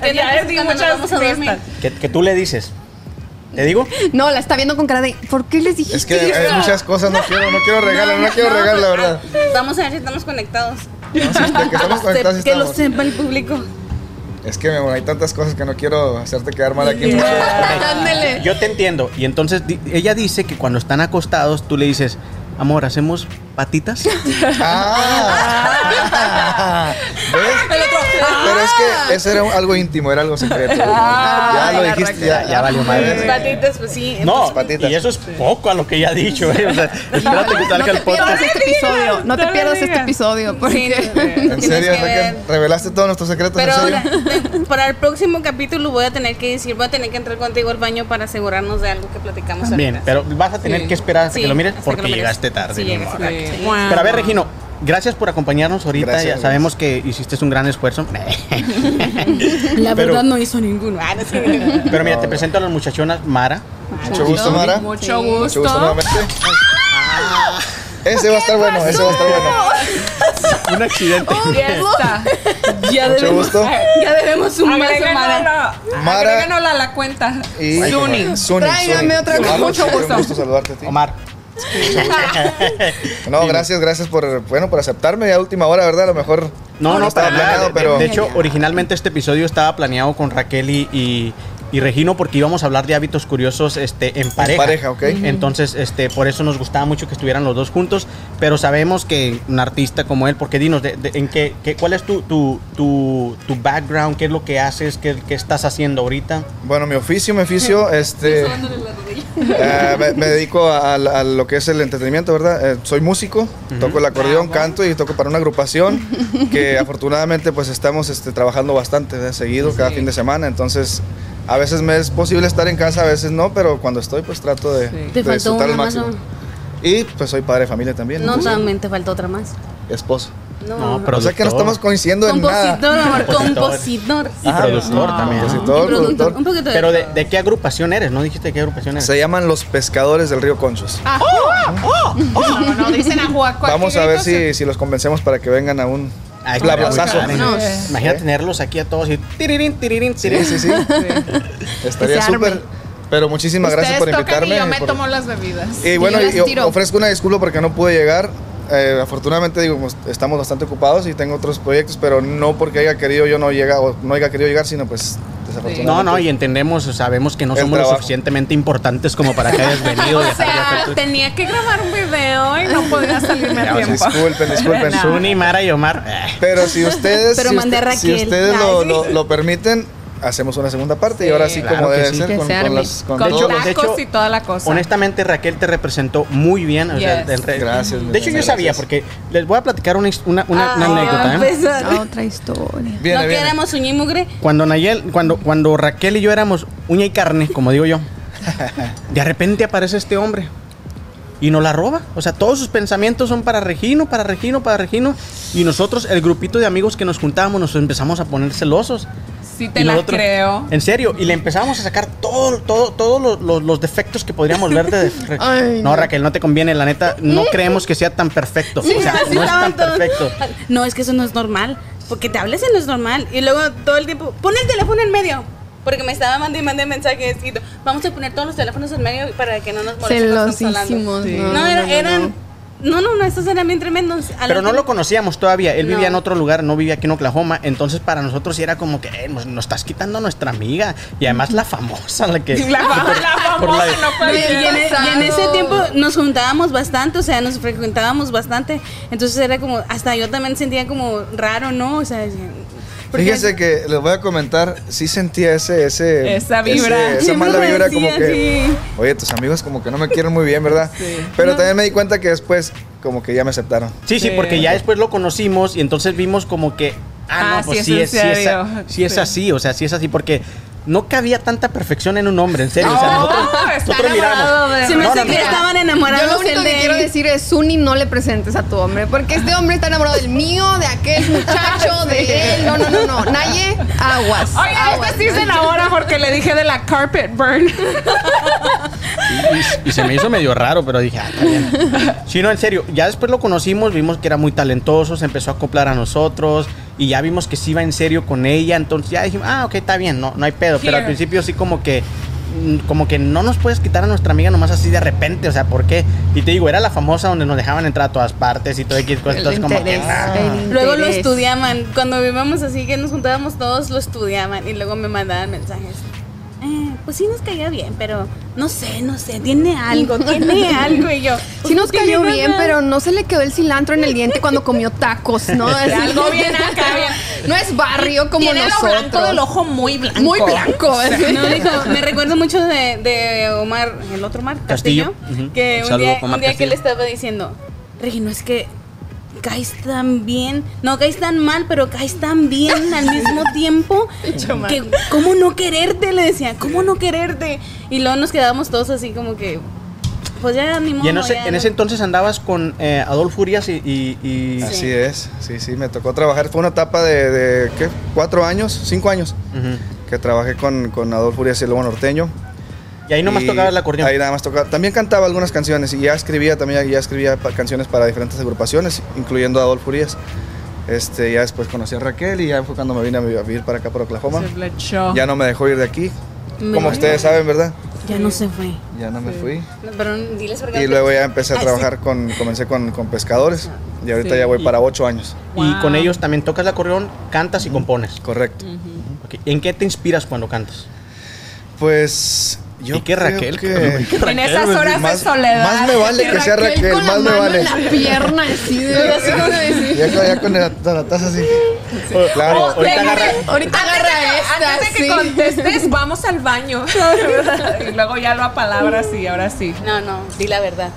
Speaker 3: ¿Qué
Speaker 4: Ya
Speaker 3: haces
Speaker 4: di
Speaker 3: cuando nos
Speaker 4: muchas
Speaker 3: vamos a dormir?
Speaker 4: fiestas.
Speaker 2: Que, que tú le dices. ¿Te digo?
Speaker 1: No, la está viendo con cara de, ¿por qué les dijiste
Speaker 8: Es que hay muchas cosas, no quiero, no quiero regalar, no, quiero regalar, la verdad.
Speaker 3: Vamos a ver si estamos conectados.
Speaker 8: No, sí, de que estamos
Speaker 3: Se-
Speaker 8: conectados, sí
Speaker 3: que lo
Speaker 8: estamos.
Speaker 3: sepa el público.
Speaker 8: Es que, mi amor, hay tantas cosas que no quiero hacerte quedar mal aquí.
Speaker 1: Ándale.
Speaker 2: Yo te entiendo. Y entonces di- ella dice que cuando están acostados, tú le dices, amor, ¿hacemos patitas?
Speaker 8: Ah. ¿Ves? Pero es que eso era un- algo íntimo, era algo secreto.
Speaker 4: Ah,
Speaker 8: ya lo
Speaker 4: la
Speaker 8: dijiste,
Speaker 4: raqueta.
Speaker 8: ya,
Speaker 2: Ya valió madre.
Speaker 8: Sí.
Speaker 3: Patitas, pues sí.
Speaker 2: No,
Speaker 8: Pues, patitas.
Speaker 2: y eso es poco a lo que ella ha dicho. ¿eh? O sea, espérate que
Speaker 1: No
Speaker 2: salga
Speaker 1: te
Speaker 2: el
Speaker 1: pierdas
Speaker 2: podcast.
Speaker 1: este episodio. No te
Speaker 4: No le
Speaker 1: pierdas este
Speaker 4: digas.
Speaker 1: episodio. Porque
Speaker 8: ¿En serio,
Speaker 3: que ver.
Speaker 8: Raquel? ¿Revelaste todos nuestros secretos?
Speaker 3: Pero
Speaker 8: ¿En
Speaker 2: pues,
Speaker 3: ahora,
Speaker 8: serio?
Speaker 3: te- para el próximo capítulo voy a tener que decir, voy a tener que entrar contigo al baño para asegurarnos de algo que platicamos
Speaker 2: Bien,
Speaker 3: ahorita.
Speaker 2: pero vas a tener
Speaker 4: Sí.
Speaker 2: que esperar hasta
Speaker 3: Sí,
Speaker 2: que lo mires
Speaker 3: hasta que
Speaker 2: porque
Speaker 3: lo mires.
Speaker 2: llegaste tarde.
Speaker 3: Sí,
Speaker 2: mi
Speaker 3: llegas
Speaker 2: amor.
Speaker 3: tarde.
Speaker 4: Sí.
Speaker 3: Sí.
Speaker 4: Bueno.
Speaker 2: Pero a ver, Regino, gracias por acompañarnos ahorita.
Speaker 8: Gracias,
Speaker 2: ya
Speaker 8: gracias.
Speaker 2: sabemos que hiciste un gran esfuerzo. Pero-
Speaker 3: La verdad no hizo ninguno. Ah, no sé.
Speaker 2: Pero mira,
Speaker 8: No,
Speaker 2: te
Speaker 8: no.
Speaker 2: presento a las muchachonas Mara.
Speaker 8: Mucho gusto, Mara.
Speaker 4: Mucho
Speaker 8: Mucho
Speaker 4: gusto.
Speaker 8: gusto nuevamente. Ese va a estar bueno, ese va a estar bueno.
Speaker 2: Un accidente.
Speaker 3: Oh,
Speaker 4: Fiesta.
Speaker 3: ya
Speaker 8: Mucho
Speaker 3: debemos,
Speaker 8: gusto.
Speaker 3: ya debemos un beso, Mara.
Speaker 4: Agréganosla
Speaker 8: Mara.
Speaker 4: agréganosla a la cuenta.
Speaker 8: Y
Speaker 4: Zuni.
Speaker 8: Zuni,
Speaker 1: Tráigame
Speaker 8: Zuni.
Speaker 1: otra cosa.
Speaker 8: Omar,
Speaker 1: Mucho
Speaker 8: siempre
Speaker 1: gusto.
Speaker 8: Un gusto saludarte a ti.
Speaker 2: Omar.
Speaker 8: No, gracias, gracias por, bueno, por aceptarme ya a última hora, ¿verdad? A lo mejor
Speaker 2: No, no,
Speaker 8: estaba
Speaker 2: para nada.
Speaker 8: planeado,
Speaker 2: De-
Speaker 8: pero
Speaker 2: de, hecho, originalmente este episodio estaba planeado con Raquel y, y- y Regino porque íbamos a hablar de hábitos curiosos este, en pareja.
Speaker 8: pareja, ok. Ujú.
Speaker 2: Entonces, este, por eso nos gustaba mucho que estuvieran los dos juntos, pero sabemos que un artista como él, porque dinos, de- de- en qué, qué- ¿cuál es tu, tu, tu, tu background? ¿Qué es lo que haces? ¿Qué, qué estás haciendo ahorita?
Speaker 8: bueno, mi oficio, mi oficio, este... eh, me, me dedico a, a- a lo que es el entretenimiento, ¿verdad? Eh, soy músico, toco el
Speaker 3: Ah,
Speaker 8: acordeón, canto y toco para una agrupación que afortunadamente pues estamos este, trabajando bastante ¿verdad? seguido cada fin de semana, entonces a veces me es posible estar en casa, a veces no, pero cuando estoy pues trato de,
Speaker 4: Sí.
Speaker 8: de
Speaker 3: Te faltó
Speaker 8: disfrutar al
Speaker 3: una más,
Speaker 8: máximo. Y pues soy padre de familia también,
Speaker 3: No,
Speaker 8: entonces,
Speaker 3: también te faltó otra más.
Speaker 8: esposo.
Speaker 3: No,
Speaker 2: pero
Speaker 8: O sea que no estamos coincidiendo en nada.
Speaker 3: compositor, amor,
Speaker 2: Compositor.
Speaker 3: compositor.
Speaker 2: Y productor
Speaker 4: no.
Speaker 2: también. ¿no?
Speaker 8: Compositor,
Speaker 3: Y productor,
Speaker 8: productor.
Speaker 3: un poquito de
Speaker 2: Pero de,
Speaker 3: todo.
Speaker 2: de qué agrupación eres? ¿No dijiste qué agrupación eres?
Speaker 8: Se llaman los pescadores del río Conchos.
Speaker 3: Ah,
Speaker 4: Oh, No, no dicen a jugar cualquier
Speaker 8: Vamos a ver
Speaker 4: cosa.
Speaker 8: si, si los convencemos para que vengan a un
Speaker 2: Ay,
Speaker 8: plazazo.
Speaker 2: estaría muy padre. Imagina tenerlos aquí a todos y tirirín, tirirín,
Speaker 8: Sí,
Speaker 2: tirirín.
Speaker 8: sí, sí.
Speaker 1: Que
Speaker 8: Estaría
Speaker 1: se arme.
Speaker 8: súper. Pero muchísimas gracias
Speaker 4: Ustedes
Speaker 8: por
Speaker 4: tocan
Speaker 8: invitarme.
Speaker 4: Y yo me
Speaker 8: por-
Speaker 4: tomo las bebidas.
Speaker 8: Y bueno,
Speaker 1: Y yo las
Speaker 8: y o-
Speaker 1: tiro.
Speaker 8: ofrezco una disculpa porque no pude llegar. Eh, afortunadamente digo, pues, estamos bastante ocupados y tengo otros proyectos, pero no porque haya querido yo no llega o no haya querido llegar, sino pues desafortunadamente.
Speaker 2: No, no, y entendemos, sabemos que no
Speaker 8: El
Speaker 2: somos lo
Speaker 8: trabajo.
Speaker 2: suficientemente importantes como para que hayas venido.
Speaker 4: O
Speaker 2: y hacer
Speaker 4: sea,
Speaker 2: esto.
Speaker 4: tenía que grabar un video y no podía salirme
Speaker 2: Ya,
Speaker 4: a tiempo.
Speaker 8: disculpen, disculpen.
Speaker 2: Pues
Speaker 4: Nah.
Speaker 2: Zuni, Mara y Omar. eh,
Speaker 8: Pero si ustedes,
Speaker 3: Pero
Speaker 8: si,
Speaker 3: mandé a
Speaker 8: usted- si
Speaker 3: Raquel.
Speaker 8: ustedes lo,
Speaker 3: Ay, sí.
Speaker 8: lo- lo permiten, hacemos una segunda parte y ahora sí
Speaker 2: Claro
Speaker 8: como
Speaker 2: que
Speaker 8: debe
Speaker 2: sí.
Speaker 8: ser
Speaker 1: Que
Speaker 8: con,
Speaker 1: se
Speaker 8: con
Speaker 1: arme.
Speaker 8: las- con
Speaker 4: Con
Speaker 2: De hecho-
Speaker 8: todo.
Speaker 4: tacos
Speaker 2: de hecho,
Speaker 4: y toda la cosa.
Speaker 2: Honestamente, Raquel te representó muy bien. o sea,
Speaker 4: Yes.
Speaker 2: el re-
Speaker 8: Gracias, mi
Speaker 2: De hecho, yo
Speaker 8: reina,
Speaker 2: sabía,
Speaker 8: gracias.
Speaker 2: porque les voy a platicar una, his- una- una- una
Speaker 3: Ah,
Speaker 4: pues.
Speaker 2: anécdota. ¿eh?
Speaker 3: empezó.
Speaker 1: a otra historia.
Speaker 8: Viene,
Speaker 3: no
Speaker 8: viene.
Speaker 3: queremos uña y mugre.
Speaker 2: Cuando, Nayel, cuando, cuando Raquel y yo éramos uña y carne, como digo yo, de repente aparece este hombre. y nos la roba. O sea, todos sus pensamientos son para Regino, para Regino, para Regino. Y nosotros, el grupito de amigos que nos juntábamos, nos empezamos a poner celosos.
Speaker 4: Sí te
Speaker 2: Y
Speaker 4: la
Speaker 2: nosotros-
Speaker 4: creo.
Speaker 2: En serio, y le empezamos a sacar todo, todo, todos los, los- los defectos que podríamos ver de... de-
Speaker 1: Ay,
Speaker 2: no, Raquel, no te conviene, la neta, no creemos que sea tan perfecto. o sea,
Speaker 3: Así
Speaker 2: no es
Speaker 3: estaban
Speaker 2: tan
Speaker 3: todos.
Speaker 2: perfecto.
Speaker 3: No, es que eso no es normal. Porque te hables y no es normal. Y luego todo el tiempo, pon el teléfono en medio. Porque me estaba mandando y mandando mensajes. Y vamos a poner todos los teléfonos en medio para que no nos molesten. cuando estamos hablando".
Speaker 1: Celosísimos. No,
Speaker 3: No, era-
Speaker 1: no, no,
Speaker 3: eran.
Speaker 1: no.
Speaker 3: No, no, no, estos eran bien tremendos. A la
Speaker 2: Pero no
Speaker 3: última-
Speaker 2: lo conocíamos todavía. Él vivía en
Speaker 3: No.
Speaker 2: otro lugar, no vivía aquí en Oklahoma. Entonces, para nosotros sí era como que eh, nos, nos estás quitando a nuestra amiga. Y además, la famosa, la que.
Speaker 4: La, fa- la
Speaker 2: por
Speaker 4: famosa
Speaker 2: la-
Speaker 4: no
Speaker 3: No, y,
Speaker 4: puede
Speaker 1: e-
Speaker 3: y en, e,
Speaker 4: ser.
Speaker 3: y en ese tiempo nos juntábamos bastante, o sea, nos frecuentábamos bastante. Entonces era como, hasta yo también sentía como raro, ¿no? O sea, decía, ¿por qué?
Speaker 8: Fíjese que les voy a comentar, sí sentía ese, ese
Speaker 4: Esa vibra.
Speaker 8: ese- esa
Speaker 3: Siempre
Speaker 8: mala
Speaker 3: lo
Speaker 8: vibra
Speaker 3: decía,
Speaker 8: como que, oye, tus amigos como que no me quieren muy bien, ¿verdad? Pero también me di cuenta que después como que ya me aceptaron.
Speaker 2: Sí, sí,
Speaker 4: Sí.
Speaker 2: porque ya después lo conocimos y entonces vimos como que. Ah,
Speaker 4: Ah,
Speaker 2: no, pues
Speaker 4: sí
Speaker 2: sí
Speaker 4: es
Speaker 2: es,
Speaker 4: en
Speaker 2: sí es-
Speaker 4: serio.
Speaker 2: sí es
Speaker 4: Sí.
Speaker 2: así. O sea, sí es así porque. No cabía tanta perfección en un hombre, en serio. o sea,
Speaker 4: No,
Speaker 2: nosotros,
Speaker 4: Ah, está
Speaker 2: nosotros
Speaker 4: enamorado
Speaker 2: miramos.
Speaker 4: de-
Speaker 3: Se me
Speaker 2: No,
Speaker 3: hace
Speaker 2: no,
Speaker 3: que
Speaker 2: no.
Speaker 3: estaban
Speaker 1: Yo
Speaker 3: enamorados
Speaker 1: lo único
Speaker 3: el
Speaker 1: que
Speaker 3: de
Speaker 1: quiero
Speaker 3: él.
Speaker 1: decir es, Suni, no le presentes a tu hombre, porque este hombre está enamorado del mío, de aquel muchacho, de él. No, no, no, no. Naye, aguas.
Speaker 4: Oye,
Speaker 1: aguas.
Speaker 4: este sí se enamora porque le dije de la carpet burn.
Speaker 2: Y, y se me hizo medio raro, pero dije, ah, está bien. Sí, no, en serio. Ya después lo conocimos, vimos que era muy talentoso, se empezó a acoplar a nosotros y ya vimos que sí iba en serio con ella. Entonces ya dijimos, ah, ok, está bien, no, no hay pedo. Pero al
Speaker 4: Here.
Speaker 2: principio sí como que mm, como que no nos puedes quitar a nuestra amiga nomás así de repente, o sea, ¿por qué? Y te digo, era la famosa donde nos dejaban entrar a todas partes y todo X cosas,
Speaker 1: El
Speaker 2: entonces como que,
Speaker 1: interés,
Speaker 2: ah.
Speaker 1: el
Speaker 3: Luego lo
Speaker 1: interés.
Speaker 3: estudiaban. Cuando vivíamos así, que nos juntábamos todos, lo estudiaban. Y luego me mandaban mensajes. Eh, pues sí nos caía bien, pero no sé, no sé, tiene algo, tiene algo. Y yo,
Speaker 1: Sí
Speaker 3: pues, no
Speaker 1: nos cayó
Speaker 3: tiene
Speaker 1: bien,
Speaker 3: nada.
Speaker 1: pero no se le quedó el cilantro en el diente cuando comió tacos, ¿no? Es
Speaker 4: algo bien acá, bien.
Speaker 1: No es barrio como
Speaker 4: Tiene lo
Speaker 1: nosotros.
Speaker 4: blanco del ojo muy blanco.
Speaker 1: Muy blanco. así.
Speaker 3: No, dijo, me recuerdo mucho de, de Omar, el otro Omar Castillo,
Speaker 2: Castillo, ujú.
Speaker 3: que
Speaker 2: Un
Speaker 3: un día,
Speaker 2: saludo, Omar
Speaker 3: un día que
Speaker 2: Castillo.
Speaker 3: le estaba diciendo, Regino, es que caes tan bien, no caes tan mal, pero caes tan bien al mismo tiempo que cómo no quererte, le decía, cómo no quererte. Y luego nos quedábamos todos así como que, pues ya ni modo.
Speaker 2: Y en ese,
Speaker 3: ya
Speaker 2: en
Speaker 3: no-
Speaker 2: ese entonces andabas con eh, Adolfo Urias y... y- y-
Speaker 8: Así es, sí, sí, me tocó trabajar. Fue una etapa de, de, ¿qué? ¿Cuatro años? ¿Cinco años?
Speaker 2: Ujú.
Speaker 8: Que trabajé con, con Adolfo Urias y el Lobo Norteño.
Speaker 2: Y ahí nomás
Speaker 8: Y
Speaker 2: tocabas el acordeón.
Speaker 8: Ahí nada más tocaba. También cantaba algunas canciones y ya escribía también, ya escribía pa- canciones para diferentes agrupaciones, incluyendo a Adolfo Urias. Este, ya después conocí a Raquel y ya fue cuando me vine a vi- a vivir para acá, para Oklahoma.
Speaker 4: Se flechó.
Speaker 8: Ya no me dejó ir de aquí,
Speaker 3: Me-
Speaker 8: como ustedes saben, ¿verdad?
Speaker 3: Ya no se fue.
Speaker 8: Ya no me fui.
Speaker 3: No, Pero diles por qué
Speaker 8: Y
Speaker 3: no te-
Speaker 8: luego ya empecé a
Speaker 3: Así.
Speaker 8: trabajar con, comencé con, con pescadores y ahorita
Speaker 4: Sí.
Speaker 8: ya voy para ocho años.
Speaker 2: Y
Speaker 4: Wow.
Speaker 2: con ellos también tocas el acordeón, cantas y compones.
Speaker 8: Correcto.
Speaker 2: Ok, ¿En qué te inspiras cuando cantas?
Speaker 8: Pues yo
Speaker 2: ¿Y qué
Speaker 8: creo
Speaker 2: Raquel?
Speaker 8: que-
Speaker 4: En esas horas de
Speaker 8: Más-
Speaker 4: soledad.
Speaker 8: más me vale que sea Raquel,
Speaker 1: con
Speaker 8: más
Speaker 1: la
Speaker 8: me
Speaker 1: mano
Speaker 8: vale.
Speaker 1: en la pierna, así de...
Speaker 8: Ya, con- ya con la, la taza así.
Speaker 3: Oh,
Speaker 8: Claro.
Speaker 2: Ahorita
Speaker 4: Venga,
Speaker 2: agarra-
Speaker 1: Ahorita
Speaker 4: Antes
Speaker 1: agarra
Speaker 4: de que-
Speaker 1: esta,
Speaker 4: Antes de que
Speaker 1: sí.
Speaker 4: contestes, vamos al baño. y luego ya lo a palabras y ahora sí.
Speaker 3: No, no, di la verdad.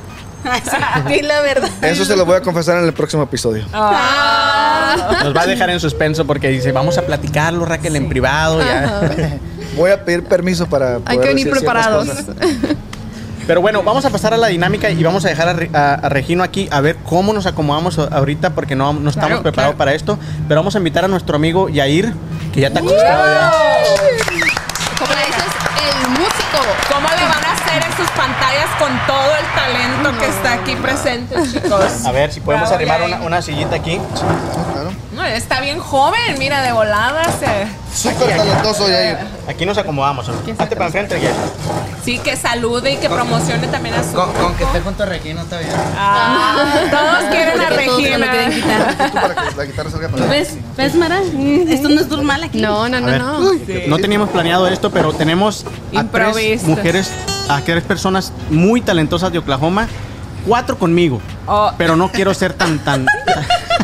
Speaker 3: di la verdad.
Speaker 8: Eso se lo voy a confesar en el próximo episodio.
Speaker 4: Ah,
Speaker 2: Nos va a dejar en suspenso porque dice, vamos a platicarlo, Raquel, en privado. ya.
Speaker 8: Voy a pedir permiso para.
Speaker 1: Hay
Speaker 8: poder
Speaker 1: que venir
Speaker 8: decir ciertas
Speaker 1: preparados.
Speaker 8: cosas.
Speaker 2: Pero bueno, vamos a pasar a la dinámica y vamos a dejar a, Re- a- a Regino aquí a ver cómo nos acomodamos a- ahorita porque no, no estamos
Speaker 4: Claro,
Speaker 2: preparados
Speaker 4: claro.
Speaker 2: para esto. Pero vamos a invitar a nuestro amigo Yair, que ya está acostado ya.
Speaker 1: Como le dices, el músico.
Speaker 4: ¿Cómo le van a hacer en sus pantallas con todo el talento que está aquí presente, chicos?
Speaker 2: A ver si podemos
Speaker 4: Bravo,
Speaker 2: arrimar
Speaker 4: Yair.
Speaker 2: una, una sillita aquí.
Speaker 8: Claro.
Speaker 4: No, está bien joven, mira, de volada. se-
Speaker 8: Súper talentoso, Yair.
Speaker 2: Aquí nos acomodamos. ¿no? Hazte para enfrente, Yair.
Speaker 4: Sí, que salude y que promocione también a su
Speaker 9: Con, con que
Speaker 4: grupo.
Speaker 9: esté junto a Regina está bien.
Speaker 4: Ah, todos quieren a
Speaker 3: Porque todos se lo quieren
Speaker 4: Regina.
Speaker 3: quitar.
Speaker 8: Tú para que la guitarra salga para
Speaker 3: ¿Ves? ¿Ves, Mara? Esto no es normal aquí.
Speaker 1: No, no,
Speaker 2: A
Speaker 1: no,
Speaker 2: ver.
Speaker 1: no.
Speaker 2: No teníamos planeado esto, pero tenemos a tres
Speaker 4: Improvistas.
Speaker 2: mujeres, a tres personas muy talentosas de Oklahoma, cuatro conmigo.
Speaker 4: Oh.
Speaker 2: Pero no quiero ser tan tan.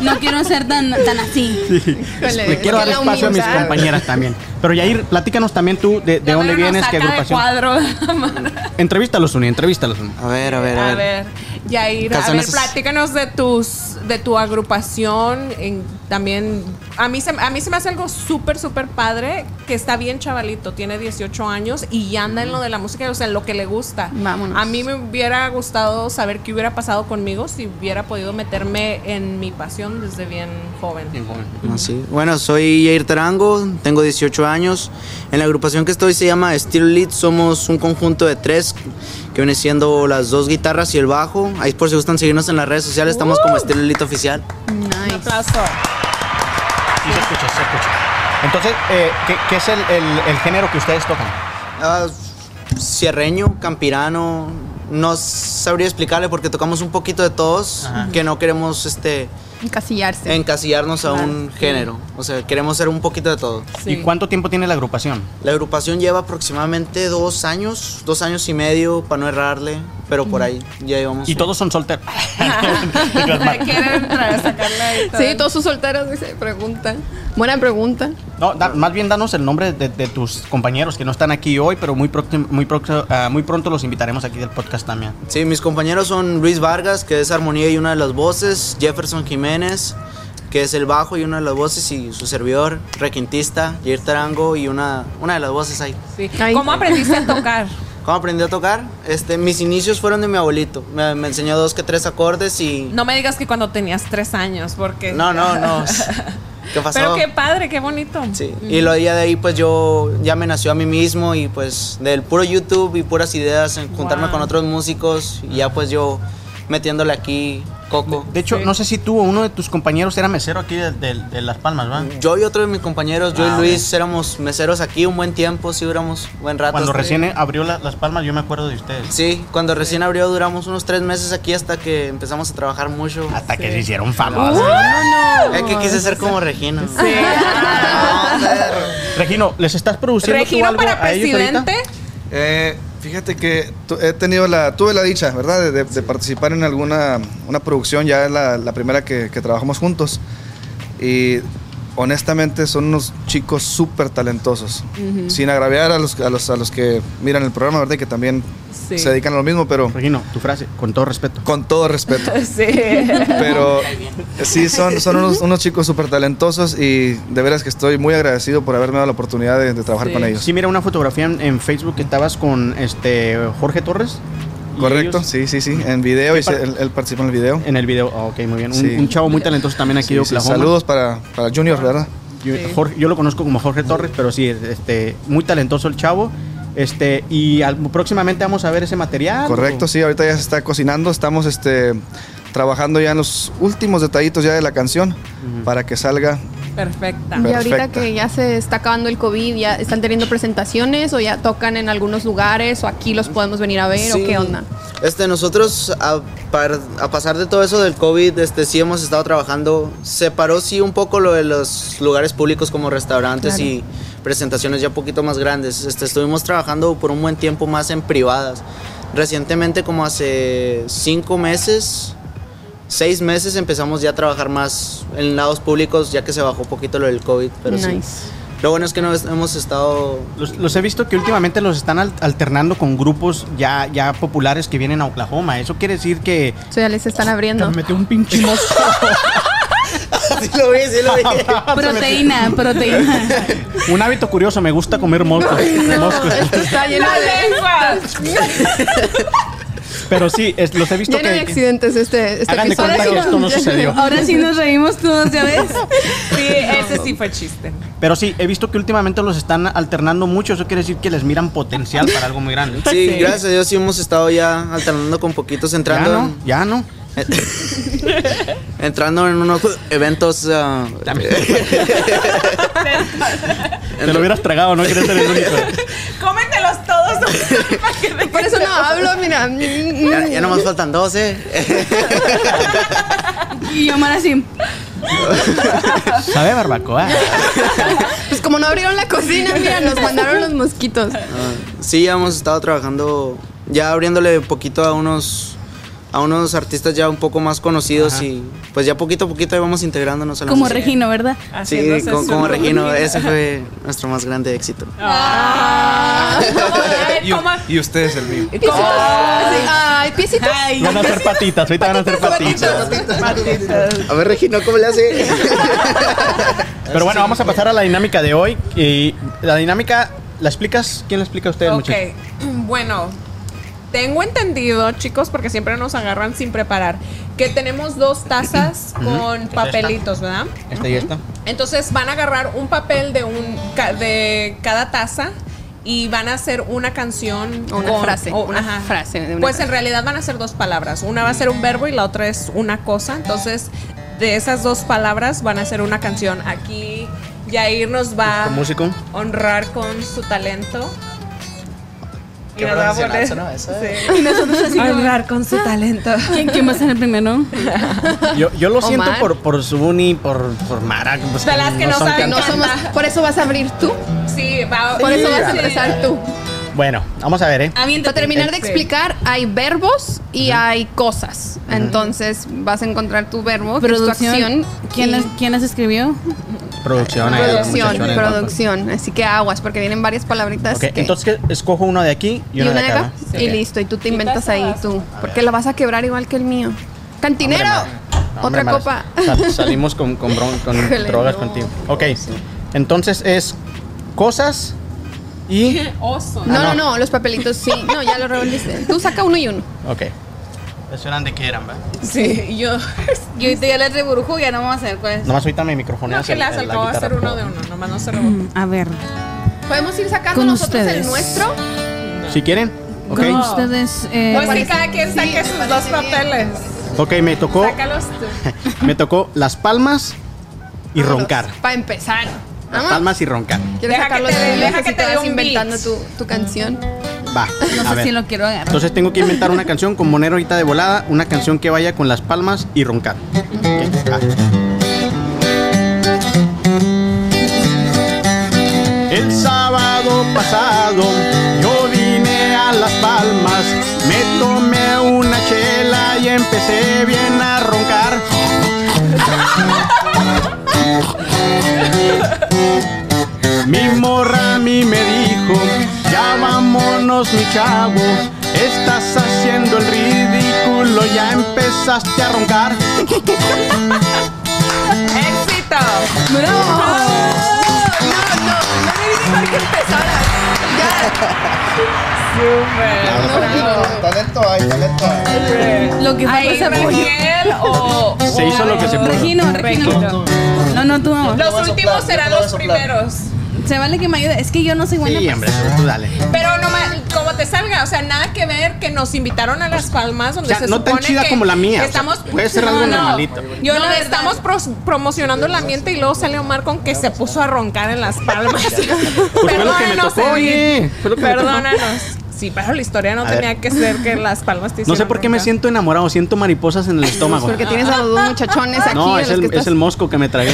Speaker 3: No quiero ser tan, tan así.
Speaker 1: Híjole,
Speaker 2: Le quiero
Speaker 1: es
Speaker 2: dar
Speaker 1: que la
Speaker 2: espacio a mis
Speaker 1: humildad.
Speaker 2: compañeras también. Pero Yair, platícanos también tú de, de
Speaker 4: Ya
Speaker 2: dónde
Speaker 4: luego
Speaker 2: vienes,
Speaker 4: nos
Speaker 2: qué agrupación.
Speaker 4: saca de cuadro.
Speaker 2: Entrevístalos, Uni, entrevístalos. Uni.
Speaker 9: A ver, a ver, a ver.
Speaker 4: A ver, Yair, a ver,
Speaker 9: Calzones.
Speaker 4: platícanos de tus de tu agrupación en- también a mí se, a mí se me hace algo súper súper padre que está bien chavalito, tiene 18 años y ya anda en lo de la música, o sea, en lo que le gusta.
Speaker 1: Vámonos.
Speaker 4: A mí me hubiera gustado saber qué hubiera pasado conmigo si hubiera podido meterme en mi pasión desde bien joven.
Speaker 9: Así. Ah, Bueno, soy Jair Tarango, tengo 18 años. En la agrupación que estoy se llama Steel Lead, somos un conjunto de tres, que viene siendo las dos guitarras y el bajo. Ahí por si gustan seguirnos en las redes sociales, estamos como Steel Lead Oficial.
Speaker 4: Un
Speaker 1: Nice.
Speaker 4: aplauso.
Speaker 2: Sí, se escucha, se escucha. Entonces, eh, ¿qué, qué es el, el- el género que ustedes tocan?
Speaker 9: Ah, Sierreño, campirano, no sabría explicarle porque tocamos un poquito de todos, que no queremos este,
Speaker 1: Encasillarse.
Speaker 9: encasillarnos a un género. O sea, queremos ser un poquito de todo.
Speaker 2: ¿Y cuánto tiempo tiene la agrupación?
Speaker 9: La agrupación lleva aproximadamente dos años, dos años y medio, para no errarle, pero por ahí ya llevamos.
Speaker 2: Y todos son solteros. Te quedas mal.
Speaker 4: Quieren traer a sacarla de todo.
Speaker 1: Sí, todos sus solteros dice, pregunta. Buena pregunta.
Speaker 2: No, da- más bien danos el nombre de, de tus compañeros que no están aquí hoy, pero muy, próxim- muy, proxi- ah, muy pronto los invitaremos aquí del podcast también.
Speaker 9: Sí, mis compañeros son Luis Vargas, que es armonía y una de las voces, Jefferson Jiménez, que es el bajo y una de las voces, y su servidor, requintista, Jair Tarango y una, una de las voces ahí.
Speaker 4: Sí.
Speaker 1: Ay.
Speaker 4: ¿Cómo aprendiste a tocar?
Speaker 9: ¿Cómo aprendí a tocar? Este, mis inicios fueron de mi abuelito. Me, me enseñó dos que tres acordes y...
Speaker 4: No me digas que cuando tenías tres años, porque...
Speaker 9: no, no. no. ¿Qué pasó?
Speaker 4: Pero qué padre, qué bonito. Mm.
Speaker 9: Sí, y lo día de ahí pues yo ya me nació a mí mismo y pues del puro YouTube y puras ideas, en juntarme
Speaker 4: Wow.
Speaker 9: con otros músicos y ya pues yo metiéndole aquí coco.
Speaker 2: De hecho, no sé si tú o uno de tus compañeros era mesero aquí de, de- de Las Palmas, ¿va?
Speaker 9: Yo y otro de mis compañeros, yo
Speaker 2: Ah,
Speaker 9: y Luis, éramos meseros aquí un buen tiempo, sí duramos buen rato.
Speaker 2: Cuando
Speaker 9: Sí.
Speaker 2: recién abrió la- Las Palmas, yo me acuerdo de ustedes.
Speaker 9: Sí, cuando recién abrió duramos unos tres meses aquí hasta que empezamos a trabajar mucho.
Speaker 2: Hasta que se hicieron famosos.
Speaker 4: Uh,
Speaker 9: Es que quise ser como Regina.
Speaker 2: Regino, ¿les estás produciendo tú
Speaker 4: Regino
Speaker 2: algo
Speaker 4: para
Speaker 2: a ellos ahorita?
Speaker 4: presidente.
Speaker 8: Eh, fíjate que tu- he tenido la, tuve la dicha, ¿verdad? De, de- de participar en alguna una producción, ya es la, la primera que, que trabajamos juntos. Y honestamente son unos chicos súper talentosos. Sin agraviar a los, a, los, a los que miran el programa, ¿verdad? Que también
Speaker 4: Sí.
Speaker 8: se dedican a lo mismo, pero
Speaker 2: Regino, tu frase, con todo respeto.
Speaker 8: con todo respeto.
Speaker 4: Sí.
Speaker 8: Pero sí, son, son unos, unos chicos súper talentosos y de veras que estoy muy agradecido por haberme dado la oportunidad de, de trabajar
Speaker 4: Sí.
Speaker 8: con ellos.
Speaker 2: Sí, mira una fotografía en, en Facebook que estabas con este Jorge Torres. Y
Speaker 8: Correcto,
Speaker 2: ellos-
Speaker 8: sí, sí, sí, en video, y
Speaker 2: par-
Speaker 8: se- él, él participó en el video.
Speaker 2: En el video, Ah, ok, muy bien. Un,
Speaker 8: Sí.
Speaker 2: un chavo muy talentoso también aquí de
Speaker 8: Sí, sí,
Speaker 2: Oklahoma.
Speaker 8: saludos para, para Junior, ¿verdad?
Speaker 2: Yo, Jorge- yo lo conozco como Jorge Torres, pero sí, este, muy talentoso el chavo. Este, y al- próximamente vamos a ver ese material.
Speaker 8: Correcto,
Speaker 2: ¿o?
Speaker 8: sí, ahorita ya se está cocinando, estamos este trabajando ya en los últimos detallitos ya de la canción para que salga.
Speaker 4: Perfecta.
Speaker 1: Y ahorita
Speaker 8: Perfecta.
Speaker 1: que ya se está acabando el COVID, ¿ya están teniendo presentaciones o ya tocan en algunos lugares o aquí los podemos venir a ver
Speaker 9: Sí.
Speaker 1: o qué onda?
Speaker 9: Este, nosotros, a, par- a pasar de todo eso del COVID, este, sí hemos estado trabajando. Se paró, sí, un poco lo de los lugares públicos como restaurantes
Speaker 1: Claro.
Speaker 9: y presentaciones ya un poquito más grandes. Este, estuvimos trabajando por un buen tiempo más en privadas. Recientemente, como hace cinco meses, seis meses, empezamos ya a trabajar más en lados públicos, ya que se bajó un poquito lo del COVID. Pero sí.
Speaker 1: Nice.
Speaker 9: Lo bueno es que no es- hemos estado
Speaker 2: Los, los he visto que últimamente los están al- alternando con grupos ya, ya populares que vienen a Oklahoma. Eso quiere decir que.
Speaker 1: O sea, ya les están abriendo.
Speaker 2: metió un pinche mosco.
Speaker 9: Sí lo vi, sí lo vi.
Speaker 3: Proteína, proteína.
Speaker 2: un hábito curioso, me gusta comer moscos. moscos.
Speaker 1: Esto está lleno
Speaker 4: La
Speaker 1: de,
Speaker 4: lengua.
Speaker 2: Pero sí, es- los he visto
Speaker 1: lleno de
Speaker 2: que.
Speaker 1: accidentes este, este
Speaker 2: Hagan de
Speaker 1: episodio.
Speaker 2: cuenta que esto no sucedió.
Speaker 3: Ahora sí nos reímos todos, ¿ya ves?
Speaker 4: Sí, ese sí fue chiste.
Speaker 2: Pero sí, he visto que últimamente los están alternando mucho. Eso quiere decir que les miran potencial para algo muy grande.
Speaker 9: Sí, gracias a Dios sí hemos estado ya alternando con poquitos,
Speaker 2: Ya
Speaker 9: entrando,
Speaker 2: no, ya no.
Speaker 9: en, entrando en unos eventos. ah,
Speaker 2: Te lo hubieras tragado, no querías ser el único.
Speaker 4: Cómetelos todos. para que
Speaker 1: Por eso no hablo, mira.
Speaker 9: ya, ya nomás faltan eh. 12.
Speaker 3: Y Omar así.
Speaker 2: Sabe a barbacoa.
Speaker 1: Pues como no abrieron la cocina, mira, nos mandaron los mosquitos.
Speaker 9: Ah, sí, ya hemos estado trabajando, ya abriéndole poquito a unos a unos artistas ya un poco más conocidos y pues ya poquito a poquito ahí vamos integrándonos a la
Speaker 3: Como
Speaker 9: música.
Speaker 3: Regino, ¿verdad?
Speaker 9: Sí,
Speaker 4: Haciéndose
Speaker 9: co-
Speaker 4: su-
Speaker 9: como Regino, ese fue nuestro más grande éxito.
Speaker 4: Ah.
Speaker 8: Y,
Speaker 4: ¿Cómo?
Speaker 8: y usted es el mío.
Speaker 1: Piecitos. Así, Ay, piecitos.
Speaker 2: Van a hacer patitas, ahorita van a hacer patitas.
Speaker 9: A ver, Regino, ¿cómo le hace?
Speaker 2: Pero bueno, vamos a pasar a la dinámica de hoy. Y la dinámica, ¿la explicas? ¿Quién la explica a ustedes,
Speaker 4: Ok,
Speaker 2: muchachos?
Speaker 4: bueno, tengo entendido, chicos, porque siempre nos agarran sin preparar, que tenemos dos tazas con papelitos, ¿verdad?
Speaker 2: Esta y esta.
Speaker 4: Entonces van a agarrar un papel de, un, ca- de cada taza y van a hacer una canción
Speaker 1: O una frase, una frase de una
Speaker 4: pues en
Speaker 1: frase.
Speaker 4: realidad van a ser dos palabras. Una va a ser un verbo y la otra es una cosa. Entonces de esas dos palabras van a ser una canción. Aquí Yair nos va a
Speaker 2: Con músico.
Speaker 4: honrar con su talento.
Speaker 9: Qué
Speaker 4: nos va a poner-
Speaker 9: profesional sonó eso,
Speaker 4: Sí. honrar con su talento.
Speaker 3: ¿Quién, quién va a ser el primero?
Speaker 2: Yo, yo lo
Speaker 1: Omar.
Speaker 2: siento por, por Zuni, por, por Mara. pues,
Speaker 4: De las que no
Speaker 2: son
Speaker 4: saben,
Speaker 1: No
Speaker 2: cantantes.
Speaker 1: somos, por eso vas a abrir tú.
Speaker 4: Sí, va,
Speaker 1: Por eso vas a
Speaker 4: sí. Ah,
Speaker 1: empezar tú.
Speaker 2: Bueno, vamos a ver, ¿eh?
Speaker 1: Para terminar de explicar, hay verbos y hay cosas. Entonces vas a encontrar tu verbo, que es tu acción.
Speaker 3: ¿Quién,
Speaker 1: y-
Speaker 3: las, ¿Quién las escribió?
Speaker 2: Producción. ahí,
Speaker 1: Producción,
Speaker 2: muchachones,
Speaker 1: producción. Así que aguas, porque vienen varias palabritas.
Speaker 2: guapos. Ok,
Speaker 1: que-
Speaker 2: entonces ¿qué? escojo uno de aquí y
Speaker 1: y
Speaker 2: uno
Speaker 1: una
Speaker 2: de
Speaker 1: de
Speaker 2: acá.
Speaker 1: acá,
Speaker 2: ¿no?
Speaker 1: y
Speaker 2: Ok.
Speaker 1: listo. Y tú te inventas ahí tú. Porque la vas a quebrar igual que el mío.
Speaker 2: Hombre,
Speaker 1: ¡Cantinero!
Speaker 2: madre. No,
Speaker 1: Otra
Speaker 2: hombre, madre.
Speaker 1: copa.
Speaker 2: Sal- salimos con, con, bron- con
Speaker 1: Híjole,
Speaker 2: drogas
Speaker 1: no.
Speaker 2: contigo. Ok, entonces es cosas y...
Speaker 4: Oso.
Speaker 1: No,
Speaker 2: Ah, no.
Speaker 1: no, no, los papelitos sí. No, ya lo revolviste. Tú saca uno y uno.
Speaker 2: Ok. Eso eran de que eran, ¿verdad?
Speaker 4: Sí,
Speaker 3: Yo
Speaker 4: yo.
Speaker 3: ahorita Este, ya las reburujo, ya no vamos a saber cuál es.
Speaker 2: Nomás ahorita mi micrófono.
Speaker 4: No, que le hace a hacer uno de uno, nomás no se rebota.
Speaker 3: Mm, A ver,
Speaker 1: Podemos ir sacando
Speaker 3: Con
Speaker 1: nosotros
Speaker 3: ustedes.
Speaker 1: el nuestro.
Speaker 2: Si quieren. Ok,
Speaker 3: con ustedes... eh,
Speaker 4: Pues que cada quien saque sus dos papeles.
Speaker 2: ok, me tocó,
Speaker 4: Sácalos tú.
Speaker 2: me tocó las palmas y roncar.
Speaker 1: Para empezar.
Speaker 2: Las
Speaker 1: Vamos.
Speaker 2: palmas y roncar.
Speaker 1: ¿Quieres
Speaker 4: Deja que
Speaker 1: sacarlo
Speaker 4: te dé-
Speaker 1: de
Speaker 4: deja que
Speaker 1: que
Speaker 4: te dé
Speaker 1: te
Speaker 4: un
Speaker 1: inventando
Speaker 4: beat.
Speaker 1: tu, tu canción?
Speaker 2: Va.
Speaker 3: no
Speaker 2: a
Speaker 3: sé
Speaker 2: ver.
Speaker 3: si lo quiero agarrar.
Speaker 2: Entonces tengo que inventar una canción con monero ahorita de volada, una canción que vaya con las palmas y roncar. Ok, va.
Speaker 5: El sábado pasado yo vine a Las Palmas, me tomé una chela y empecé bien a roncar. Mi morra a mí me dijo, ya vámonos mi chavo, estás haciendo el ridículo, ya empezaste a roncar.
Speaker 4: ¡Éxito!
Speaker 8: Talento hay, talento hay.
Speaker 3: Lo que falta
Speaker 4: Ahí
Speaker 3: es apoyo.
Speaker 4: Raquel o.
Speaker 2: Se
Speaker 4: o
Speaker 2: hizo lo que se pudo.
Speaker 3: Regino, Regino. No, no, tú vamos.
Speaker 8: Yo voy a
Speaker 4: Los últimos
Speaker 8: soplar,
Speaker 4: serán
Speaker 8: yo voy a
Speaker 4: los
Speaker 8: soplar.
Speaker 4: primeros.
Speaker 3: Se vale que me ayude. Es que yo no soy buena.
Speaker 2: Sí, hombre, tú dale.
Speaker 4: Pero nomás, como te salga, o sea, nada que ver que nos invitaron a Las Palmas, donde
Speaker 2: Pues, O sea,
Speaker 4: se
Speaker 2: no tan
Speaker 4: supone
Speaker 2: chida
Speaker 4: que
Speaker 2: como la mía, o sea,
Speaker 4: Estamos,
Speaker 2: puede ser algo normalito.
Speaker 4: Yo la verdad, estamos pros- promocionando el ambiente y luego sale Omar con que se puso a roncar en Las Palmas.
Speaker 2: Pues fue lo que me tocó,
Speaker 4: Edith.
Speaker 2: oye, fue lo que me tocó.
Speaker 4: Perdónanos. Sí, pero la historia no
Speaker 2: A
Speaker 4: tenía
Speaker 2: ver.
Speaker 4: que ser que Las Palmas te
Speaker 2: No sé
Speaker 4: hicieron
Speaker 2: por qué me
Speaker 4: roncar.
Speaker 2: siento enamorado, siento mariposas en el estómago.
Speaker 1: Porque tienes a los dos muchachones aquí.
Speaker 2: No,
Speaker 1: de
Speaker 2: es
Speaker 1: los
Speaker 2: el,
Speaker 1: que
Speaker 2: es
Speaker 1: estás-
Speaker 2: el mosco que me tragué.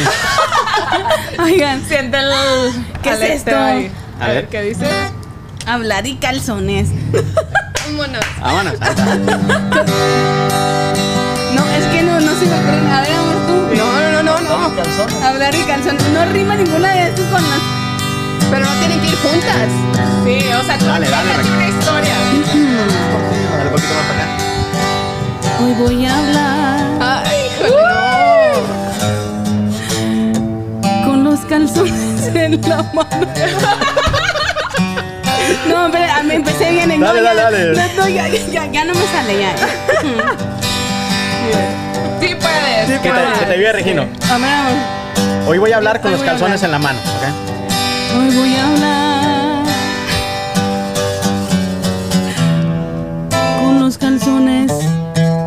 Speaker 3: Oigan,
Speaker 4: Siente el.
Speaker 3: ¿Qué es
Speaker 4: aleteo
Speaker 3: esto?
Speaker 4: ahí.
Speaker 2: A
Speaker 4: A,
Speaker 2: ver.
Speaker 4: ver, ¿qué dice?
Speaker 3: hablar y calzones.
Speaker 1: Vámonos.
Speaker 2: Vámonos. Ah, ahí está.
Speaker 3: No, es que no, no se me ocurren. A ver, amor, tú.
Speaker 1: No, no, no, no, no.
Speaker 3: Hablar y calzones. No rima ninguna de estas con las.
Speaker 1: Pero no tienen que ir juntas.
Speaker 4: Sí, o sea, tú
Speaker 2: Dale, dale,
Speaker 4: tienes una historia.
Speaker 2: Dale un poquito más para acá.
Speaker 3: Hoy voy a hablar
Speaker 1: Ay, híjole, no.
Speaker 3: con los calzones en la mano. No, pero a mí empecé bien. ¿eh? No,
Speaker 2: Dale,
Speaker 3: ya,
Speaker 2: dale, dale.
Speaker 3: no, no, ya, ya, ya no me sale ya.
Speaker 4: Sí puedes.
Speaker 2: Que te, que te vive, Regino.
Speaker 3: A ver, amor.
Speaker 2: Hoy voy a hablar con
Speaker 3: Hoy
Speaker 2: los
Speaker 3: voy a
Speaker 2: calzones en la mano. ¿ok?
Speaker 3: Hoy voy a hablar con los calzones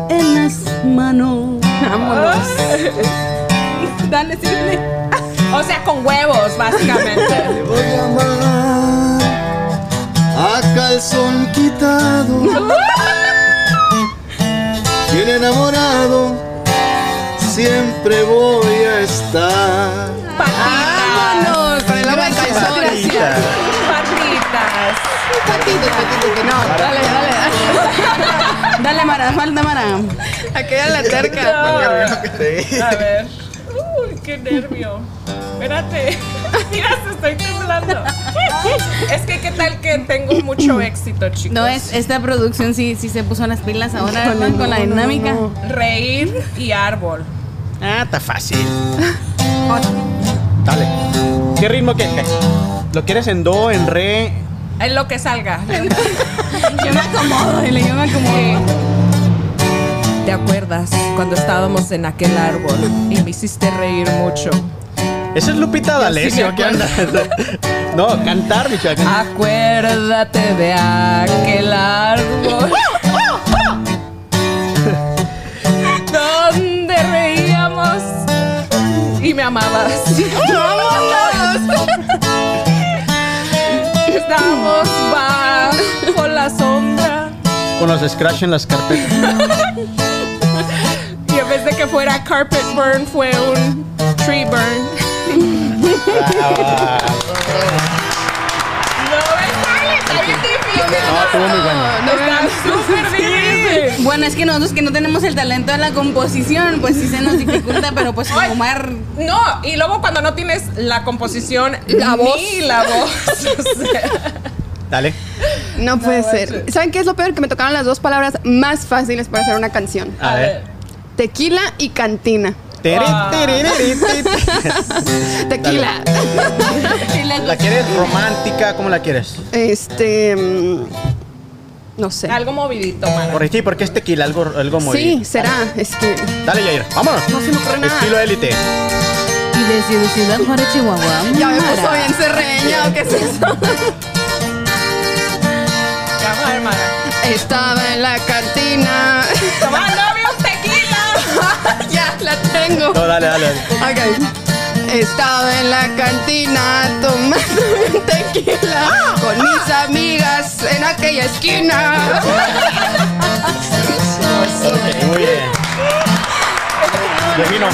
Speaker 3: en las manos. Vámonos. Dale, síguele.
Speaker 4: O sea, con huevos, básicamente.
Speaker 8: Voy a amar a calzón quitado. Bien enamorado, siempre voy a estar.
Speaker 4: Patitas.
Speaker 3: Ah.
Speaker 1: Vámonos. Con el agua de calzón.
Speaker 4: Patitas.
Speaker 7: Tantito, tantito, tantito.
Speaker 3: Dale, dale, dale. Dale, Mara, falta Mara.
Speaker 1: Aquella la terca.
Speaker 4: A ver. Uy, qué nervio. Espérate. Mira, se estoy temblando. Es que qué tal que tengo mucho éxito, chicos.
Speaker 3: No, es, esta producción sí, sí se puso las pilas ahora ¿verdad? con la dinámica.
Speaker 4: reír y árbol.
Speaker 2: Ah, está fácil. Dale. ¿Qué ritmo que ¿Lo quieres en do, en re?
Speaker 4: Es lo que salga.
Speaker 3: Yo me acomodo, dile, yo me acomodo.
Speaker 4: ¿Te acuerdas cuando estábamos en aquel árbol y me hiciste reír mucho?
Speaker 2: Esa es Lupita D'Alessio.
Speaker 4: me
Speaker 2: ¿Qué
Speaker 4: acuerdo. Ah.
Speaker 2: andas? No, cantar, bicho. cantar.
Speaker 4: Acuérdate de aquel árbol. donde reíamos y me amabas. Estábamos bajo la sombra
Speaker 2: Con los scratch en las carpetas.
Speaker 4: y en vez de que fuera carpet burn fue un tree burn. No me sale, está bien difícil.
Speaker 2: No, estuvo muy bueno.
Speaker 4: Está súper difícil.
Speaker 3: Bueno, es que nosotros que no tenemos el talento de la composición, pues sí se nos dificulta, pero pues como Mar
Speaker 4: No, y luego cuando no tienes la composición, la voz. Ni la voz. o sea.
Speaker 2: Dale.
Speaker 1: No puede ser. ¿Saben qué es lo peor? Que me tocaron las dos palabras más fáciles para hacer una canción.
Speaker 2: A ver.
Speaker 1: Tequila y cantina.
Speaker 2: Tere,
Speaker 4: Wow.
Speaker 2: tere, tere, tere.
Speaker 1: Tequila.
Speaker 2: ¿La quieres romántica? ¿Cómo la quieres?
Speaker 1: Este. mm, No sé.
Speaker 4: Algo movidito, mano.
Speaker 2: Por sí, porque es tequila, algo, algo muy.
Speaker 1: Sí, será. Es que.
Speaker 2: Dale, Jair. Vámonos.
Speaker 1: No se me ocurre nada.
Speaker 2: Estilo élite.
Speaker 3: y desde Ciudad Juárez, Chihuahua.
Speaker 1: Ya me puso bien serreña o qué es eso.
Speaker 4: Vamos, hermana.
Speaker 1: Estaba en la cantina.
Speaker 4: Tomándome un tequila.
Speaker 1: ya la tengo.
Speaker 2: No, dale, dale. dale.
Speaker 1: Ok. Estaba en la cantina tomando un tequila con mis amigas en aquella esquina.
Speaker 2: Ok, muy bien. Levino.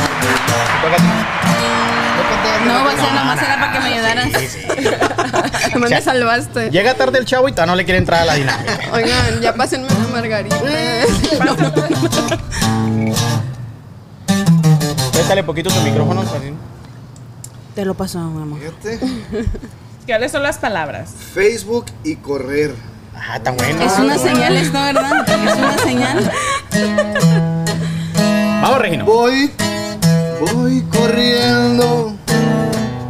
Speaker 3: No, va a ser nomás era para que me ayudaras.
Speaker 1: Me la salvaste.
Speaker 2: Llega tarde el chavo y ta- no le quiere entrar a la dinámica.
Speaker 1: Oigan, ya pásenme la margarita.
Speaker 2: Pésale poquito tu micrófono. así.
Speaker 3: Te lo paso, mi amor.
Speaker 8: Fíjate,
Speaker 4: ¿Cuáles son las palabras?
Speaker 8: Facebook y correr.
Speaker 2: Ah, está bueno.
Speaker 3: Es una señal esto, ¿verdad? Es una señal.
Speaker 2: Vamos, Regino.
Speaker 5: Voy, voy corriendo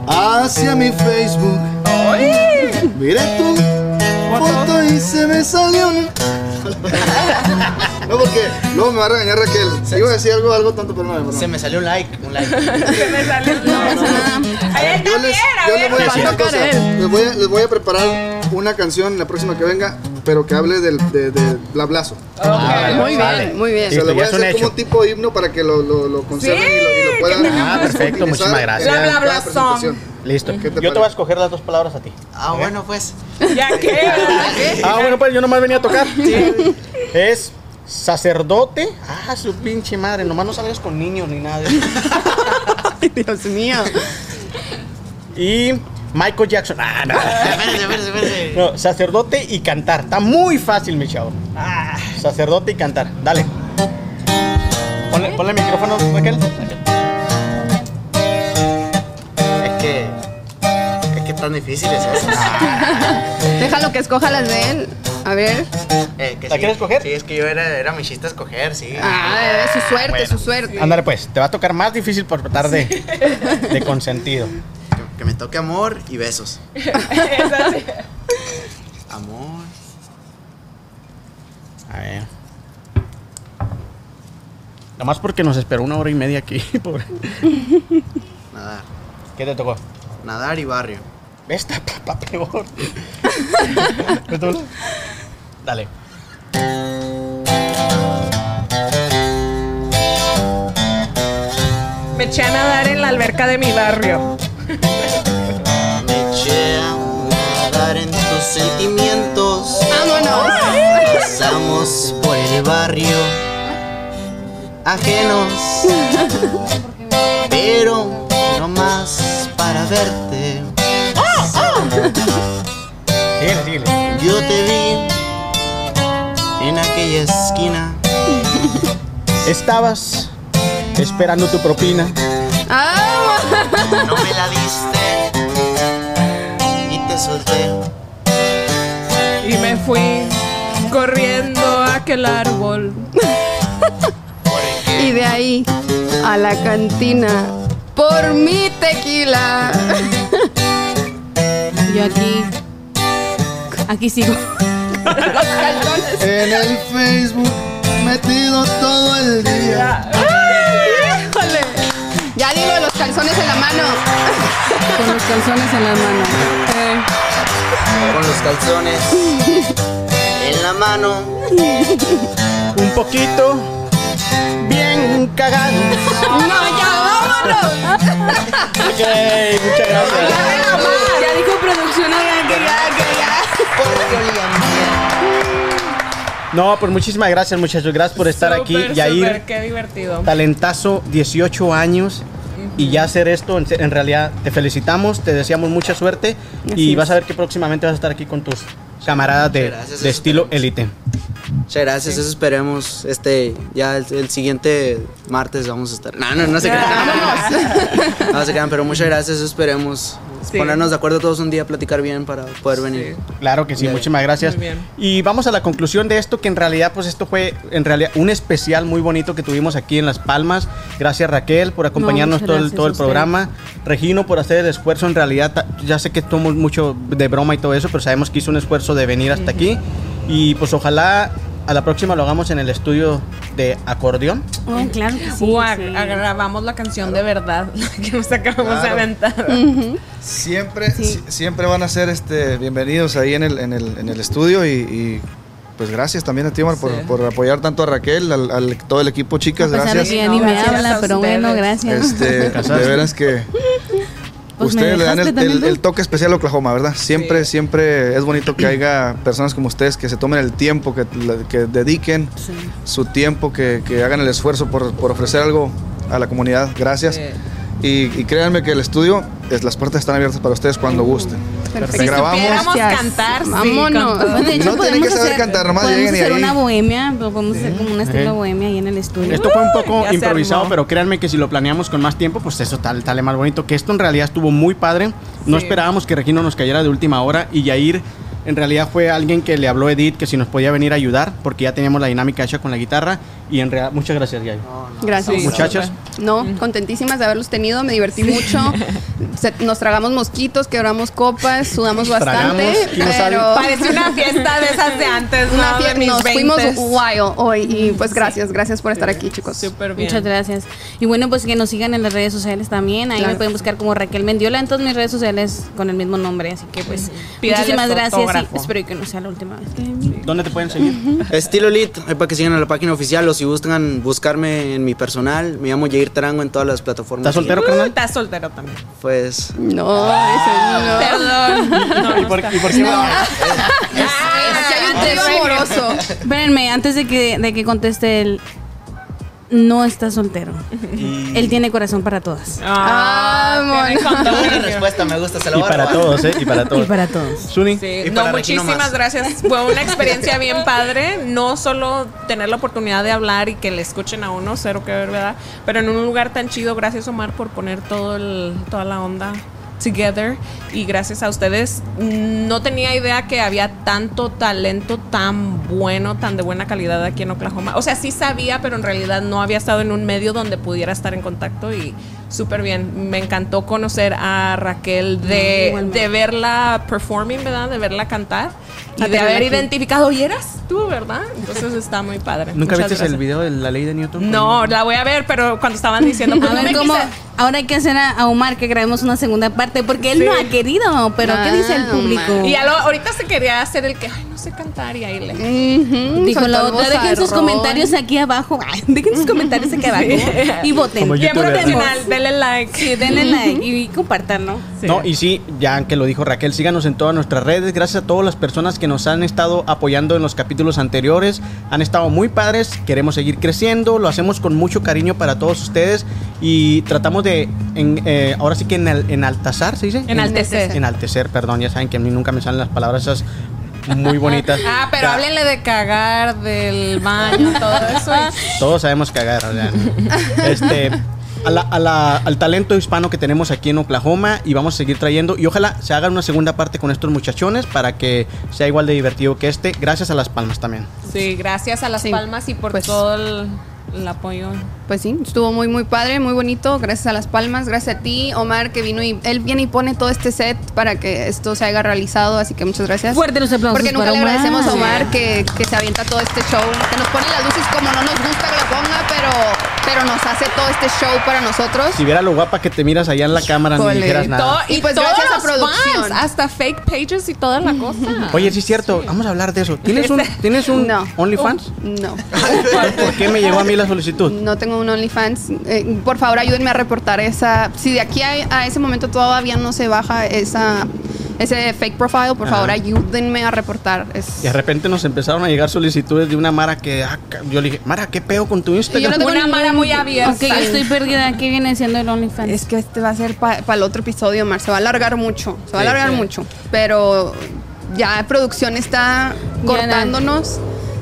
Speaker 5: hacia mi Facebook. Miré tu foto y se me salió. un-
Speaker 8: No, porque luego me va a regañar Raquel. Iba a decir algo, algo tanto, pero no, pero no.
Speaker 2: Se me salió un like. Un like.
Speaker 4: Que me sale el nombre.
Speaker 3: Ah,
Speaker 4: A él
Speaker 8: Yo
Speaker 4: también,
Speaker 8: les,
Speaker 4: a
Speaker 8: yo
Speaker 4: ver.
Speaker 8: les voy a decir una
Speaker 1: tocar
Speaker 8: cosa.
Speaker 1: él.
Speaker 8: Les voy, a, les voy a preparar una canción la próxima que venga, pero que hable del de, de Blablazo.
Speaker 2: Ah,
Speaker 1: Ah, Muy bien, muy bien.
Speaker 8: O sea,
Speaker 2: Listo,
Speaker 8: le voy
Speaker 2: ya
Speaker 8: a
Speaker 2: es un
Speaker 8: hacer como
Speaker 2: hecho.
Speaker 8: un tipo himno para que lo, lo, lo conserven y, lo, y lo puedan.
Speaker 2: Ah, perfecto,
Speaker 8: utilizar
Speaker 2: muchísimas gracias.
Speaker 8: en
Speaker 4: Bla, bla,
Speaker 8: cada
Speaker 4: bla,
Speaker 8: presentación.
Speaker 2: Listo.
Speaker 8: ¿Qué
Speaker 2: Yo te
Speaker 8: te
Speaker 2: voy a
Speaker 8: parece?
Speaker 2: escoger las dos palabras a ti.
Speaker 9: Ah, bueno, pues.
Speaker 4: Ya que.
Speaker 2: Ah, bueno, pues yo nomás venía a tocar. Es sacerdote. Ah, su pinche madre. Nomás no salgas con niños ni nada. de eso.
Speaker 1: Ay, Dios mío.
Speaker 2: Y Michael Jackson. Ah, no.
Speaker 9: Espérense, espérense, espérense.
Speaker 2: No, sacerdote y cantar. Está muy fácil, mi chavo.
Speaker 1: Ah.
Speaker 2: Sacerdote y cantar. Dale. Ponle, ponle el micrófono, Raquel.
Speaker 9: Es que. Es que tan difícil es eso. Ah,
Speaker 1: Déjalo que escoja las de él. A ver.
Speaker 9: Eh, que
Speaker 2: ¿La
Speaker 9: sí.
Speaker 2: quieres coger?
Speaker 9: Sí, es que yo era, era mi chiste escoger, sí.
Speaker 1: Ah, su suerte,
Speaker 9: Bueno.
Speaker 1: su suerte.
Speaker 2: Ándale, pues. Te va a tocar más difícil por tratar de, de consentido.
Speaker 9: Que, que me toque amor y besos. Amor.
Speaker 2: A ver. Nomás porque nos esperó una hora y media aquí. pobre.
Speaker 9: Nadar.
Speaker 2: ¿Qué te tocó?
Speaker 9: Nadar y barrio.
Speaker 2: Esta papa peor. Dale.
Speaker 4: Me eché a nadar en la alberca de mi barrio.
Speaker 9: Me eché a nadar en tus sentimientos.
Speaker 1: Vámonos.
Speaker 9: Pasamos por el barrio ajenos, pero no más para verte.
Speaker 2: Síguele, síguele.
Speaker 9: Yo
Speaker 5: Estabas esperando tu propina.
Speaker 1: Ah,
Speaker 9: No me la diste y te solté.
Speaker 4: Y me fui corriendo a aquel árbol.
Speaker 1: y de ahí a la cantina por mi tequila.
Speaker 3: Yo aquí. Aquí sigo.
Speaker 1: Los calzones.
Speaker 8: En el Facebook metido todo el día.
Speaker 1: ¡Ay, híjole! Ya digo los calzones en la mano.
Speaker 3: Con los calzones en las manos.
Speaker 9: Con los calzones en la mano.
Speaker 5: Un poquito bien cagado.
Speaker 1: No, ya vámonos.
Speaker 2: Ok, muchas gracias.
Speaker 3: Ya dijo producción oigan, que ya, que ya.
Speaker 2: No, pues muchísimas gracias, muchachos. Gracias por estar aquí.
Speaker 4: Súper, súper,
Speaker 2: Yair,
Speaker 4: Qué divertido.
Speaker 2: talentazo, 18 años. Y ya hacer esto, en, en realidad, te felicitamos, te deseamos mucha suerte. y vas a ver que próximamente vas a estar aquí con tus camaradas de,
Speaker 9: Gracias,
Speaker 2: de
Speaker 9: eso
Speaker 2: estilo
Speaker 9: esperemos.
Speaker 2: élite.
Speaker 9: Muchas gracias, eso esperemos. Este, ya el, el siguiente martes vamos a estar. No, no, no se crean. No se crean, pero muchas gracias, eso esperemos.
Speaker 4: Sí.
Speaker 9: Ponernos de acuerdo todos un día, platicar bien para poder venir.
Speaker 2: Claro que sí,
Speaker 9: Bien.
Speaker 2: muchísimas gracias.
Speaker 4: Muy bien.
Speaker 2: Y vamos a la conclusión de esto, que en realidad, pues esto fue en realidad un especial muy bonito que tuvimos aquí en Las Palmas. Gracias Raquel por acompañarnos
Speaker 3: muchas
Speaker 2: todo, el,
Speaker 3: gracias
Speaker 2: todo el
Speaker 3: a usted.
Speaker 2: programa. Regino por hacer el esfuerzo, en realidad, ta- ya sé que tomo mucho de broma y todo eso, pero sabemos que hizo un esfuerzo de venir hasta aquí. Y pues ojalá a la próxima lo hagamos en el estudio de acordeón.
Speaker 3: Oh, claro que sí.
Speaker 4: Uh, ag-
Speaker 3: sí.
Speaker 4: grabamos la canción de verdad la que nos acabamos de
Speaker 8: Claro.
Speaker 4: aventar.
Speaker 8: Siempre, si- siempre van a ser este, bienvenidos ahí en el, en el, en el estudio y, y, pues gracias también a ti, Omar, por,
Speaker 4: Sí.
Speaker 8: por apoyar tanto a Raquel, al, al- todo el equipo,
Speaker 3: A
Speaker 8: chicas,
Speaker 3: pesar de
Speaker 8: gracias.
Speaker 3: que ya Pues ni
Speaker 4: No,
Speaker 3: me
Speaker 4: gracias
Speaker 3: habla,
Speaker 4: a
Speaker 3: pero bueno,
Speaker 4: ustedes.
Speaker 3: gracias.
Speaker 8: Este, de veras que
Speaker 3: Pues me
Speaker 8: ustedes le dan el,
Speaker 3: dejaste también
Speaker 8: el-
Speaker 3: tú.
Speaker 8: el toque especial a Oklahoma, ¿verdad? Siempre, siempre es bonito que haya personas como ustedes que se tomen el tiempo, que, la- que dediquen su tiempo, que, que hagan el esfuerzo por, por ofrecer algo a la comunidad. Gracias.
Speaker 4: Sí.
Speaker 8: Y, y créanme que el estudio, es, las puertas están abiertas para ustedes cuando gusten.
Speaker 1: Perfecto.
Speaker 8: Grabamos.
Speaker 4: Pudiéramos
Speaker 1: Gracias.
Speaker 4: cantar, sí,
Speaker 1: Vámonos.
Speaker 4: con todo.
Speaker 3: Bueno, de hecho,
Speaker 8: No tienen
Speaker 3: podemos
Speaker 8: que saber
Speaker 3: hacer-
Speaker 8: cantar, nomás
Speaker 3: podemos
Speaker 8: lleguen y
Speaker 3: hacer
Speaker 8: ahí.
Speaker 3: una bohemia, pero podemos hacer como un estilo
Speaker 2: Ajá.
Speaker 3: bohemia ahí en el estudio.
Speaker 2: Esto fue un
Speaker 4: ya
Speaker 2: poco
Speaker 4: se
Speaker 2: improvisado,
Speaker 4: armó.
Speaker 2: pero créanme que si lo planeamos con más tiempo, pues eso tal, tal más bonito. Que esto en realidad estuvo muy padre. No
Speaker 4: Sí.
Speaker 2: esperábamos que Regino nos cayera de última hora y Yair en realidad fue alguien que le habló a Edith que si nos podía venir a ayudar porque ya teníamos la dinámica hecha con la guitarra y en realidad muchas gracias Yair.
Speaker 1: Gracias.
Speaker 4: Sí,
Speaker 2: Muchachas,
Speaker 1: No, contentísimas de haberlos tenido, me divertí mucho. Se- nos tragamos mosquitos, quebramos copas, sudamos bastante,
Speaker 2: Tragamos, ¿quién sabe?
Speaker 1: pero
Speaker 4: Parece una fiesta de esas de antes,
Speaker 1: una
Speaker 4: ¿no?
Speaker 1: fie-
Speaker 4: De mis
Speaker 1: nos fuimos
Speaker 4: 20s.
Speaker 1: wild hoy y pues gracias, gracias por estar aquí, chicos.
Speaker 4: Súper bien.
Speaker 3: Muchas gracias. Y bueno, pues que nos sigan en las redes sociales también. Ahí
Speaker 1: Claro.
Speaker 3: me pueden buscar como Raquel Mendiola en todas mis redes sociales con el mismo nombre. Así que pues
Speaker 4: Pídales
Speaker 3: muchísimas gracias
Speaker 4: autógrafo.
Speaker 3: y espero que no sea la última vez. que-
Speaker 2: ¿dónde te pueden seguir?
Speaker 9: Estilo Lit, ahí para que sigan a la página oficial o si buscan buscarme en mi personal, me llamo Jair Tarango en todas las plataformas.
Speaker 2: ¿Estás soltero,
Speaker 4: Uh,
Speaker 2: carnal?
Speaker 4: Estás soltero también.
Speaker 9: Pues
Speaker 1: No, eso no.
Speaker 4: Ah, Perdón. No,
Speaker 2: ¿Y por, y por qué?
Speaker 1: Es
Speaker 4: Ah,
Speaker 1: que hay un trío amoroso.
Speaker 3: Espérenme, antes de que, de que conteste él, no está soltero. Él tiene corazón para todas.
Speaker 4: Ah,
Speaker 1: Vámonos.
Speaker 4: tiene
Speaker 9: Buena
Speaker 4: contenido.
Speaker 9: respuesta, me gusta, se la
Speaker 2: Y
Speaker 9: voy a
Speaker 2: para
Speaker 9: robar.
Speaker 2: todos, ¿eh? Y para todos.
Speaker 3: Y para todos.
Speaker 2: Suni,
Speaker 4: Sí,
Speaker 9: Y
Speaker 4: no,
Speaker 9: para Regino
Speaker 4: muchísimas
Speaker 9: más.
Speaker 4: gracias. Fue una experiencia bien padre. No solo tener la oportunidad de hablar y que le escuchen a uno, cero que ver, ¿verdad? Pero en un lugar tan chido. Gracias, Omar, por poner todo el, toda la onda together. Y gracias a ustedes. No tenía idea que había tanto talento tan bueno, tan de buena calidad aquí en Oklahoma. O sea, sí sabía, pero en realidad no había estado en un medio donde pudiera estar en contacto y. Súper bien, me encantó conocer a Raquel de,
Speaker 3: Igualmente.
Speaker 4: de verla performing, ¿verdad? De verla cantar y
Speaker 3: A
Speaker 4: de
Speaker 3: tenerla
Speaker 4: haber
Speaker 3: aquí.
Speaker 4: identificado, y eras tú, ¿verdad? Entonces está muy padre.
Speaker 2: ¿nunca
Speaker 4: Muchas
Speaker 2: viste el
Speaker 4: gracias.
Speaker 2: video de la ley de Newton?
Speaker 4: No, la voy a ver, pero cuando estaban diciendo,
Speaker 3: A
Speaker 4: pues,
Speaker 3: ver
Speaker 4: me
Speaker 3: cómo.
Speaker 4: quise-
Speaker 3: Ahora hay que hacer a, a Omar que grabemos una segunda parte porque él no ha querido. Pero ¿qué dice el
Speaker 1: Ah,
Speaker 3: público?
Speaker 1: Omar.
Speaker 4: Y ya lo- ahorita se quería hacer el que, ay, no sé cantar y ahí le.
Speaker 1: Ujú,
Speaker 3: Dijo
Speaker 1: soltó
Speaker 3: la
Speaker 1: el
Speaker 3: otra, dejen sus
Speaker 1: vozarrón.
Speaker 3: comentarios aquí abajo. Ay, Dejen sus comentarios aquí abajo y voten.
Speaker 2: Como
Speaker 4: Bien
Speaker 2: youtuber.
Speaker 4: profesional, denle like.
Speaker 3: Sí, denle like y compartan, ¿no?
Speaker 2: No, y sí, ya que lo dijo Raquel, síganos en todas nuestras redes. Gracias a todas las personas que nos han estado apoyando en los capítulos anteriores. Han estado muy padres, queremos seguir creciendo, lo hacemos con mucho cariño para todos ustedes y tratamos de, en- eh, ahora sí que en enaltazar, ¿se dice?
Speaker 4: Enaltecer.
Speaker 2: Enaltecer, perdón, ya saben que a mí nunca me salen las palabras esas muy bonitas.
Speaker 4: Ah, pero háblenle de cagar, del baño, todo eso.
Speaker 2: Todos sabemos cagar, o sea, Este, a la- a la- al talento hispano que tenemos aquí en Oklahoma y vamos a seguir trayendo. Y ojalá se haga una segunda parte con estos muchachones para que sea igual de divertido que este. Gracias a Las Palmas también.
Speaker 4: Sí, gracias a Las
Speaker 1: Sí,
Speaker 4: Palmas y por
Speaker 1: pues.
Speaker 4: todo el, el apoyo.
Speaker 1: Pues sí, estuvo muy, muy padre, muy bonito. Gracias a Las Palmas, gracias a ti, Omar, que vino y él viene y pone todo este set para que esto se haya realizado. Así que muchas gracias.
Speaker 3: Fuerte los aplausos
Speaker 1: Porque nunca
Speaker 3: para
Speaker 1: le
Speaker 3: Omar.
Speaker 1: agradecemos a Omar que, que se avienta todo este show, que nos pone las luces como no nos gusta que lo ponga, pero, pero nos hace todo este show para nosotros.
Speaker 2: Si viera lo guapa que te miras allá en la cámara, no
Speaker 1: Híjole,
Speaker 2: dijeras
Speaker 4: Todo-
Speaker 2: nada.
Speaker 1: Y
Speaker 4: y,
Speaker 1: pues
Speaker 4: todos
Speaker 1: gracias a
Speaker 4: los
Speaker 1: producción.
Speaker 4: fans, hasta fake pages y toda la cosa.
Speaker 2: Oye, sí es cierto, vamos a hablar de eso. ¿Tienes un, ¿tienes un
Speaker 1: No.
Speaker 2: OnlyFans?
Speaker 1: No,
Speaker 2: ¿Por qué me llegó a mí la solicitud?
Speaker 1: no tengo un OnlyFans. Eh, por favor, ayúdenme a reportar esa. Si de aquí a, a ese momento todavía no se baja esa, ese fake profile, por
Speaker 2: Ajá.
Speaker 1: favor, ayúdenme a reportar. Es-
Speaker 2: Y de repente nos empezaron a llegar solicitudes de una Mara que. ah, ca- yo le dije, Mara, ¿qué pedo con tu
Speaker 1: Y yo
Speaker 2: Instagram?
Speaker 1: no tengo
Speaker 4: Una
Speaker 1: ningún-
Speaker 4: mara muy abierta.
Speaker 3: Ok, yo estoy perdida. ¿Qué viene siendo el OnlyFans?
Speaker 1: Es que este va a ser para el otro episodio, Mar. Se va a alargar mucho. Se va a
Speaker 2: Sí,
Speaker 1: alargar
Speaker 2: sí.
Speaker 1: mucho. Pero ya producción está
Speaker 3: Ya
Speaker 1: cortándonos.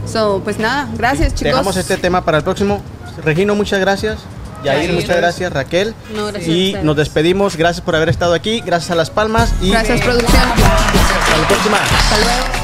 Speaker 1: So, pues nada, gracias chicos.
Speaker 2: Dejamos este tema para el próximo. Regino, muchas gracias. Yair,
Speaker 4: Yair.
Speaker 2: muchas gracias. Raquel.
Speaker 3: No, gracias a
Speaker 2: y
Speaker 3: ustedes.
Speaker 2: nos despedimos. Gracias por haber estado aquí. Gracias a Las Palmas. Y
Speaker 1: Gracias producción.
Speaker 2: hasta la próxima.
Speaker 1: Hasta luego.